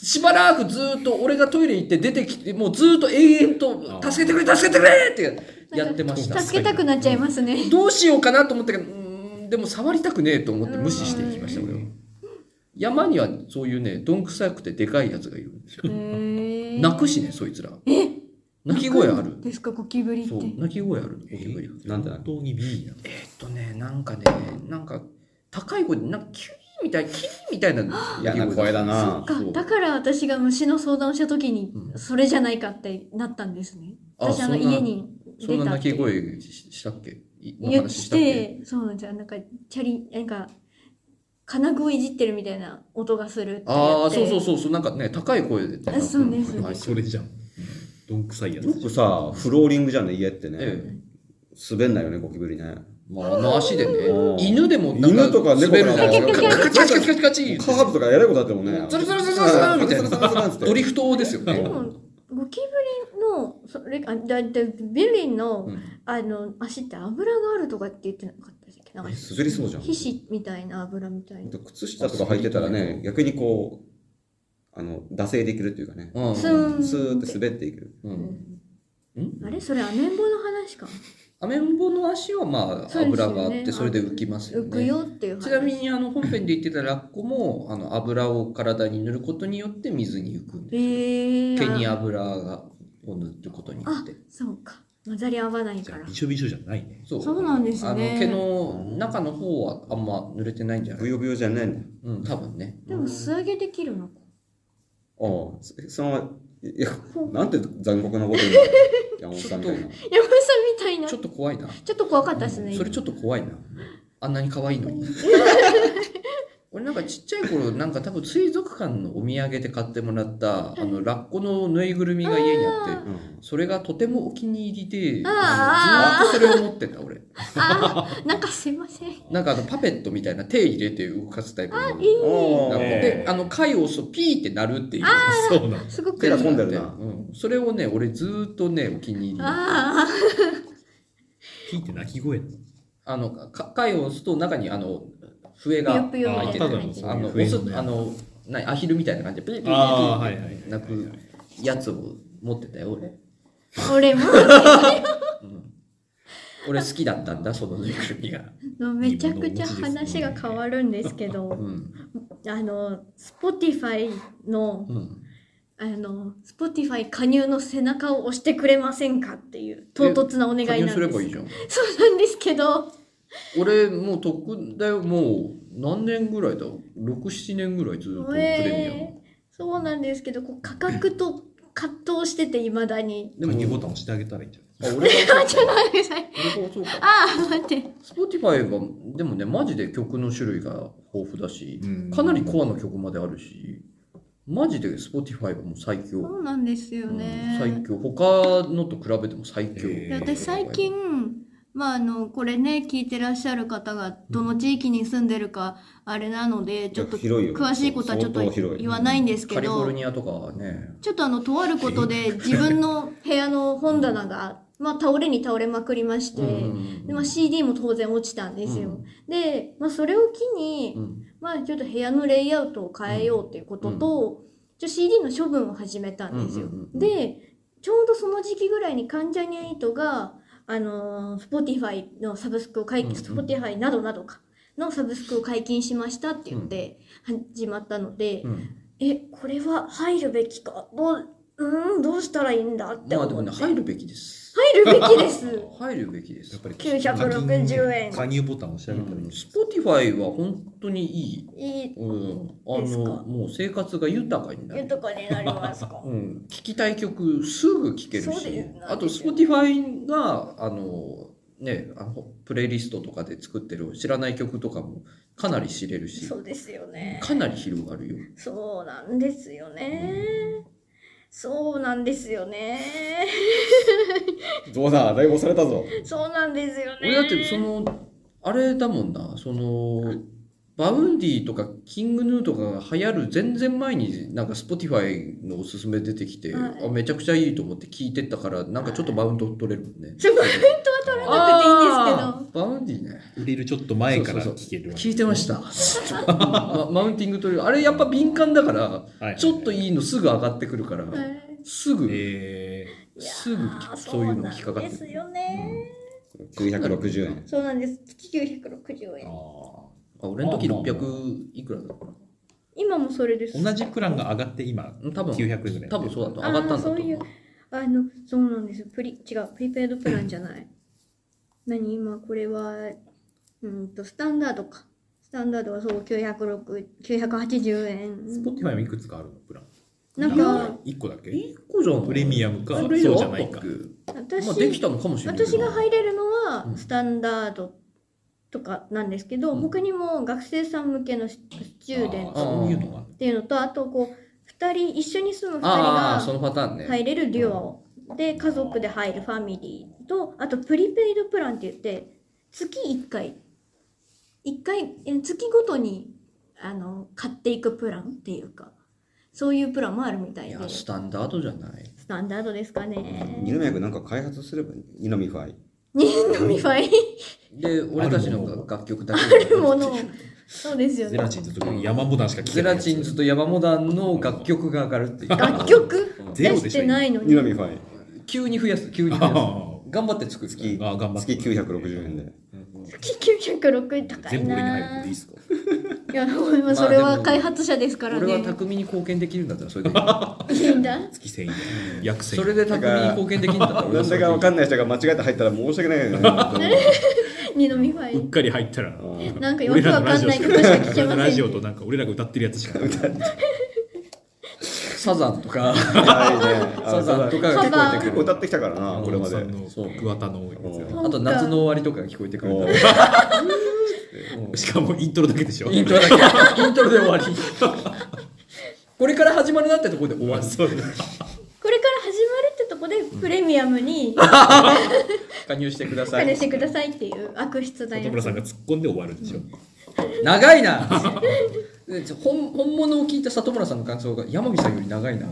Speaker 2: しばらくずっと俺がトイレ行って出てきてもうずっと永遠と「助けてくれ助けてくれ!」ってやってました
Speaker 1: 助けたくなっちゃいますね。
Speaker 2: どうしようかなと思ったけど、うーんでも触りたくねえと思って無視していきました、俺は。山にはそういうね、どんくさくてでかいやつがいるんですよ。
Speaker 1: 泣
Speaker 2: 泣くしね、そいつら。泣き声ある。
Speaker 1: ですかゴキブリっ
Speaker 2: そう、
Speaker 1: て。
Speaker 2: 泣き声あるの、ゴキブリ
Speaker 3: なんだ
Speaker 4: 本当に B なの
Speaker 2: えーっとね、なんかね、なんか、高い声で、なんか、キュイみたいキーみたいな
Speaker 3: 嫌な声だな
Speaker 1: かだから私が虫の相談をした時に
Speaker 2: う
Speaker 1: それじゃないかってなったんですね、
Speaker 2: あ
Speaker 1: 私あの
Speaker 2: そんな
Speaker 1: 家に
Speaker 2: そ
Speaker 1: 出
Speaker 2: んな
Speaker 1: たっ
Speaker 2: 鳴
Speaker 1: て
Speaker 2: き声ししたっけいの
Speaker 1: 言っ
Speaker 2: 話したっけ
Speaker 1: てそうなんじゃなんかチャリなんか金具をいじってるみたいな音がするって言って
Speaker 2: ああそうそうそうそうなんかね高い声で
Speaker 1: あそうねそうね
Speaker 2: はい
Speaker 4: それじゃん。どんくさいやつ
Speaker 3: よ。くさ、フローリングじゃんね、家ってね。
Speaker 2: ええ
Speaker 3: 滑んないよね、ゴキブリね。
Speaker 2: まあ、あの足で
Speaker 3: う
Speaker 2: ね
Speaker 3: ん、
Speaker 2: 犬でもなん
Speaker 3: 犬とか猫
Speaker 2: 滑る
Speaker 3: とか
Speaker 2: じゃないですか。カチカチカチカチカチ
Speaker 3: カーブとかやらいことあってもね。
Speaker 2: ツルツルツルツルツルみたいな
Speaker 3: ツルツルツルツルツル
Speaker 2: ドリフトですよ
Speaker 1: で
Speaker 2: ね。
Speaker 1: もゴキブリのそれあだだビリの、
Speaker 2: うん
Speaker 1: あの足って油があるとかって言ってなかったですっけなんか
Speaker 3: すずりそうじゃん。
Speaker 1: 皮脂みたいな油みたいな
Speaker 3: 靴下とか履いてたらね、逆にこう、あの、惰性できるっていうかね。
Speaker 2: うん
Speaker 1: スーン
Speaker 3: スーって滑っていける。
Speaker 2: うん
Speaker 1: あれそれアメンボの話か
Speaker 2: アメンボの足はまあ
Speaker 1: そうですよね
Speaker 2: 油があってそれで浮きますよ
Speaker 1: 浮く
Speaker 2: ね。
Speaker 1: よっていう話
Speaker 2: ちなみにあの本編で言ってたラッコもあの油を体に塗ることによって水に浮くん
Speaker 1: え
Speaker 2: で
Speaker 1: ー、
Speaker 2: 毛に
Speaker 1: あ
Speaker 2: 油がを塗ることによ
Speaker 1: あ
Speaker 2: って。
Speaker 1: そうか混ざり合わないから
Speaker 4: びしょびしょじゃないね。
Speaker 2: そ
Speaker 1: そうなんですね
Speaker 2: あの毛の中の方はあんま塗れてないんじゃな
Speaker 3: ブ
Speaker 2: い
Speaker 3: ヨブヨじゃないんだよ。
Speaker 2: うん、多分ね。
Speaker 1: でも素揚げできるのか
Speaker 3: ああ、そその、いや、なんて残酷なこと言うんだよ。山本さんみたいな。
Speaker 1: 山本さんみたいな
Speaker 2: ち
Speaker 1: ち
Speaker 2: ょっと怖いな。
Speaker 1: ょっと怖かったですね
Speaker 2: それちょっと怖いな。あんなに可愛い
Speaker 1: *laughs*
Speaker 2: のに。俺なんかちっちゃい頃、なんか多分水族館のお土産で買ってもらった、あの、ラッコのぬいぐるみが家にあって、
Speaker 3: うん
Speaker 2: それがとてもお気に入りで、
Speaker 1: あ
Speaker 2: あ
Speaker 1: ー
Speaker 2: のずーっとそれを持ってた俺。
Speaker 1: あーなんかすいません
Speaker 2: なんかあの、パペットみたいな手入れて動かすタイプの。なんか
Speaker 1: いい
Speaker 3: ああ、
Speaker 2: で、あの、貝を押すとピーってなるっていう。
Speaker 4: そうなんだ。
Speaker 1: すごく
Speaker 3: 手が込んでるな
Speaker 2: うん、それをね、俺ずーっとね、お気に入り。
Speaker 1: ああ
Speaker 4: 聞いて鳴き声なの。
Speaker 2: あの、か貝を押すと中にあの、笛が
Speaker 1: ぷよぷよ
Speaker 2: 開い
Speaker 1: み
Speaker 2: て
Speaker 1: た
Speaker 2: て
Speaker 1: いな
Speaker 4: あ
Speaker 1: 感じ
Speaker 4: ただ
Speaker 2: あの、
Speaker 4: 笛
Speaker 2: 押
Speaker 4: の
Speaker 2: す
Speaker 4: ね、
Speaker 2: あの、なアヒルみたいな感じで、プリプリプ
Speaker 4: あーはいはいはい
Speaker 2: リ泣くやつを持ってたよ、俺。
Speaker 1: 俺も *laughs*
Speaker 2: 俺好きだったんだ、そのぬいぐるみが。
Speaker 1: めちゃくちゃ話が変わるんですけど
Speaker 2: うん。
Speaker 1: あの Spotify の
Speaker 2: うん。
Speaker 1: あの Spotify 加入の背中を押してくれませんかっていう唐突なお願い
Speaker 2: 加
Speaker 1: なん
Speaker 2: 入
Speaker 1: です
Speaker 2: すればいいじゃん。
Speaker 1: そうなんですけど
Speaker 2: 俺、もうとっくだよ、もう何年ぐらいだ ?6、7年ぐらいずっとプレミア
Speaker 1: えーそうなんですけどこう価格と葛藤してていまだに
Speaker 2: ム。
Speaker 4: 鍵
Speaker 2: で
Speaker 4: ボ
Speaker 2: も、
Speaker 4: タン押してあげたらいいんじゃない
Speaker 2: あ俺が、
Speaker 1: ちょっと待ってください
Speaker 2: 俺がそうか。
Speaker 1: ああ待って
Speaker 2: Spotify は、でもね、マジで曲の種類が豊富だし、
Speaker 5: うん
Speaker 2: かなりコアの曲まであるし、マジで Spotify はもう最強。
Speaker 1: そうなんですよね、
Speaker 2: 最強他のと比べても最強、
Speaker 4: え
Speaker 1: で私最近まああのこれね聞いてらっしゃる方がどの地域に住んでるかあれなのでちょっと
Speaker 3: 広いよ
Speaker 1: 詳しいことはちょっと
Speaker 3: 相当広い
Speaker 1: 言わないんですけ
Speaker 2: カリフォ
Speaker 1: ど
Speaker 2: ルニアとかね
Speaker 1: ちょっとあのとあることで自分の部屋の本棚がまあ倒れに倒れまくりまして
Speaker 2: うん
Speaker 1: でまあ CD も当然落ちたんですよでまあそれを機に
Speaker 2: うん
Speaker 1: まあちょっと部屋のレイアウトを変えようということと、ちょ CD の処分を始めたんですよ。
Speaker 2: うんうんうんうん
Speaker 1: で、ちょうどその時期ぐらいに関ジャニアイトが、あのー、Spotify のサブスクを解禁、
Speaker 2: うんうん
Speaker 1: Spotify などなどかのサブスクを解禁しましたって言って始まったので、
Speaker 2: うん
Speaker 1: え、これは入るべきか、どう、うーん、どうしたらいいんだって
Speaker 2: ま
Speaker 1: 思
Speaker 2: あ
Speaker 1: っ
Speaker 2: で
Speaker 1: て。
Speaker 2: もね入るべきです
Speaker 1: 入るべきです。
Speaker 2: 入るべきです
Speaker 4: やっぱり
Speaker 1: 960円
Speaker 4: 加入ボタン押してあげたらいいんじゃない。
Speaker 2: Spotify は本当にいい、
Speaker 1: いい、
Speaker 2: うん、あ
Speaker 1: ですか
Speaker 2: のもう生活が豊かになる。
Speaker 1: 豊かになりますか
Speaker 2: *laughs* うん、聞きたい曲すぐ聴けるし
Speaker 1: そうです
Speaker 2: あと Spotify があのねあのプレイリストとかで作ってる知らない曲とかもかなり知れるし
Speaker 1: そうですよね。
Speaker 2: かなり広がるよ
Speaker 1: そうなんですよね。そうなんですよね。
Speaker 3: どうだ、だいぶ押されたぞ。
Speaker 1: そうなんですよね。
Speaker 2: 俺だってそのあれだもんなそのバウンディとかキングヌーとかが流行る全然前になんか Spotify のおすすめ出てきて、
Speaker 1: はい
Speaker 2: あめちゃくちゃいいと思って聞いてったからなんかちょっとバウンド取れるもんね、
Speaker 1: ちょっとバウンドは取らなくていいんですけど。
Speaker 2: バウンディね
Speaker 4: 売れるちょっと前から
Speaker 2: そうそうそう
Speaker 4: 聞けるわけ
Speaker 2: 聞いてました、 *laughs* まマウンティング取れるあれやっぱ敏感だから
Speaker 4: はい
Speaker 2: ちょっといいのすぐ上がってくるから、
Speaker 1: はい
Speaker 2: すぐ、
Speaker 4: え
Speaker 1: いやー
Speaker 2: すぐそういうの引っかか
Speaker 1: そうなん
Speaker 2: って
Speaker 1: で
Speaker 2: く
Speaker 1: す
Speaker 2: る
Speaker 1: よね。
Speaker 3: 960円。
Speaker 1: そうなんです。960
Speaker 4: ー
Speaker 1: 円。
Speaker 4: あ
Speaker 2: あ俺の時
Speaker 4: まあまあまあ
Speaker 2: 600いくらだったか
Speaker 1: 今もそれです。
Speaker 4: ー同じプランが上がって今
Speaker 2: な多分
Speaker 4: 900円ぐらい
Speaker 2: 多分そうだと
Speaker 1: あ
Speaker 2: 上がったんだ
Speaker 1: ー
Speaker 2: と
Speaker 1: そ
Speaker 2: 思
Speaker 1: ういうう、あの、そうなんですよ。プリ、違う、プリペイドプ
Speaker 2: *clears throat*
Speaker 1: ランじゃない。何今これは、うーんと、スタンダードか。スタンダードはそう906 980円
Speaker 4: Spotify もいくつかあるのプラン。
Speaker 1: なんか
Speaker 4: 1個だけ
Speaker 2: 一個じゃん
Speaker 4: プレミアムか、
Speaker 2: そ
Speaker 4: そ
Speaker 2: れ
Speaker 4: う
Speaker 2: 以上
Speaker 4: じゃないか。
Speaker 1: 私,、
Speaker 2: まあ、できたのかもしれない
Speaker 1: 私が入れるの
Speaker 2: う
Speaker 1: は
Speaker 2: ん
Speaker 1: スタンダードとかなんですけど、
Speaker 2: うん
Speaker 1: 他にも学生さん向けのススチューデン
Speaker 4: あー
Speaker 1: ト
Speaker 4: そういうのが。
Speaker 1: っていうのとあとこう2人一緒に住む2人
Speaker 2: ああそ
Speaker 1: が
Speaker 2: のパターンね、
Speaker 1: 入れるデュオで家族で入るファミリーとあとプリペイドプランって言って月1回1回え月ごとにあの買っていくプランっていうかそういうプランもあるみた
Speaker 2: い
Speaker 1: いで
Speaker 2: やス
Speaker 1: ス
Speaker 2: タンダードじゃない
Speaker 1: タンダードですか
Speaker 3: 二
Speaker 1: ね。
Speaker 3: 宮君なんか開発すればいい二宮ファイ。
Speaker 1: ニンミファイ
Speaker 2: で俺たちの楽曲だけ
Speaker 1: あるものをそうですよ
Speaker 4: ゼ
Speaker 1: ね
Speaker 4: ラチンズと山モダンしか聞
Speaker 2: ゼ
Speaker 4: けない
Speaker 2: ラ
Speaker 4: やつ。
Speaker 2: チンズとヤマモダンの楽曲が上がるっていう
Speaker 1: 楽曲
Speaker 4: ゼロ
Speaker 1: 出
Speaker 4: でしょ
Speaker 1: してないの
Speaker 3: 二
Speaker 1: に
Speaker 3: 宮ファイ。
Speaker 2: 急に増やす急に
Speaker 4: あ
Speaker 2: 増やす
Speaker 4: *laughs* ー
Speaker 2: 頑張って作る
Speaker 3: 月
Speaker 4: あー頑張って
Speaker 3: 月960円で。
Speaker 1: 月906円高い
Speaker 4: 全部俺に入る
Speaker 1: な
Speaker 4: のでいいっすか
Speaker 1: いやもうそれ
Speaker 2: まあで
Speaker 1: は
Speaker 2: も
Speaker 1: 開発者ですから
Speaker 2: 俺は
Speaker 1: ね
Speaker 2: 巧みに貢献できるんだったらそれでいい
Speaker 1: いいんだ
Speaker 4: 月1000円。
Speaker 1: *laughs*
Speaker 4: 約1000
Speaker 2: *laughs*
Speaker 4: 円。
Speaker 2: それで巧みに貢献できるんだったら俺
Speaker 3: な
Speaker 2: は
Speaker 3: ん
Speaker 2: それで
Speaker 3: だ
Speaker 2: い
Speaker 3: か
Speaker 2: い
Speaker 3: わかんない人が間違えて入ったら申し訳ないよ *laughs* ね。
Speaker 1: 二ミファイ
Speaker 4: うっかり入った
Speaker 3: *laughs*
Speaker 4: ら、
Speaker 3: ん
Speaker 1: なんかよくわかんないことしか聞けませんね
Speaker 4: 俺らのラジオとなんか俺らが歌ってるやつしか歌って
Speaker 2: サザンとか
Speaker 3: はいねあ
Speaker 2: サザンとか
Speaker 1: サザ
Speaker 2: が
Speaker 1: ン
Speaker 2: 聞こえてく
Speaker 3: 結構
Speaker 2: る
Speaker 3: 歌ってきたからな、これまで。
Speaker 4: の桑田のやつ
Speaker 1: う
Speaker 2: あと夏の終わりとかが聞こえてくるんだ
Speaker 3: お
Speaker 4: がしかもイントロだけでしょ
Speaker 2: *laughs* イントロだけイントロで終わりこれから始まるなってとこで終わる
Speaker 4: そうだ
Speaker 1: これから始まるってとこでプレミアムに
Speaker 2: 加入してくださ
Speaker 1: 加入
Speaker 2: い
Speaker 1: してくださいっていう悪質な
Speaker 4: 里
Speaker 1: や
Speaker 4: 村
Speaker 1: つ
Speaker 4: さんが突っ込んで終わるでしょ
Speaker 2: 長いなでちょ本本物を聞いた里村さんの感想が山見さんより長
Speaker 1: *laughs*
Speaker 2: いな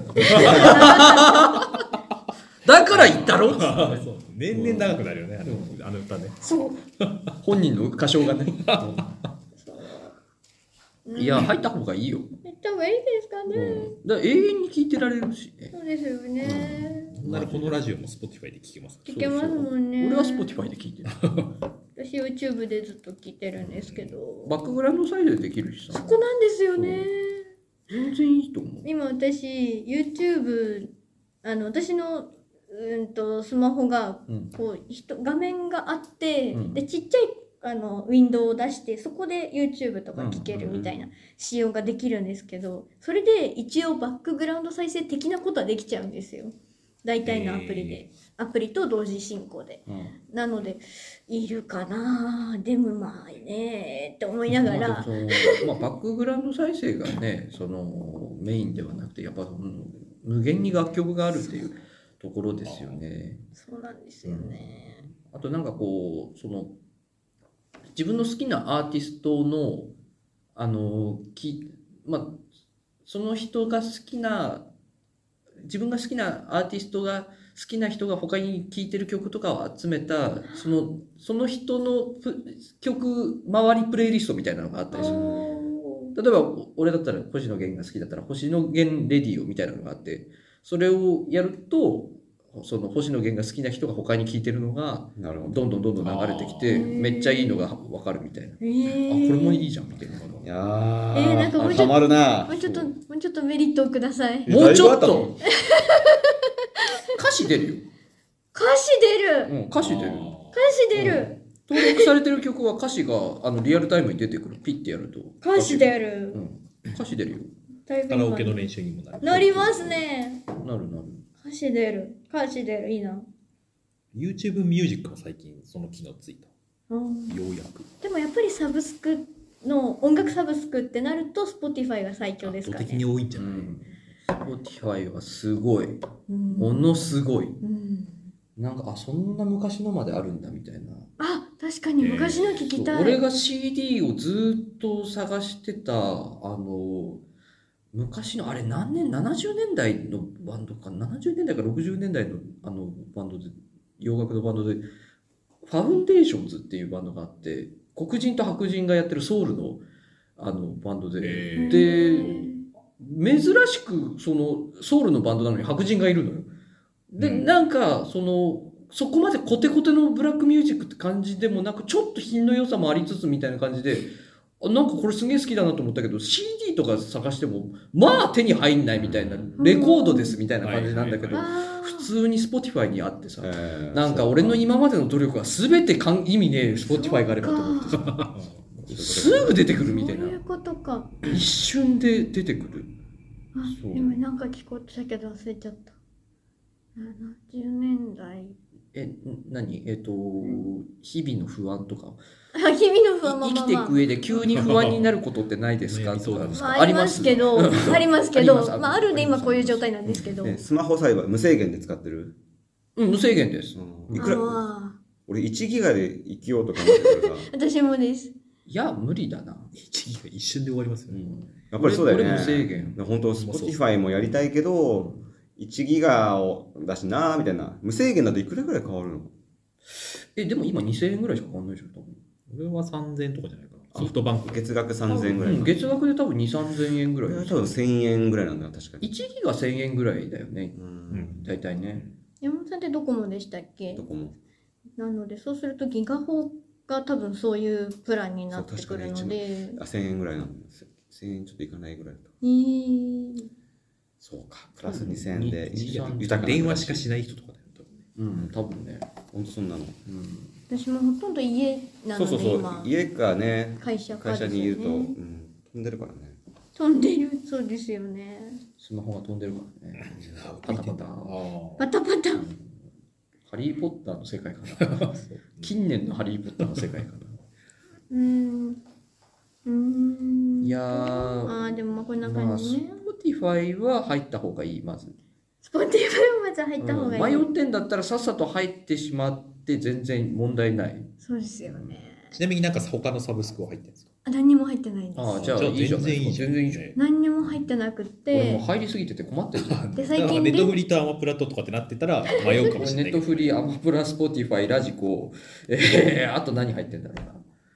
Speaker 2: だから言ったろっつって
Speaker 4: 年々長くなるよねあのあの歌ね
Speaker 2: 本人の歌唱がねいや入った方がいいよ、
Speaker 1: めっちゃがいいですか
Speaker 2: う
Speaker 1: ね
Speaker 2: ん、だから永遠に聞いてられるしね
Speaker 1: そうですよね
Speaker 4: ほんならこのラジオも Spotify で聴けます
Speaker 1: 聞けますもんね
Speaker 2: 俺は Spotify で聞いてる
Speaker 1: 私 YouTube でずっと聞いてるんですけど
Speaker 2: バックグラウンド再生できるし
Speaker 1: そ
Speaker 2: さ
Speaker 1: こなんですよね
Speaker 2: 全然いいと思う
Speaker 1: 今私 YouTube あの私のうんとスマホが
Speaker 2: うん
Speaker 1: こうひと画面があって、
Speaker 2: うん
Speaker 1: でちっちゃいあのウィンドウを出してそこで YouTube とか聴けるみたいな仕様ができるんですけどそれで一応バックグラウンド再生的なことはできちゃうんですよ大体のアプリでアプリと同時進行で
Speaker 2: うん
Speaker 1: なのでいるかなでもまあねって思いなが
Speaker 2: まあ
Speaker 1: ら
Speaker 2: そのまあ、バックグラウンド再生がねそのメインではなくてやっぱうん無限に楽曲があるっていうところですよね
Speaker 1: そうなんですよね
Speaker 2: あとなんかこうその自分の好きなアーティストのあのき、まあ、その人が好きな自分が好きなアーティストが好きな人が他に聴いてる曲とかを集めたそのその人のプ曲周りプレイリストみたいなのがあったりする。
Speaker 1: おー
Speaker 2: 例えばお俺だったら星野源が好きだったら星野源レディオみたいなのがあってそれをやるとその星野源が好きな人が他に聞いてるのが
Speaker 3: なるほど。
Speaker 2: どんどんどんどん流れてき
Speaker 1: あ
Speaker 2: て
Speaker 1: ー
Speaker 2: めっちゃいいのが分かるみたいな
Speaker 1: え
Speaker 2: あこ
Speaker 1: ー
Speaker 2: れもいいじゃんみたいなも
Speaker 3: いや
Speaker 1: *laughs* えーなんかもうち
Speaker 3: ー、
Speaker 1: ょ
Speaker 3: た
Speaker 1: っと
Speaker 3: まるな
Speaker 1: もう。ちょっともうちょっとメリットをください
Speaker 3: え
Speaker 2: うちょっ
Speaker 3: だいぶあ
Speaker 2: と歌詞出るよ、
Speaker 1: 歌詞出
Speaker 2: う
Speaker 1: る
Speaker 2: ん、歌詞出る
Speaker 1: 歌詞出る、
Speaker 2: 登録されてる曲は歌詞があのリアルタイムに出てくるピッてやると
Speaker 1: 歌詞出
Speaker 2: う
Speaker 1: る
Speaker 2: ん、歌詞出るよ
Speaker 1: だいぶ
Speaker 4: カ
Speaker 1: 今
Speaker 4: ラオケの練習にもなる
Speaker 1: なりますね
Speaker 2: なるなる
Speaker 1: 歌詞出る歌詞出るいいな
Speaker 4: YouTube ミュージックも最近その機能ついた
Speaker 1: うん
Speaker 4: ようやく
Speaker 1: でもやっぱりサブスクの音楽サブスクってなると Spotify が最強で
Speaker 4: 圧
Speaker 1: す
Speaker 4: 倒
Speaker 1: かね
Speaker 4: 的に多いんじ
Speaker 2: う
Speaker 4: ゃない
Speaker 2: ん Spotify はすごい
Speaker 1: うん
Speaker 2: ものすごい
Speaker 1: うん
Speaker 2: なんかあそんな昔のまであるんだみたいな
Speaker 1: あ確かに昔の聞きたい、
Speaker 2: 俺が CD をずっと探してたあの昔のあれ何年70年代のバンドか70年代か60年代のあのバンドで洋楽のバンドでファウンデーションズっていうバンドがあって黒人と白人がやってるソウルのあのバンドで、
Speaker 4: え
Speaker 1: うん
Speaker 2: で珍しくそのソウルのバンドなのに白人がいるのよ。で、
Speaker 4: うん
Speaker 2: なんかそのそこまでコテコテのブラックミュージックって感じでもなくちょっと品の良さもありつつみたいな感じであなんかこれすげえ好きだなと思ったけど CD とか探してもまあ手に入んないみたいなレコードですみたいな感じなんだけど
Speaker 4: うん
Speaker 1: あ
Speaker 2: 普通に Spotify にあってさ
Speaker 3: えー
Speaker 2: なんか俺の今までの努力は全てかん意味ねえ Spotify があればと思ってさ
Speaker 4: ー
Speaker 2: すぐ出てくるみたいな
Speaker 1: そういうことか。
Speaker 2: 一瞬で出てくる
Speaker 1: あ
Speaker 2: そう
Speaker 1: 今なんか聞こうとしたけど忘れちゃった。70年代。
Speaker 2: えん何えっ、と日々の不安とか
Speaker 1: あ、日々の不安も
Speaker 2: い
Speaker 1: ま
Speaker 2: 生
Speaker 1: あ
Speaker 2: きてい
Speaker 1: まあ
Speaker 2: く上で急に不安になることってないですか
Speaker 4: ね
Speaker 2: とか
Speaker 4: そうだ
Speaker 1: まあ、ありますけど、ありますけ
Speaker 2: ありま
Speaker 1: ど、
Speaker 2: す
Speaker 1: まあ、あるんで今こういう状態なんですけど。
Speaker 3: ねスマホ栽培無制限で使ってる、
Speaker 2: うん無制限です
Speaker 3: うんん、いくら
Speaker 1: ああ、
Speaker 3: 俺1ギガで生きようとか思ってるから
Speaker 1: 私もです。
Speaker 2: いや無理だな、
Speaker 4: 一瞬で終わりますよ
Speaker 2: う
Speaker 4: ね。
Speaker 2: ん、
Speaker 3: やっぱりそうだよね
Speaker 2: 俺俺無制限
Speaker 3: 本当
Speaker 4: そうそう
Speaker 3: Spotify もやりたいけど1ギガをだしなみたいな無制限だといくらぐらい変わるの
Speaker 2: えでも今2000円ぐらいしか変わんないでしょ多分
Speaker 4: 俺は3000円とかじゃないかな。ソフトバンク。
Speaker 3: 月額3000円ぐらい
Speaker 2: うん
Speaker 3: か
Speaker 2: 月額で多分23000円ぐら
Speaker 3: これはい多分1000円ぐらいなんだよ確か
Speaker 2: 1
Speaker 3: に
Speaker 2: ギガ1000円ぐらいだよね
Speaker 3: う
Speaker 4: うんん。
Speaker 2: 大体ね
Speaker 1: 山本さんってドコモでしたっけ
Speaker 3: どこも
Speaker 1: なので、そうするとギガ法が多分そういうプランになってくる
Speaker 3: そ
Speaker 1: の
Speaker 3: う確かに
Speaker 1: で。
Speaker 3: あ1000円ぐらいなんですよ1000円ちょっといかないぐらいだと
Speaker 1: えー、
Speaker 3: そうかプラス2000円で
Speaker 2: に
Speaker 3: 豊かな
Speaker 4: 電話しかしない人とかだよね多分ね。
Speaker 2: うん多分ね
Speaker 3: 本当そんなの
Speaker 2: うん
Speaker 1: 私もほとんど家なの
Speaker 3: そう
Speaker 1: で
Speaker 3: そうそう
Speaker 1: 今、
Speaker 3: 家かね
Speaker 1: 会社か
Speaker 3: 会
Speaker 1: です
Speaker 3: 社
Speaker 1: よね
Speaker 3: にいると、うん、飛んでるからね
Speaker 1: 飛んでる、そうですよね。
Speaker 2: スマホが飛んでるからねパタパタ
Speaker 1: パタパタ。
Speaker 2: ハリー・ポッターの世界か
Speaker 3: *laughs*
Speaker 2: な近年のハリー・ポッターの世界かな
Speaker 1: うーん。うーん。
Speaker 2: いや
Speaker 1: あ
Speaker 2: ー
Speaker 1: ーでもまあこんな
Speaker 2: ま
Speaker 1: 感
Speaker 2: あ
Speaker 1: じね。
Speaker 2: Spotify は入った方がいいまず
Speaker 1: スポティファイをまず入った方がいい。
Speaker 2: うん迷ってんだったらさっさと入ってしまって全然問題ない
Speaker 1: そうですよね。
Speaker 4: ちなみになんか他のサブスクは入ってるんですか
Speaker 1: あ何にも入ってないんです。
Speaker 2: ああじゃあ
Speaker 4: じゃあ
Speaker 2: いいじゃん
Speaker 4: 全然いいじゃ
Speaker 2: 全
Speaker 4: ん
Speaker 2: 然いいじゃん
Speaker 1: 何にも入ってなく
Speaker 2: 俺も
Speaker 1: て
Speaker 2: う、入りすぎてて困ってるじゃん
Speaker 1: で
Speaker 4: だ
Speaker 1: 最
Speaker 4: から
Speaker 1: 近
Speaker 4: ネ
Speaker 1: で
Speaker 4: ットフリとアマプラととかってなってたら迷うかもし
Speaker 2: ネ
Speaker 4: れな
Speaker 2: ッ
Speaker 4: いけど。
Speaker 2: トフリー、アマプラ、スポティファイ、ラジコ、えー、あと何入ってんだろ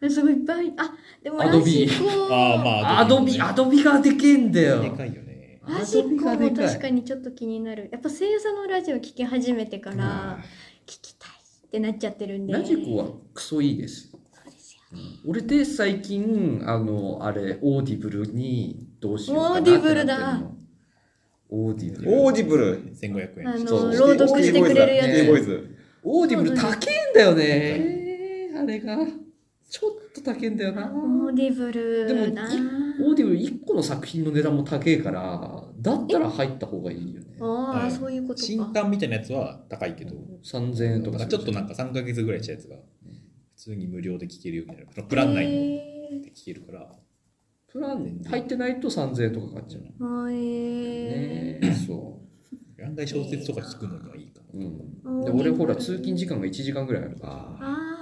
Speaker 2: うな。
Speaker 1: すごいいっぱい入っあでも
Speaker 2: ア
Speaker 1: ラ
Speaker 2: ドビ
Speaker 1: ジコ
Speaker 4: ああまあ。
Speaker 2: アドビ、アドビがでけえんだよ。
Speaker 4: でかいよね。
Speaker 1: ラジコ
Speaker 2: アドビ
Speaker 1: も
Speaker 2: がで
Speaker 1: 確
Speaker 2: か
Speaker 1: か
Speaker 2: い。
Speaker 1: にちょっと気になるやっぱ声優さんのラジオ聞き始めてから聞きたいってなっちゃってるんで
Speaker 2: ラジコはクソいいです。俺で最近、あの、あれ、オーディブルにどうしようかなってなってるの
Speaker 1: オーディブルだ。
Speaker 2: オーディブル。
Speaker 3: オーディブル
Speaker 4: 1500
Speaker 1: あ
Speaker 4: 円。
Speaker 2: そう
Speaker 1: の朗読してくれる
Speaker 2: シティ
Speaker 1: や
Speaker 2: ボー
Speaker 3: ボー
Speaker 2: イ
Speaker 3: イ
Speaker 2: ズ
Speaker 3: ズ
Speaker 2: オーディブル高えんだよね。えーあれが。ちょっと高えんだよな。
Speaker 1: つオーディブ
Speaker 2: で
Speaker 1: ル
Speaker 2: も
Speaker 1: な
Speaker 2: 一オーディブル1個の作品の値段も高えから、だったら入った方がいいよね。
Speaker 1: あ
Speaker 4: う
Speaker 1: あ
Speaker 4: ん
Speaker 1: そういうこと
Speaker 4: 新
Speaker 1: か
Speaker 4: 刊みたいなやつは高いけど、
Speaker 2: 3000円とかする
Speaker 4: ちょっとなんか3ヶ月ぐらいしたやつが、普通に無料で聴けるようになる。そのプラン内に
Speaker 1: へ
Speaker 4: で聴けるから。
Speaker 2: プラン入ってないと3000円とかかかっちゃうね
Speaker 1: ーあーへ
Speaker 2: えそ
Speaker 4: 案外小説とか聞くのにはいいかも。
Speaker 2: う、うん、
Speaker 1: ー
Speaker 2: で俺ほら通勤時間が1時間ぐらいあるから
Speaker 3: あ
Speaker 1: あ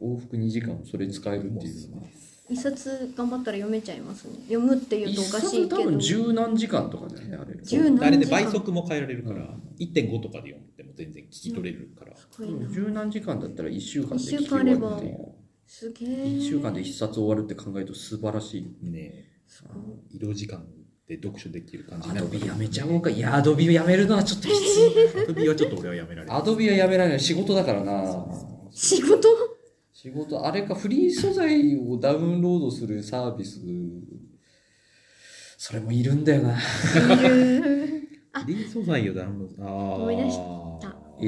Speaker 2: そう往復2時間それ使えるっていうのは
Speaker 1: ー一冊頑張ったら読めちゃいますね読むっていう
Speaker 2: 一
Speaker 1: とおかしいけ
Speaker 2: 冊多
Speaker 1: ど
Speaker 2: 分十何時間とかだよねあれ
Speaker 1: 十何時間
Speaker 4: あれで倍速も変えられるから、
Speaker 2: うん
Speaker 4: 1.5とかで読んでも全然聞き取れるから。
Speaker 1: すごいな
Speaker 2: 十何時間だったら1週間で聞き
Speaker 1: 一週間あ
Speaker 2: 終
Speaker 1: れ
Speaker 2: わ
Speaker 1: ば
Speaker 2: るっていう
Speaker 1: すげえ
Speaker 2: 1週間で1冊終わるって考えると素晴らしい
Speaker 4: ねえ移動時間で読書できる感じ
Speaker 2: ア
Speaker 4: にな
Speaker 2: ド
Speaker 4: るから
Speaker 2: ビやめちゃおうかいやアドビやめるのはちょっときつい
Speaker 4: アドビはちょっと俺はやめられない
Speaker 2: *laughs* ア。ドビはやめられない仕事だからな
Speaker 1: 仕事
Speaker 2: 仕事あれかフリー素材をダウンロードするサービスそれもいるんだよな
Speaker 4: フリー素材をダウンロード。ああ。
Speaker 1: 思い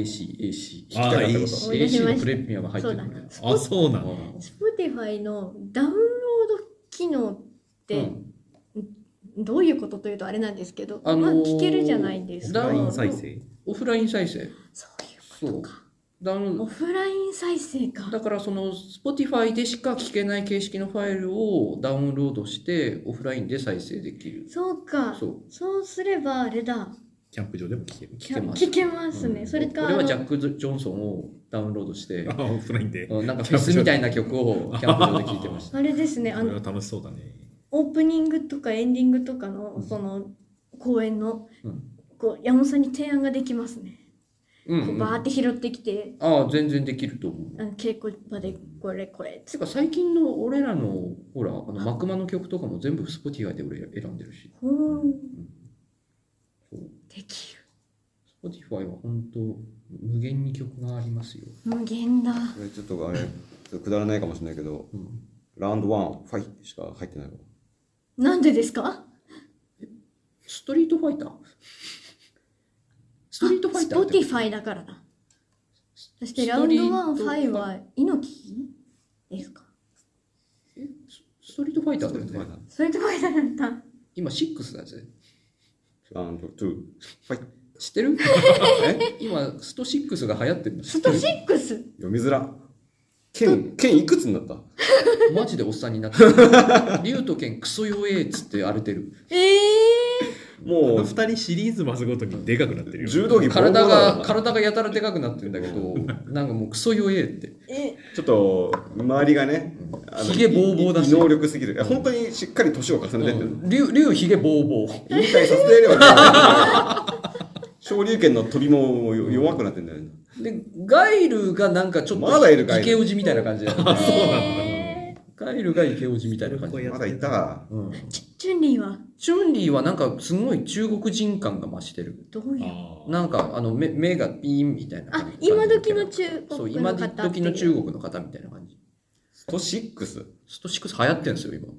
Speaker 1: 出し
Speaker 2: ACAC
Speaker 4: ああ、いい
Speaker 1: 思い出し
Speaker 2: AC
Speaker 1: ました
Speaker 2: のプレミアム入って
Speaker 1: そう
Speaker 2: る
Speaker 1: だ
Speaker 2: ん
Speaker 1: な
Speaker 2: だよ。
Speaker 4: あ、そうなんだ。
Speaker 1: Spotify のダウンロード機能って
Speaker 2: うん
Speaker 1: どういうことというとあれなんですけど、
Speaker 2: あのー
Speaker 1: まあ聞けるじゃないです
Speaker 2: ダ
Speaker 1: か
Speaker 2: ウ
Speaker 4: ラ
Speaker 2: ン
Speaker 4: イン再生。
Speaker 2: オフライン再生
Speaker 1: そういう
Speaker 2: そうダウンロ
Speaker 1: オ
Speaker 2: ー
Speaker 1: フライン再生か
Speaker 2: ドだからその Spotify でしか聞けない形式のファイルをダウンロードしてオフラインで再生できる
Speaker 1: そうか
Speaker 2: そ
Speaker 1: そううすればあれだ
Speaker 4: キャンプ場でも聞ける。
Speaker 2: 聞けます
Speaker 1: 聞けますね、それか
Speaker 2: 俺
Speaker 1: あ
Speaker 2: は
Speaker 1: の
Speaker 2: ジャック・ジョンソンをダウンロードして
Speaker 1: *laughs*
Speaker 4: あオフラインで。
Speaker 2: うんなんかフェスみたいな曲をキャンプ場で聴い
Speaker 1: *laughs*
Speaker 2: てました
Speaker 1: あれですねあ
Speaker 4: それは
Speaker 1: の
Speaker 4: 楽しそうだね。
Speaker 1: オープニングとかエンディングとかの、
Speaker 2: うん
Speaker 1: その公演の、
Speaker 2: うん
Speaker 1: こう山本さんに提案ができますね、
Speaker 2: うん
Speaker 1: こ
Speaker 2: う
Speaker 1: うんバーって拾ってきて
Speaker 2: ああ全然できると思う。
Speaker 1: あの稽古場でこれこれ
Speaker 2: てか最近の俺らのほらあのマクマの曲とかも全部 Spotify で俺選んでるし
Speaker 1: ほー
Speaker 2: そう
Speaker 1: できる
Speaker 2: Spotify は本当無限に曲がありますよ、
Speaker 1: 無限だ
Speaker 3: これちょっとあれちょっとくだらないかもしれないけど
Speaker 2: うん
Speaker 3: ラウンドワンファイしか入ってないわ
Speaker 1: なんでですか
Speaker 2: ストリートファイターストリートファイター
Speaker 1: あ
Speaker 2: っ
Speaker 1: スポ
Speaker 2: て
Speaker 1: ティファイだからだそして
Speaker 2: ス
Speaker 1: ラ
Speaker 2: ト
Speaker 1: ウン
Speaker 2: リー
Speaker 1: ド
Speaker 2: ト
Speaker 1: ワンファイは猪木ですか
Speaker 2: トリートファイターだよ
Speaker 3: ファイタ
Speaker 2: ね
Speaker 3: ー。
Speaker 1: それとこいだった。
Speaker 2: 今6なんですね
Speaker 3: ワン、ツー、ファイト。
Speaker 2: 知ってる
Speaker 3: *laughs*
Speaker 2: え今スト6が流行ってるの知
Speaker 1: ス
Speaker 2: って
Speaker 1: ト
Speaker 2: る
Speaker 1: シックス
Speaker 3: 読みづら。剣、剣いくつになった
Speaker 2: マジでおっさんになって
Speaker 3: *laughs*
Speaker 2: る竜と剣クソ弱えっつって荒れてる
Speaker 1: ええ
Speaker 3: も
Speaker 4: 二
Speaker 3: う、
Speaker 4: 人シリーズ増すごとにでかくなってるよ。
Speaker 3: 柔道着ボロボロ
Speaker 2: 体
Speaker 3: だ
Speaker 2: が
Speaker 3: な
Speaker 2: 体がやたらでかくなってるんだけ
Speaker 3: *laughs*
Speaker 2: どなんかもうクソ弱えって
Speaker 1: え、
Speaker 3: ちょっと、周りがね、あの
Speaker 2: ひげぼうぼうだし
Speaker 3: 異能力すぎる。いや本当にしっかり年を重ねてってる。
Speaker 2: 竜竜ひげぼうぼう
Speaker 3: 引退させてやれば。 *laughs* 昇竜拳の飛びも弱くなってんだよね。
Speaker 2: でガイルがなんかちょっと
Speaker 3: まだいるガイル
Speaker 2: イケオジみたいな感じだ
Speaker 3: *laughs*
Speaker 2: よ
Speaker 1: そう
Speaker 2: ね
Speaker 1: なんだ。
Speaker 2: ガイルがイケオジみたいな感じ
Speaker 4: こうや
Speaker 3: まだいた。
Speaker 2: うん
Speaker 1: チュチュンリーは
Speaker 2: チュンリーはなんかすごい中国人感が増してる
Speaker 1: どういう
Speaker 4: あ
Speaker 2: なんかあの目目がピーンみたいな
Speaker 1: あ
Speaker 2: 感、じ
Speaker 1: 今時の中国の方
Speaker 2: そう今時の中国の方みたいな感じ
Speaker 3: スト6。
Speaker 2: スト6流行ってるんですよ今
Speaker 4: ー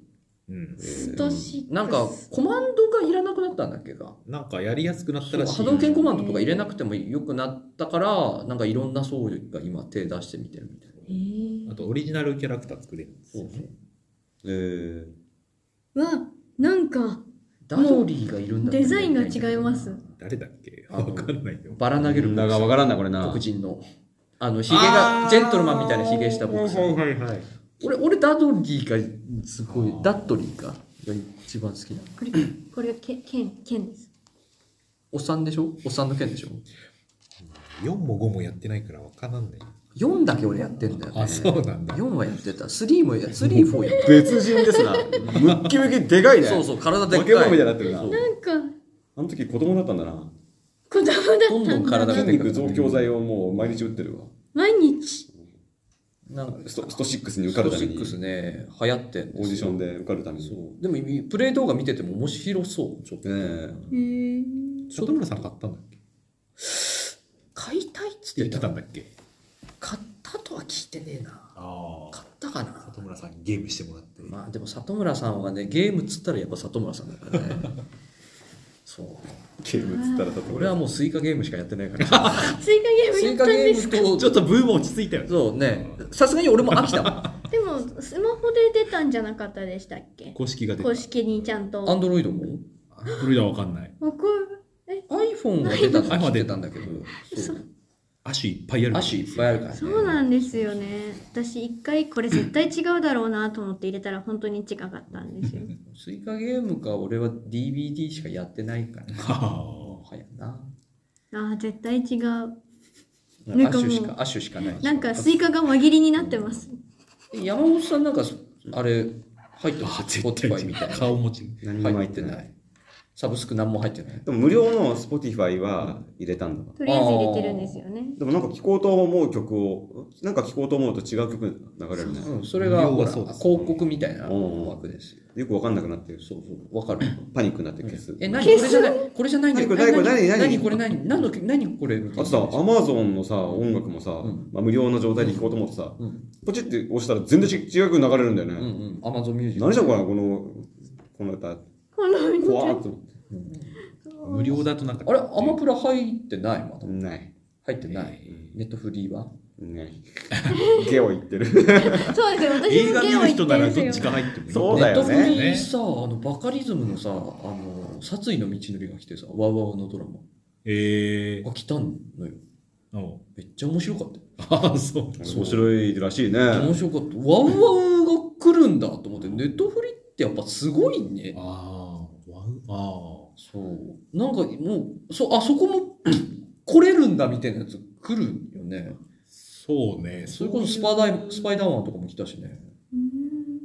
Speaker 4: うん。
Speaker 1: ストシックス。
Speaker 2: なんかコマンドがいらなくなったんだっけか
Speaker 4: なんかやりやすくなったらしい。
Speaker 2: 波動拳コマンドとか入れなくてもよくなったからなんかいろんな僧侶が今手出してみてるみたいな
Speaker 1: えー
Speaker 4: あとオリジナルキャラクター作れるんですよ。
Speaker 3: えー、
Speaker 1: わ、なんか、
Speaker 2: ダドリーがいるんだったら
Speaker 1: デザインが違います
Speaker 4: 誰だっけ
Speaker 2: あの
Speaker 4: わかんないよ。
Speaker 2: バラ投げる
Speaker 3: なんかわからんな、これな。
Speaker 2: 黒人のあのヒゲがジェントルマンみたいなヒゲしたボクサー
Speaker 4: はいはい。
Speaker 2: 俺俺ダドリーがすごいダッドリーが一番好きな
Speaker 1: これ、これ、け、剣、剣です。
Speaker 2: おっさんでしょおっさんの剣でしょ
Speaker 4: 4も5もやってないからわからんない。
Speaker 2: 4だけ俺やってんだよ、ね、
Speaker 4: あ、そうなんだ。
Speaker 2: 4はやってた3もや3、4やって
Speaker 3: 別人ですな。ムッキムキでか
Speaker 2: た
Speaker 3: いね。
Speaker 2: そうそう体でっか
Speaker 3: 化け
Speaker 2: い
Speaker 3: 物みたいになってるな。
Speaker 2: そう
Speaker 1: なんか、
Speaker 3: あの時子供だったんだな。
Speaker 1: 子供だった
Speaker 2: どんどん体が
Speaker 3: 筋
Speaker 2: でか
Speaker 3: 肉
Speaker 2: い
Speaker 3: 増強剤をもう毎日打ってるわ。
Speaker 1: 毎日。
Speaker 2: なんか
Speaker 3: ストスト6に受かるために。オ
Speaker 2: スト
Speaker 3: ー
Speaker 2: 6ね流行ってん
Speaker 3: ディション
Speaker 2: で
Speaker 3: で受かるため
Speaker 2: すよ
Speaker 3: に。
Speaker 2: そうでもいプレイ動画見てても面白そうちょっと、
Speaker 3: ねえ
Speaker 1: えー、
Speaker 4: 里村さん買ったんだっけって
Speaker 2: 買いたいっつって
Speaker 4: 言ってた
Speaker 2: た
Speaker 4: んだっけ
Speaker 2: 買ったとは聞いてねえな
Speaker 4: あ
Speaker 2: 買ったかな
Speaker 4: 里村さんにゲームしてもらって。
Speaker 2: まあでも里村さんはねゲームっつったらやっぱ里村さんだからねそう
Speaker 3: ゲームっつったら多分
Speaker 2: 俺はもうスイカゲームしかやってないから
Speaker 1: 追加ゲーム
Speaker 2: ス
Speaker 1: や
Speaker 2: イ
Speaker 1: っ
Speaker 2: カ
Speaker 1: たん
Speaker 2: ゲ
Speaker 1: で
Speaker 2: ー
Speaker 1: す
Speaker 2: ム
Speaker 1: か
Speaker 2: と
Speaker 4: ちょっとブーム落ち着いたよね。
Speaker 2: そうねさすがに俺も飽きたもん
Speaker 1: でも、スマホで出たんじゃなかったでしたっけ
Speaker 4: 公式が出た。
Speaker 1: 公式にちゃんと。
Speaker 2: アンドロイドも
Speaker 4: 古いのはわかんない。
Speaker 1: わかる
Speaker 2: iPhone が出たのは知ってたんだけどそう
Speaker 4: 足いっぱいある。
Speaker 2: 足いっぱいあるからね
Speaker 1: そうなんですよね。私一回これ絶対違うだろうなと思って入れたら本当に違かったんですよ。
Speaker 2: スイカゲームか俺は DVD しかやってないから
Speaker 4: は
Speaker 2: もはやな
Speaker 1: ああ、絶対違う。
Speaker 2: ア
Speaker 1: なん
Speaker 2: ッ
Speaker 1: かもう
Speaker 2: シュしかアッシュしかない
Speaker 1: なんかスイカが輪切りになってます。
Speaker 2: 山本さんなんかあれ入ってま
Speaker 4: あ
Speaker 2: す
Speaker 4: 絶
Speaker 2: ポティファ
Speaker 4: 対
Speaker 2: イ
Speaker 4: 違
Speaker 2: みたいうな
Speaker 4: 顔持ち。
Speaker 3: 何も
Speaker 2: 入
Speaker 3: 入
Speaker 2: っ
Speaker 3: っ
Speaker 2: て
Speaker 3: てな。
Speaker 2: ないいサブスク何も入ってない
Speaker 3: でも無料の Spotify は入れたんだわ。
Speaker 1: とりあえず入れてるんですよね。
Speaker 3: でもなんか聴こうと思う曲を、なんか聴こうと思うと違う曲流れるね。
Speaker 2: うん、それが
Speaker 4: 無料
Speaker 2: ほ
Speaker 4: は
Speaker 2: ら
Speaker 4: そう
Speaker 2: 広
Speaker 4: です
Speaker 2: 告みたいな枠ですよ。
Speaker 3: よくわかんなくなってる。
Speaker 2: そうそう、わかる。
Speaker 3: パニックになって消す。
Speaker 2: え、何これじゃないこれじゃないんだよ。
Speaker 3: 何これ何これ
Speaker 2: え
Speaker 3: 何何
Speaker 2: これ何何の何これみた
Speaker 3: あ
Speaker 2: い
Speaker 3: と
Speaker 2: な
Speaker 3: さ、アマゾンのさ、音楽もさ、
Speaker 2: ん
Speaker 3: まあ、無料の状態で聴こうと思ってさ、
Speaker 2: うん
Speaker 3: ポチって押したら全然ち違う曲流れるんだよね。
Speaker 2: うんうん、アマゾンミュージック。
Speaker 3: 何じゃこれ、この、この歌。
Speaker 1: このみ
Speaker 3: 怖っと思っ
Speaker 4: 無料だとなんか。
Speaker 2: あれアマプラ入ってないまだ
Speaker 3: て。。ない。
Speaker 2: 入ってない。ネットフリーは
Speaker 3: ない。 *laughs* ゲオ言って
Speaker 1: *laughs*
Speaker 3: る。
Speaker 1: そうですよ。私
Speaker 4: 映
Speaker 1: も
Speaker 4: 画見
Speaker 1: ゲーム言
Speaker 4: る人なら
Speaker 1: ってる
Speaker 4: ど
Speaker 1: んで
Speaker 4: っ
Speaker 1: すよ。
Speaker 4: ちか入ってもいい。
Speaker 3: そう
Speaker 2: ネ
Speaker 3: だ
Speaker 2: ット
Speaker 3: よ
Speaker 2: フ
Speaker 3: ね
Speaker 2: リーさ、あの、バカリズムのさ、あの、殺意の道のりが来てさ、ワウワウのドラマ
Speaker 4: ええ。
Speaker 2: が来たのよ。
Speaker 4: お
Speaker 2: めっちゃ面白かったよ。
Speaker 4: ああ、そう。
Speaker 3: 面白いらしいね。
Speaker 2: 面白かった。ワウワウが来るんだと思って、ネットフリーってやっぱすごいね。
Speaker 4: ああ、ワウ、あ
Speaker 2: そう。なんかもう、そ、あそこも *clears throat* 来れるんだみたいなやつ来るよね。
Speaker 4: あ。そうね。
Speaker 2: それこそスパダイ、スパイダーマンとかも来たしね。
Speaker 1: うん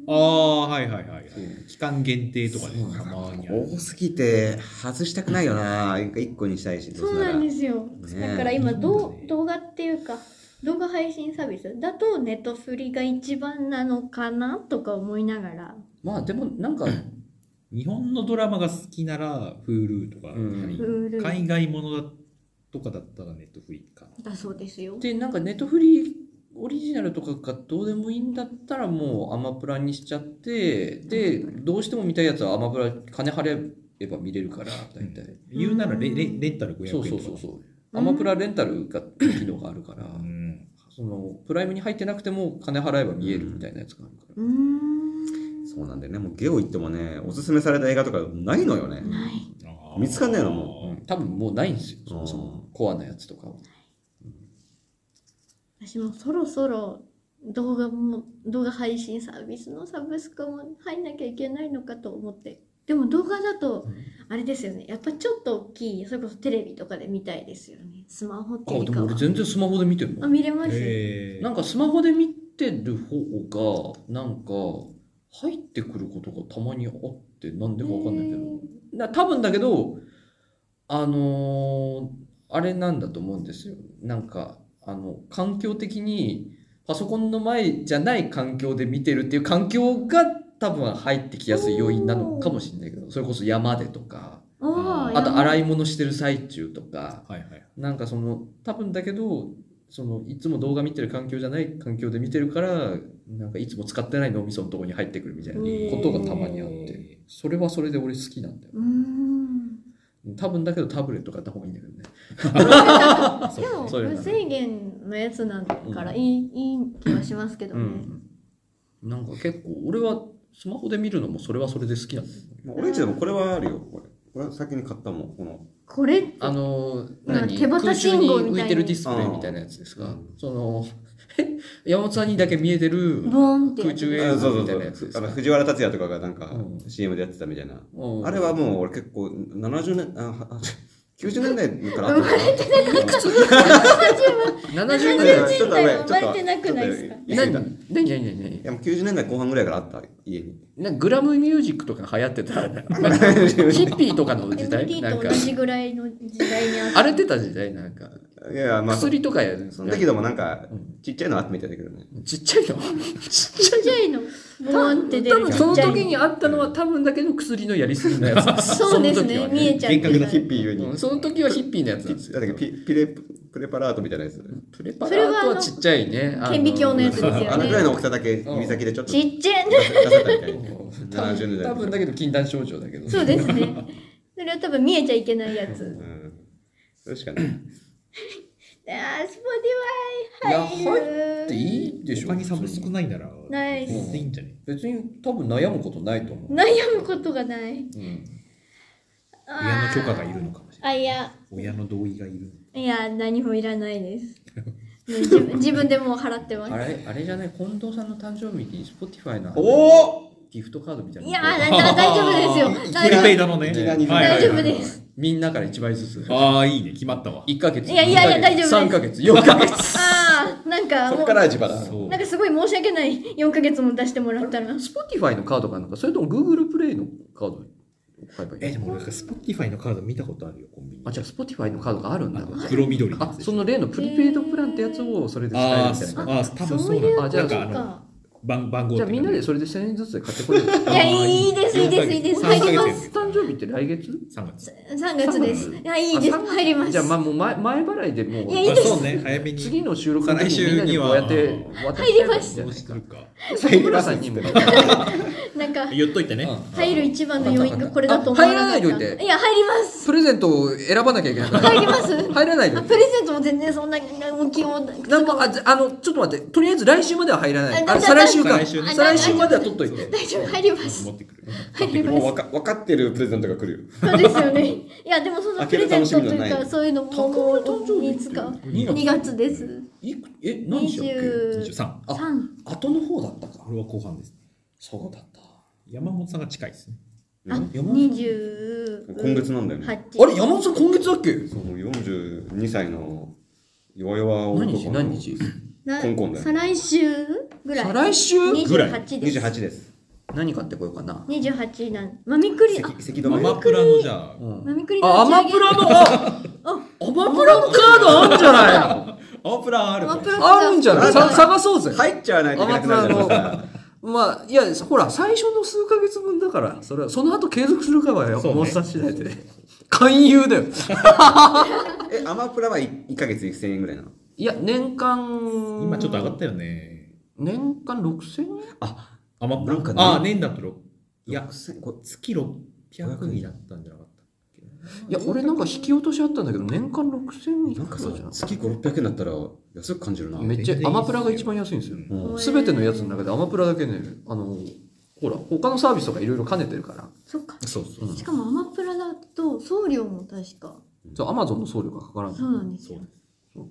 Speaker 4: ああ、はいはいはい。
Speaker 2: そう
Speaker 4: 期間限定とかで
Speaker 2: そう
Speaker 4: たまにある。
Speaker 3: 多すぎて外したくないよな。一個にしたいし、。
Speaker 1: そうなんですすよ。
Speaker 3: ね
Speaker 1: だから今ど
Speaker 4: ね
Speaker 1: う動画っていうか動画配信サービスだとネットフリが一番なのかなとか思いながら。
Speaker 2: まあでもなんか、
Speaker 4: 日本のドラマが好きなら Hulu とか、
Speaker 2: うん
Speaker 4: はい
Speaker 1: Hulu
Speaker 4: 海外ものだとかだったら Netflix かな。
Speaker 1: だそうですよ。
Speaker 2: で、なんかネットフリーオリジナルとかがどうでもいいんだったらもうアマプラにしちゃって、で、どうしても見たいやつはアマプラ金払えば見れるから、大体。
Speaker 4: 言うならレレレンタル500円
Speaker 2: そ
Speaker 4: と
Speaker 2: う
Speaker 4: か。
Speaker 2: そうそうそう。
Speaker 1: うん
Speaker 2: アマプラレンタルが機能があるから、
Speaker 4: うん
Speaker 2: そのプライムに入ってなくても金払えば見えるみたいなやつがあるから。
Speaker 1: うーん。
Speaker 3: そうなんだよね。もうゲオ行ってもね、おすすめされた映画とかないのよね。
Speaker 1: ない。
Speaker 4: あー
Speaker 3: 見つかんないのも
Speaker 2: うん多分もうないんですよ、そもそうも。コアなやつとかは。
Speaker 1: 私もそろそろ動画も、動画配信サービスのサブスクも入んなきゃいけないのかと思って。でも動画だと、あれですよね。やっぱちょっと大きい、それこそテレビとかで見たいですよね。スマホっ
Speaker 2: あ、
Speaker 1: ていう
Speaker 2: で
Speaker 1: か
Speaker 2: も俺
Speaker 1: は。
Speaker 2: 全然スマホで見てる
Speaker 1: あ、
Speaker 2: の。
Speaker 1: 見れます、
Speaker 4: へー
Speaker 2: なんかスマホで見てる方が、なんか、入ってくることがたまにあって、なんでかわかんないけど。な多分だけどあのーあれなんだと思うんですよなんかあの環境的にパソコンの前じゃない環境で見てるっていう環境が多分入ってきやすい要因なのかもしれないけどそれこそ山でとか
Speaker 1: おー
Speaker 2: あと洗
Speaker 1: い。
Speaker 2: い物してる最中とか
Speaker 4: はいはい。
Speaker 2: なんかその多分だけどそのいつも動画見てる環境じゃない環境で見てるからなんかいつも使ってない脳みそのとこに入ってくるみたいなことがたまにあってそれはそれで俺好きなんだよ
Speaker 1: うーん。
Speaker 2: 多分だけどタブレット買った方がいいんだけどね。
Speaker 1: でも
Speaker 2: そういうの
Speaker 1: 無制限のやつなんだからいい,、いい気はしますけどね、
Speaker 2: なんか結構俺はスマホで見るのもそれはそれで好きなんだよね。
Speaker 3: もう俺んちでもこれはあるよ、これ。これは先に買ったもん、この。
Speaker 1: これって
Speaker 2: あのー、
Speaker 1: なんか
Speaker 2: 何
Speaker 1: 手旗信号
Speaker 2: 空中に
Speaker 1: みたいに
Speaker 2: 浮いてるディスプレイみたいなやつですが、
Speaker 3: うん
Speaker 2: その、 *laughs* 山本さんにだけ見えてる
Speaker 1: ボーンってや
Speaker 2: 空
Speaker 1: つ
Speaker 2: 中映
Speaker 3: あ
Speaker 2: 像
Speaker 3: そう
Speaker 2: みたいなやつ
Speaker 3: そう
Speaker 2: で
Speaker 3: そ
Speaker 2: す
Speaker 3: う。あの
Speaker 2: か。
Speaker 3: 藤原竜也とかがなんか
Speaker 2: う
Speaker 3: CM でやってたみたいな。
Speaker 2: うん
Speaker 3: あれはもう俺結構70年、あは90年代からあった
Speaker 1: 年
Speaker 2: 70年
Speaker 3: *laughs*
Speaker 1: 代
Speaker 2: 代
Speaker 1: は
Speaker 3: ちょっと上
Speaker 1: 生まれてなくないですか
Speaker 3: ちょっと
Speaker 2: 何
Speaker 3: いやい
Speaker 2: 何何何何
Speaker 3: やもう90年代後半ぐらいからあった、家に。
Speaker 2: なんかグラムミュージックとか流行っ
Speaker 1: *laughs*
Speaker 2: てた。なんかヒッピーとかの時代
Speaker 1: MT
Speaker 2: なん
Speaker 1: と
Speaker 2: か
Speaker 1: 同、じぐらいの時代にあった
Speaker 2: 荒れてた時代なんか、
Speaker 3: いやいや、まあ、そ
Speaker 2: 薬とかやる。
Speaker 3: その時でもなんか
Speaker 2: う、ん
Speaker 3: ちっちゃいのあったみたいだけどね。
Speaker 2: ちっちゃい
Speaker 1: ち
Speaker 2: の
Speaker 1: っちゃいのボーンって出
Speaker 2: 多
Speaker 1: る
Speaker 2: 分その
Speaker 1: ちっちゃい
Speaker 2: 時にあったのは多分だけど薬のやりすぎのやつなんです
Speaker 1: そうですね
Speaker 2: その時は
Speaker 1: 見えちゃって
Speaker 3: 幻
Speaker 1: た
Speaker 3: 覚のヒッピーゆえに。
Speaker 2: うんその時はヒッピーのやつなんです
Speaker 3: だ
Speaker 2: よ
Speaker 3: っけピピレプレパラートみたいなやつ。
Speaker 2: プレパラートはちっちゃいねあの
Speaker 1: 顕微鏡のやつですよね
Speaker 3: あのぐらいの大きさだけ指先でちょっと出せ
Speaker 1: ちっちゃい
Speaker 3: 出せたみたいな。
Speaker 2: うん多
Speaker 3: 70年
Speaker 2: 分
Speaker 3: 代
Speaker 2: 多分だけど禁断症状だけど
Speaker 1: そうですねそれは多分見えちゃいけないや
Speaker 3: う
Speaker 1: つ
Speaker 3: ん。それしかない。
Speaker 1: あース
Speaker 2: いや
Speaker 1: ポティファイ
Speaker 2: 入っていいでしょ
Speaker 4: 他にサブスクないなら、
Speaker 1: ない
Speaker 4: 全然いいんじゃね
Speaker 2: 別に多分悩むことないと思う、
Speaker 1: 悩むことがない
Speaker 2: うん
Speaker 4: 親の許可が
Speaker 1: あ
Speaker 4: い
Speaker 1: ー
Speaker 4: るのかもしれない。
Speaker 1: あいや
Speaker 4: 親の同意がいるの
Speaker 1: いや、何もいらないです。ね自分自分でもう払ってます
Speaker 2: あ。れあれじゃない近藤さんの誕生日に Spotify の
Speaker 3: お
Speaker 2: ギフトカードみたいない
Speaker 1: や、だだ大丈夫ですよ。
Speaker 4: プ
Speaker 1: 大
Speaker 4: リ
Speaker 1: 丈
Speaker 4: ペイ
Speaker 1: 夫
Speaker 4: だのね。
Speaker 3: いきなり
Speaker 4: はいはいはい
Speaker 1: 大丈夫です。
Speaker 2: みんなから1倍ずつ
Speaker 4: ああ、いいね。決まったわ。
Speaker 2: 1ヶ月
Speaker 1: いやいやいや大丈夫です
Speaker 2: 3ヶ月4ヶ *laughs* 月
Speaker 1: ああ、なんか
Speaker 3: そ
Speaker 1: も
Speaker 3: っ
Speaker 1: う、
Speaker 3: から
Speaker 1: な。
Speaker 3: 自腹。
Speaker 4: そうん
Speaker 1: かすごい申し訳ない。4ヶ月も出してもらったら。
Speaker 2: Spotify のカードかなんかそれとも Google プレイのカードを買えばいいの
Speaker 4: え、でも俺、スポティファイのカード見たことあるよ、コンビニ。
Speaker 2: あ、じゃあ Spotify のカードがあるんだ
Speaker 4: あ。黒緑のや
Speaker 2: あ
Speaker 4: つ、でし
Speaker 2: そ
Speaker 4: ょ
Speaker 2: の例のプリペイドプランってやつをそれで使える
Speaker 4: あ
Speaker 2: み
Speaker 4: ー
Speaker 2: たい
Speaker 4: そ
Speaker 2: な。
Speaker 4: あー、多分
Speaker 1: そう
Speaker 4: そう
Speaker 1: いう
Speaker 4: な
Speaker 1: こ
Speaker 2: あ
Speaker 4: ん
Speaker 2: じゃ
Speaker 4: だ。
Speaker 2: あ
Speaker 4: なんかあの、
Speaker 1: か。
Speaker 4: 番番号
Speaker 2: じゃ
Speaker 4: と
Speaker 2: あ
Speaker 4: か
Speaker 2: みんなでそれで1000円ずつで買ってこれる。
Speaker 1: いや、いいです、いいです、いいです。入りま
Speaker 4: 四ヶ
Speaker 1: す。
Speaker 4: 月
Speaker 2: 誕生日って来月
Speaker 4: 3月。
Speaker 1: 3月です。いや、いいです。
Speaker 2: あ三
Speaker 1: 入ります。
Speaker 2: じゃあまあもう前前払いでもう
Speaker 1: いやいいです
Speaker 4: あそうね、早めに。
Speaker 2: 次の収録の時にみんなにこうやって渡
Speaker 1: 入りまし
Speaker 4: そうするか。
Speaker 2: 入りましたにも。
Speaker 1: なんか、
Speaker 4: 言っといてね。
Speaker 1: 入る一番の要因がこれだと思
Speaker 2: あ
Speaker 1: わ
Speaker 2: 入
Speaker 1: な
Speaker 2: ら
Speaker 1: か
Speaker 2: な
Speaker 1: った。
Speaker 2: いでおいて
Speaker 1: いや、入ります。
Speaker 2: プレゼントを選ばなきゃいけないから。
Speaker 1: 入ります。
Speaker 2: 入らないでお
Speaker 1: あ
Speaker 2: い
Speaker 1: プ
Speaker 2: て。
Speaker 1: レゼントも全然そんな、大きいもん。
Speaker 2: なんもあずあのちょっと待ってとりあえず来週までは入らない。
Speaker 1: あ
Speaker 2: あれ再来週
Speaker 4: 再
Speaker 2: か。
Speaker 4: 来週ね
Speaker 2: 再来週までは取っといて。
Speaker 1: 大丈夫、入ります
Speaker 4: 持。ってくる。
Speaker 1: 入ります
Speaker 3: もう。わか分かってるプレゼントが来るよ。
Speaker 1: そうですよね。いやでもその
Speaker 3: 開
Speaker 1: プ
Speaker 3: け
Speaker 1: レ
Speaker 3: る
Speaker 1: ゼン
Speaker 3: 楽し
Speaker 1: ト
Speaker 3: み
Speaker 1: と
Speaker 3: じゃない
Speaker 1: いうかそういうのも
Speaker 2: 匠の誕生日
Speaker 1: に使う。
Speaker 2: 二
Speaker 1: 2月です。
Speaker 2: いくえ何しよう
Speaker 1: 23
Speaker 4: 23。
Speaker 2: あ後の方だったか
Speaker 4: これは後半ですね。
Speaker 2: そうだった
Speaker 4: 山本さんが近いですね。
Speaker 1: あ
Speaker 2: 山
Speaker 1: 二十
Speaker 3: 今月なんだよね。
Speaker 2: あれ山本さん今月だっけ
Speaker 3: そう、42歳の弱々男の。
Speaker 2: 何日何日
Speaker 3: 香港だよ
Speaker 1: 再来週ぐらい
Speaker 2: 再来週
Speaker 4: ぐらい
Speaker 1: 28です
Speaker 3: ?28 です。
Speaker 2: 何買ってこようかな
Speaker 1: 28なんマミクリあ
Speaker 3: 赤赤止
Speaker 4: マ
Speaker 3: め。
Speaker 4: マプラのじゃあ、
Speaker 2: うん
Speaker 1: マミクリ
Speaker 2: あア
Speaker 1: 打
Speaker 2: マ
Speaker 1: ち
Speaker 2: プ
Speaker 1: 上げ
Speaker 2: ラのあアマプラのカードあるんじゃない
Speaker 4: マプラある
Speaker 1: アマプラ
Speaker 2: のあるんじゃないさ探そうぜ
Speaker 3: 入っちゃわないといけなくなるじゃないですか。
Speaker 2: まあいやほら最初の数ヶ月分だからそれはその後継続するかはよ
Speaker 4: そうね
Speaker 2: モンスター次第で勧誘だよ
Speaker 3: え、アマプラは1ヶ月1000円ぐらいなの
Speaker 2: いや年間
Speaker 4: 今ちょっと上がったよね。
Speaker 2: 年間6000円
Speaker 3: あ、
Speaker 4: アマプ
Speaker 3: なんか
Speaker 4: ラ
Speaker 3: ね
Speaker 4: あ、年だと6。いや、
Speaker 3: 6000こ
Speaker 4: 月600になったんじゃなかったっけ
Speaker 2: いや俺なんか引き落としあったんだけど年間6000円い
Speaker 3: なん
Speaker 2: く
Speaker 3: から
Speaker 2: じゃ
Speaker 3: さ
Speaker 2: ん、
Speaker 3: 月5、600円だったら安く感じるな。
Speaker 2: めっちゃアマプラが一番安いんですよ
Speaker 3: うん
Speaker 2: すべてのやつの中でアマプラだけね、あの、ほら、他のサービスとかいろいろ兼ねてるから。
Speaker 1: そっか。
Speaker 2: そうそう
Speaker 1: しかもアマプラだと送料も確か。
Speaker 2: そう、アマゾンの送料がかからない
Speaker 1: そうなんです
Speaker 4: そう
Speaker 1: よ
Speaker 4: で。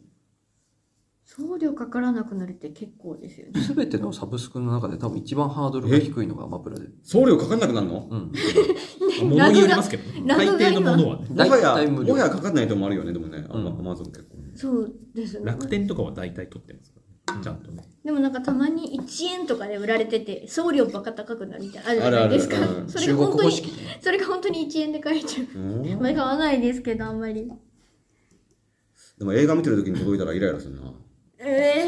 Speaker 1: 送料かからなくなるって結構ですよね。
Speaker 2: すべてのサブスクの中で多分一番ハードルが低いのがアマプラで。
Speaker 3: 送料かかんなくなるの
Speaker 2: うん。
Speaker 4: す。物によりますけどね。
Speaker 1: ラ
Speaker 4: 大
Speaker 1: グが
Speaker 4: 抵のものはね。
Speaker 3: もはや、
Speaker 2: 大体無料
Speaker 3: もはやかかんないとこもあるよね、でもね、アマ
Speaker 2: うん
Speaker 3: アマゾン結構。
Speaker 1: そうですね。
Speaker 4: 楽天とかは大体取ってますからね、ちゃんとね。
Speaker 1: でもなんかたまに1円とかで売られてて送料バカ高くなるみたいなあるじ
Speaker 3: あ
Speaker 1: ゃ
Speaker 3: る
Speaker 1: な
Speaker 3: あ
Speaker 1: い
Speaker 3: る
Speaker 1: ですか
Speaker 3: うん
Speaker 1: それ
Speaker 2: 中
Speaker 1: が
Speaker 2: 国
Speaker 1: 本当
Speaker 2: 方
Speaker 1: に
Speaker 2: 式ね。
Speaker 1: それが本当に1円で買えちゃう
Speaker 3: うん
Speaker 1: まあ買わないですけどあんまり
Speaker 3: でも映画見てる時に届いたらイライラするな。
Speaker 1: ええ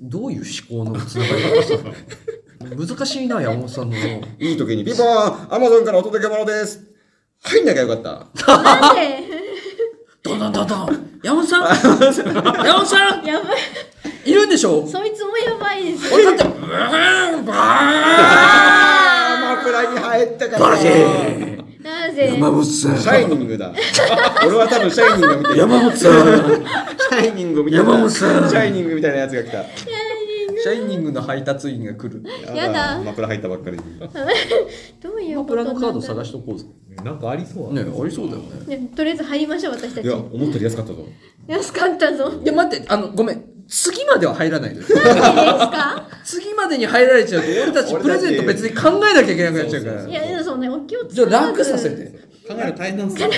Speaker 2: どういう思考のつながり方したの難しいな、山本さんの。
Speaker 3: いい時に、ピンポーン !Amazon からお届け物です入んなきゃよかった。
Speaker 1: なんで *laughs*
Speaker 2: どんどんどんどん山本さん山本さん
Speaker 1: やばい
Speaker 2: いるんでしょ
Speaker 1: そいつもやばいです
Speaker 2: 俺だって、うーん、バーン
Speaker 3: あー、マフラーに入ったから。
Speaker 1: なぜ
Speaker 2: 山本さん
Speaker 3: シャイニングだ。 *laughs* 俺は多分シャイニングを見てる。
Speaker 2: 山本さん
Speaker 3: シャイニングを見てる。
Speaker 2: 山本さん
Speaker 3: シャイニングみたいなやつが来た。
Speaker 2: シャイニングの配達員が来る。
Speaker 1: やだ
Speaker 3: マフラー入ったばっかりに。
Speaker 1: どういうこ
Speaker 2: アプ
Speaker 1: と
Speaker 2: ラ
Speaker 1: な
Speaker 2: の
Speaker 1: ん
Speaker 2: カ
Speaker 1: だ
Speaker 2: ード探しとこうぜ。
Speaker 4: なんかありそう
Speaker 2: ねえありそうだよね。
Speaker 1: ねとりあえず入りましょう私た
Speaker 3: いや、
Speaker 1: ち
Speaker 3: 思ったより安かったぞ。
Speaker 1: 安かった
Speaker 2: *laughs*
Speaker 1: ぞ
Speaker 2: いや、待って、あの、ごめん。次までは入らないで。次までに入られちゃうと、俺たちプレゼント別に考えなきゃいけなくなっちゃうか
Speaker 4: そう
Speaker 2: ら
Speaker 1: い。やいやそうねお気をつ
Speaker 2: じゃあ
Speaker 1: け
Speaker 2: ランクさせて。
Speaker 4: 考える大変なんですよ。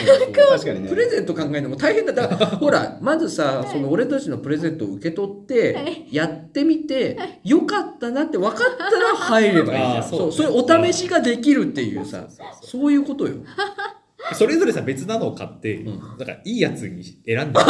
Speaker 3: 確かにね
Speaker 2: プ。レゼント考えるのも大変だ。だから、ほら、まずさ、その俺たちのプレゼントを受け取って、
Speaker 1: はい
Speaker 2: やってみて、よかったなって分かったら入ればいいじゃん。
Speaker 4: あー
Speaker 2: そ
Speaker 4: そうう
Speaker 2: それお試しができるっていうさ、そういうことよ。
Speaker 4: それぞれさ、別なのを買って、なんかいいやつに *laughs* 選んで、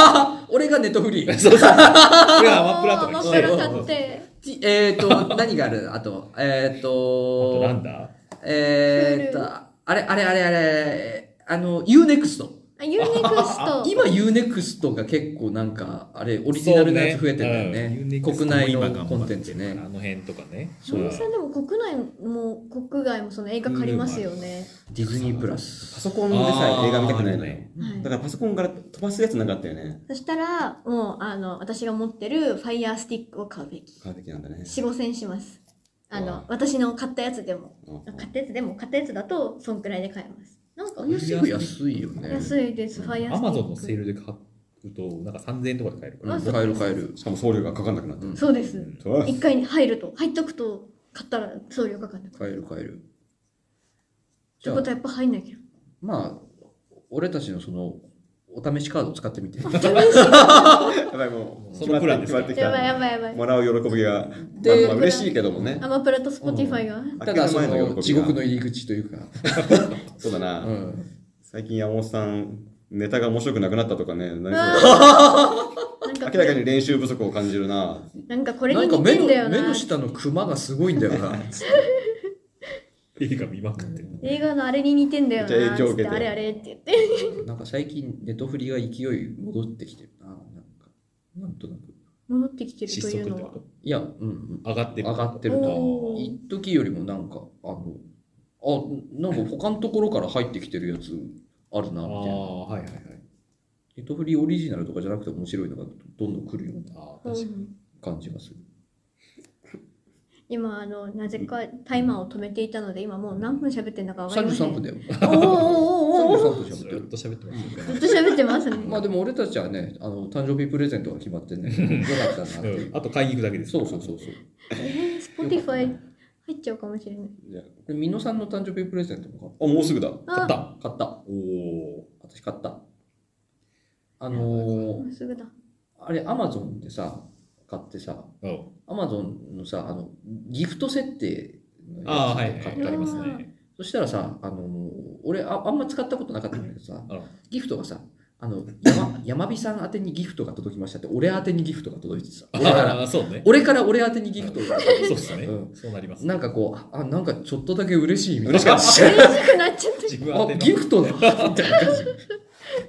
Speaker 2: 俺がネットフリー。
Speaker 4: そうそう。これはアマプラ
Speaker 1: あー
Speaker 4: とかに
Speaker 1: マ
Speaker 4: し
Speaker 1: プ
Speaker 4: て
Speaker 1: ラ買って
Speaker 2: ちえっ、ー、と、何があるあと、えっ、ー、
Speaker 4: あと
Speaker 2: と、
Speaker 4: なんだ
Speaker 2: えっ、ー、と、あれ、あれ、あれ、あれ、あの、UNEXT。
Speaker 1: あユーネクスト
Speaker 2: 今 UNEXT が結構なんか、あれ、オリジナルのやつ増えてんだよね。国内のコンテンツね
Speaker 4: あ。の辺とかね。
Speaker 1: 小野さんでも国内も国外もその映画借りますよね。
Speaker 2: ディズニープラス。
Speaker 3: パソコンでさ
Speaker 4: あ、ー
Speaker 3: 映画見たくないのよ。
Speaker 1: はい
Speaker 3: だからパソコンから飛ばすやつなかったよね。
Speaker 1: そしたら、もう、あの、私が持ってるファイヤースティックを買うべき。
Speaker 3: 買うべきなんだね。
Speaker 1: 4、5千します。あ
Speaker 3: う
Speaker 1: の
Speaker 3: わ、
Speaker 1: 私の買ったやつでも。
Speaker 3: うん
Speaker 1: 買ったやつでも、買ったやつだと、そんくらいで買えます。なんか、
Speaker 2: USF 安いよね。
Speaker 1: 安いです、ファイヤー
Speaker 4: ア
Speaker 1: スティ
Speaker 4: マ
Speaker 1: ック。
Speaker 4: ゾンのセールで買うと、なんか3000円とかで買えるか
Speaker 1: あ
Speaker 4: ら。
Speaker 1: そう
Speaker 2: 買える買える。
Speaker 3: しかも送料がかかんなくなってる。
Speaker 1: そうです。
Speaker 3: そう
Speaker 1: 一回に入ると、入っとくと、買ったら送料かかる。
Speaker 2: 買える買える。
Speaker 1: ってことはやっぱ入んなき *laughs* ゃ。
Speaker 2: まあ、俺たちのその、お試しカードを使ってみて。
Speaker 4: *laughs*
Speaker 3: やばい、もう、 *laughs*
Speaker 4: そのプランで
Speaker 3: 決
Speaker 4: すか
Speaker 3: まってき
Speaker 1: やばい
Speaker 3: た。
Speaker 1: やばいやばい。
Speaker 3: もらう喜びが、
Speaker 2: で
Speaker 3: まあまあ嬉しいけどもね
Speaker 1: ア。マプラとスポティファイが。
Speaker 2: ただそ
Speaker 3: 開ける
Speaker 2: の、
Speaker 3: 前喜びが
Speaker 2: 地獄の入り口というか。
Speaker 3: そうだ
Speaker 2: う
Speaker 3: な。
Speaker 2: ん。
Speaker 3: 最近山本さん、ネタが面白くなくなったとかね、何
Speaker 1: あ
Speaker 3: それ
Speaker 1: なん
Speaker 3: 明らか
Speaker 1: か、
Speaker 3: に練習不足を感じるな。
Speaker 1: なんかこれ
Speaker 2: な
Speaker 1: に
Speaker 2: んか
Speaker 1: 似
Speaker 2: 目
Speaker 1: て
Speaker 2: の
Speaker 1: んだよ
Speaker 2: 目
Speaker 1: な
Speaker 2: の。下のクマがすごいんだよな。 *laughs*
Speaker 4: 映画見まくってる。
Speaker 1: 映画のあれに似てんだよな
Speaker 3: めっちゃ影響
Speaker 1: つ
Speaker 3: 受
Speaker 1: っ
Speaker 3: けて
Speaker 1: てあれあれって言って
Speaker 2: なんか最近、ネトフリが勢い戻ってきてるな。なんか、なんとなく。
Speaker 1: 戻ってきてる
Speaker 4: 失
Speaker 1: とい
Speaker 4: 速っ
Speaker 1: う
Speaker 4: て
Speaker 1: のは
Speaker 4: こ
Speaker 2: いや、うんうん。
Speaker 4: と上がってる。
Speaker 2: 上がってる
Speaker 1: おー
Speaker 2: 一時よりもなんか、あの、あ、なんか他のところから入ってきてるやつあるな、
Speaker 4: あ
Speaker 2: みたいな。
Speaker 4: あ、はいはいはい。
Speaker 2: ネトフリオリジナルとかじゃなくて面白いのがどんどん来るような
Speaker 4: ああ、
Speaker 1: う
Speaker 4: 確か
Speaker 1: ん
Speaker 2: 感じがする。
Speaker 1: 今あのなぜかタイマーを止めていたので今もう何分喋ってんだか分かりません
Speaker 2: 33分だよ。
Speaker 1: おーおーおーおー
Speaker 2: 33分
Speaker 4: に。ず
Speaker 2: 喋ってる。
Speaker 4: っと喋ってますよね。
Speaker 1: ずっと喋ってます
Speaker 2: *laughs*
Speaker 1: ね
Speaker 2: まあでも俺たちはね、あの、誕生日プレゼントが決まって
Speaker 4: *laughs*
Speaker 2: ね、よかったなっていう
Speaker 4: うんあと買いに行くだけです。
Speaker 2: そうそうそうそう。
Speaker 1: えー、Spotify 入っちゃうかもしれない
Speaker 3: じゃあ
Speaker 2: で、美濃さんの誕生日プレゼントも買っ
Speaker 3: あ、もうすぐだ。
Speaker 2: 買っ
Speaker 1: あ
Speaker 2: た。買った。
Speaker 4: おお
Speaker 2: 私買った。あの
Speaker 1: も
Speaker 2: ー
Speaker 1: うすぐだ
Speaker 2: あれ、アマゾンでさ、買ってさ、
Speaker 4: ー。うん
Speaker 2: アマゾンのさ、あの、ギフト設定の
Speaker 4: ああ、はい
Speaker 2: や
Speaker 4: は
Speaker 2: つ
Speaker 4: い。
Speaker 2: 買
Speaker 1: あ
Speaker 2: って
Speaker 1: ー
Speaker 2: あ
Speaker 4: あ
Speaker 2: り
Speaker 4: り
Speaker 2: ま
Speaker 4: ますす
Speaker 2: ね。
Speaker 4: ね。
Speaker 2: そしたらさ、あのー、俺あ、あんま使ったことなかったんだけどさ、
Speaker 4: あ
Speaker 2: ギフトがさ、あの、山山火さん宛てにギフトが届きましたって、俺宛てにギフトが届いてさ、俺から、
Speaker 4: あー、 *laughs* そうね。
Speaker 2: 俺から俺宛てにギフトが
Speaker 4: そうですね
Speaker 2: う。
Speaker 4: そうなります。
Speaker 2: なんかこう、あ、なんかちょっとだけ嬉しいみたいな。
Speaker 3: 嬉し
Speaker 4: *laughs*
Speaker 3: かっ
Speaker 1: 嬉しくなっちゃっ
Speaker 4: 自分
Speaker 2: あ、
Speaker 4: 宛て
Speaker 2: ギ
Speaker 4: の
Speaker 2: フトだみたいな感じ。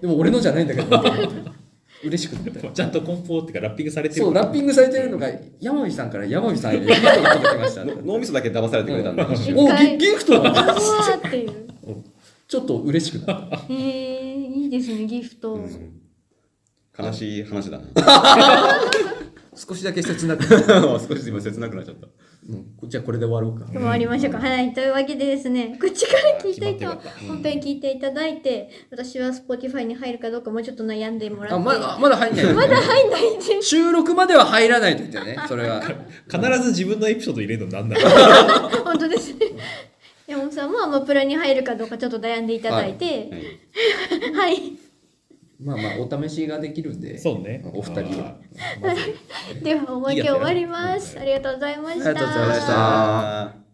Speaker 2: でも俺のじゃないんだけど、みたいな嬉しくなった。
Speaker 4: ちゃんと梱包っていうかラッピングされてる
Speaker 2: そう、ラッピングされてるのが、山火さんから山火さんへギフトが届きました。
Speaker 3: の脳みそだけ騙されてくれたん *laughs* だ。一瞬
Speaker 2: おギギフトだ
Speaker 1: たうわーっていう
Speaker 2: ちょっと嬉しくなった。
Speaker 1: えー、いいですねギフト、
Speaker 3: *laughs* うん悲しい話だな。
Speaker 2: 少しだけ切なくなる
Speaker 3: 少し今切なくなっちゃった。
Speaker 2: うんじゃあこれで終わろうか
Speaker 6: 終わりましょうか。はい。というわけでですね、こっちから聞い
Speaker 4: あー決ま
Speaker 6: た人は
Speaker 4: ってよかったうん
Speaker 6: 本編聞いていただいて、私は Spotify に入るかどうかもうちょっと悩んでもらって。
Speaker 2: あまだまだ入んないよね、
Speaker 6: まだ入んないんで。
Speaker 2: 収録までは入らないと言ってねそれは
Speaker 4: 必ず自分のエピソード入れるのなんだ
Speaker 2: *laughs*
Speaker 4: ろう
Speaker 6: 本当ですね。山本さんもアマプラに入るかどうかちょっと悩んでいただいて、
Speaker 3: はい
Speaker 6: はい。
Speaker 2: まあまあお試しができるんで
Speaker 4: そうね
Speaker 2: お二人は
Speaker 4: あーまず
Speaker 6: では、おまけ終わります。ありがとうございました。
Speaker 2: ありがとうございました
Speaker 3: あー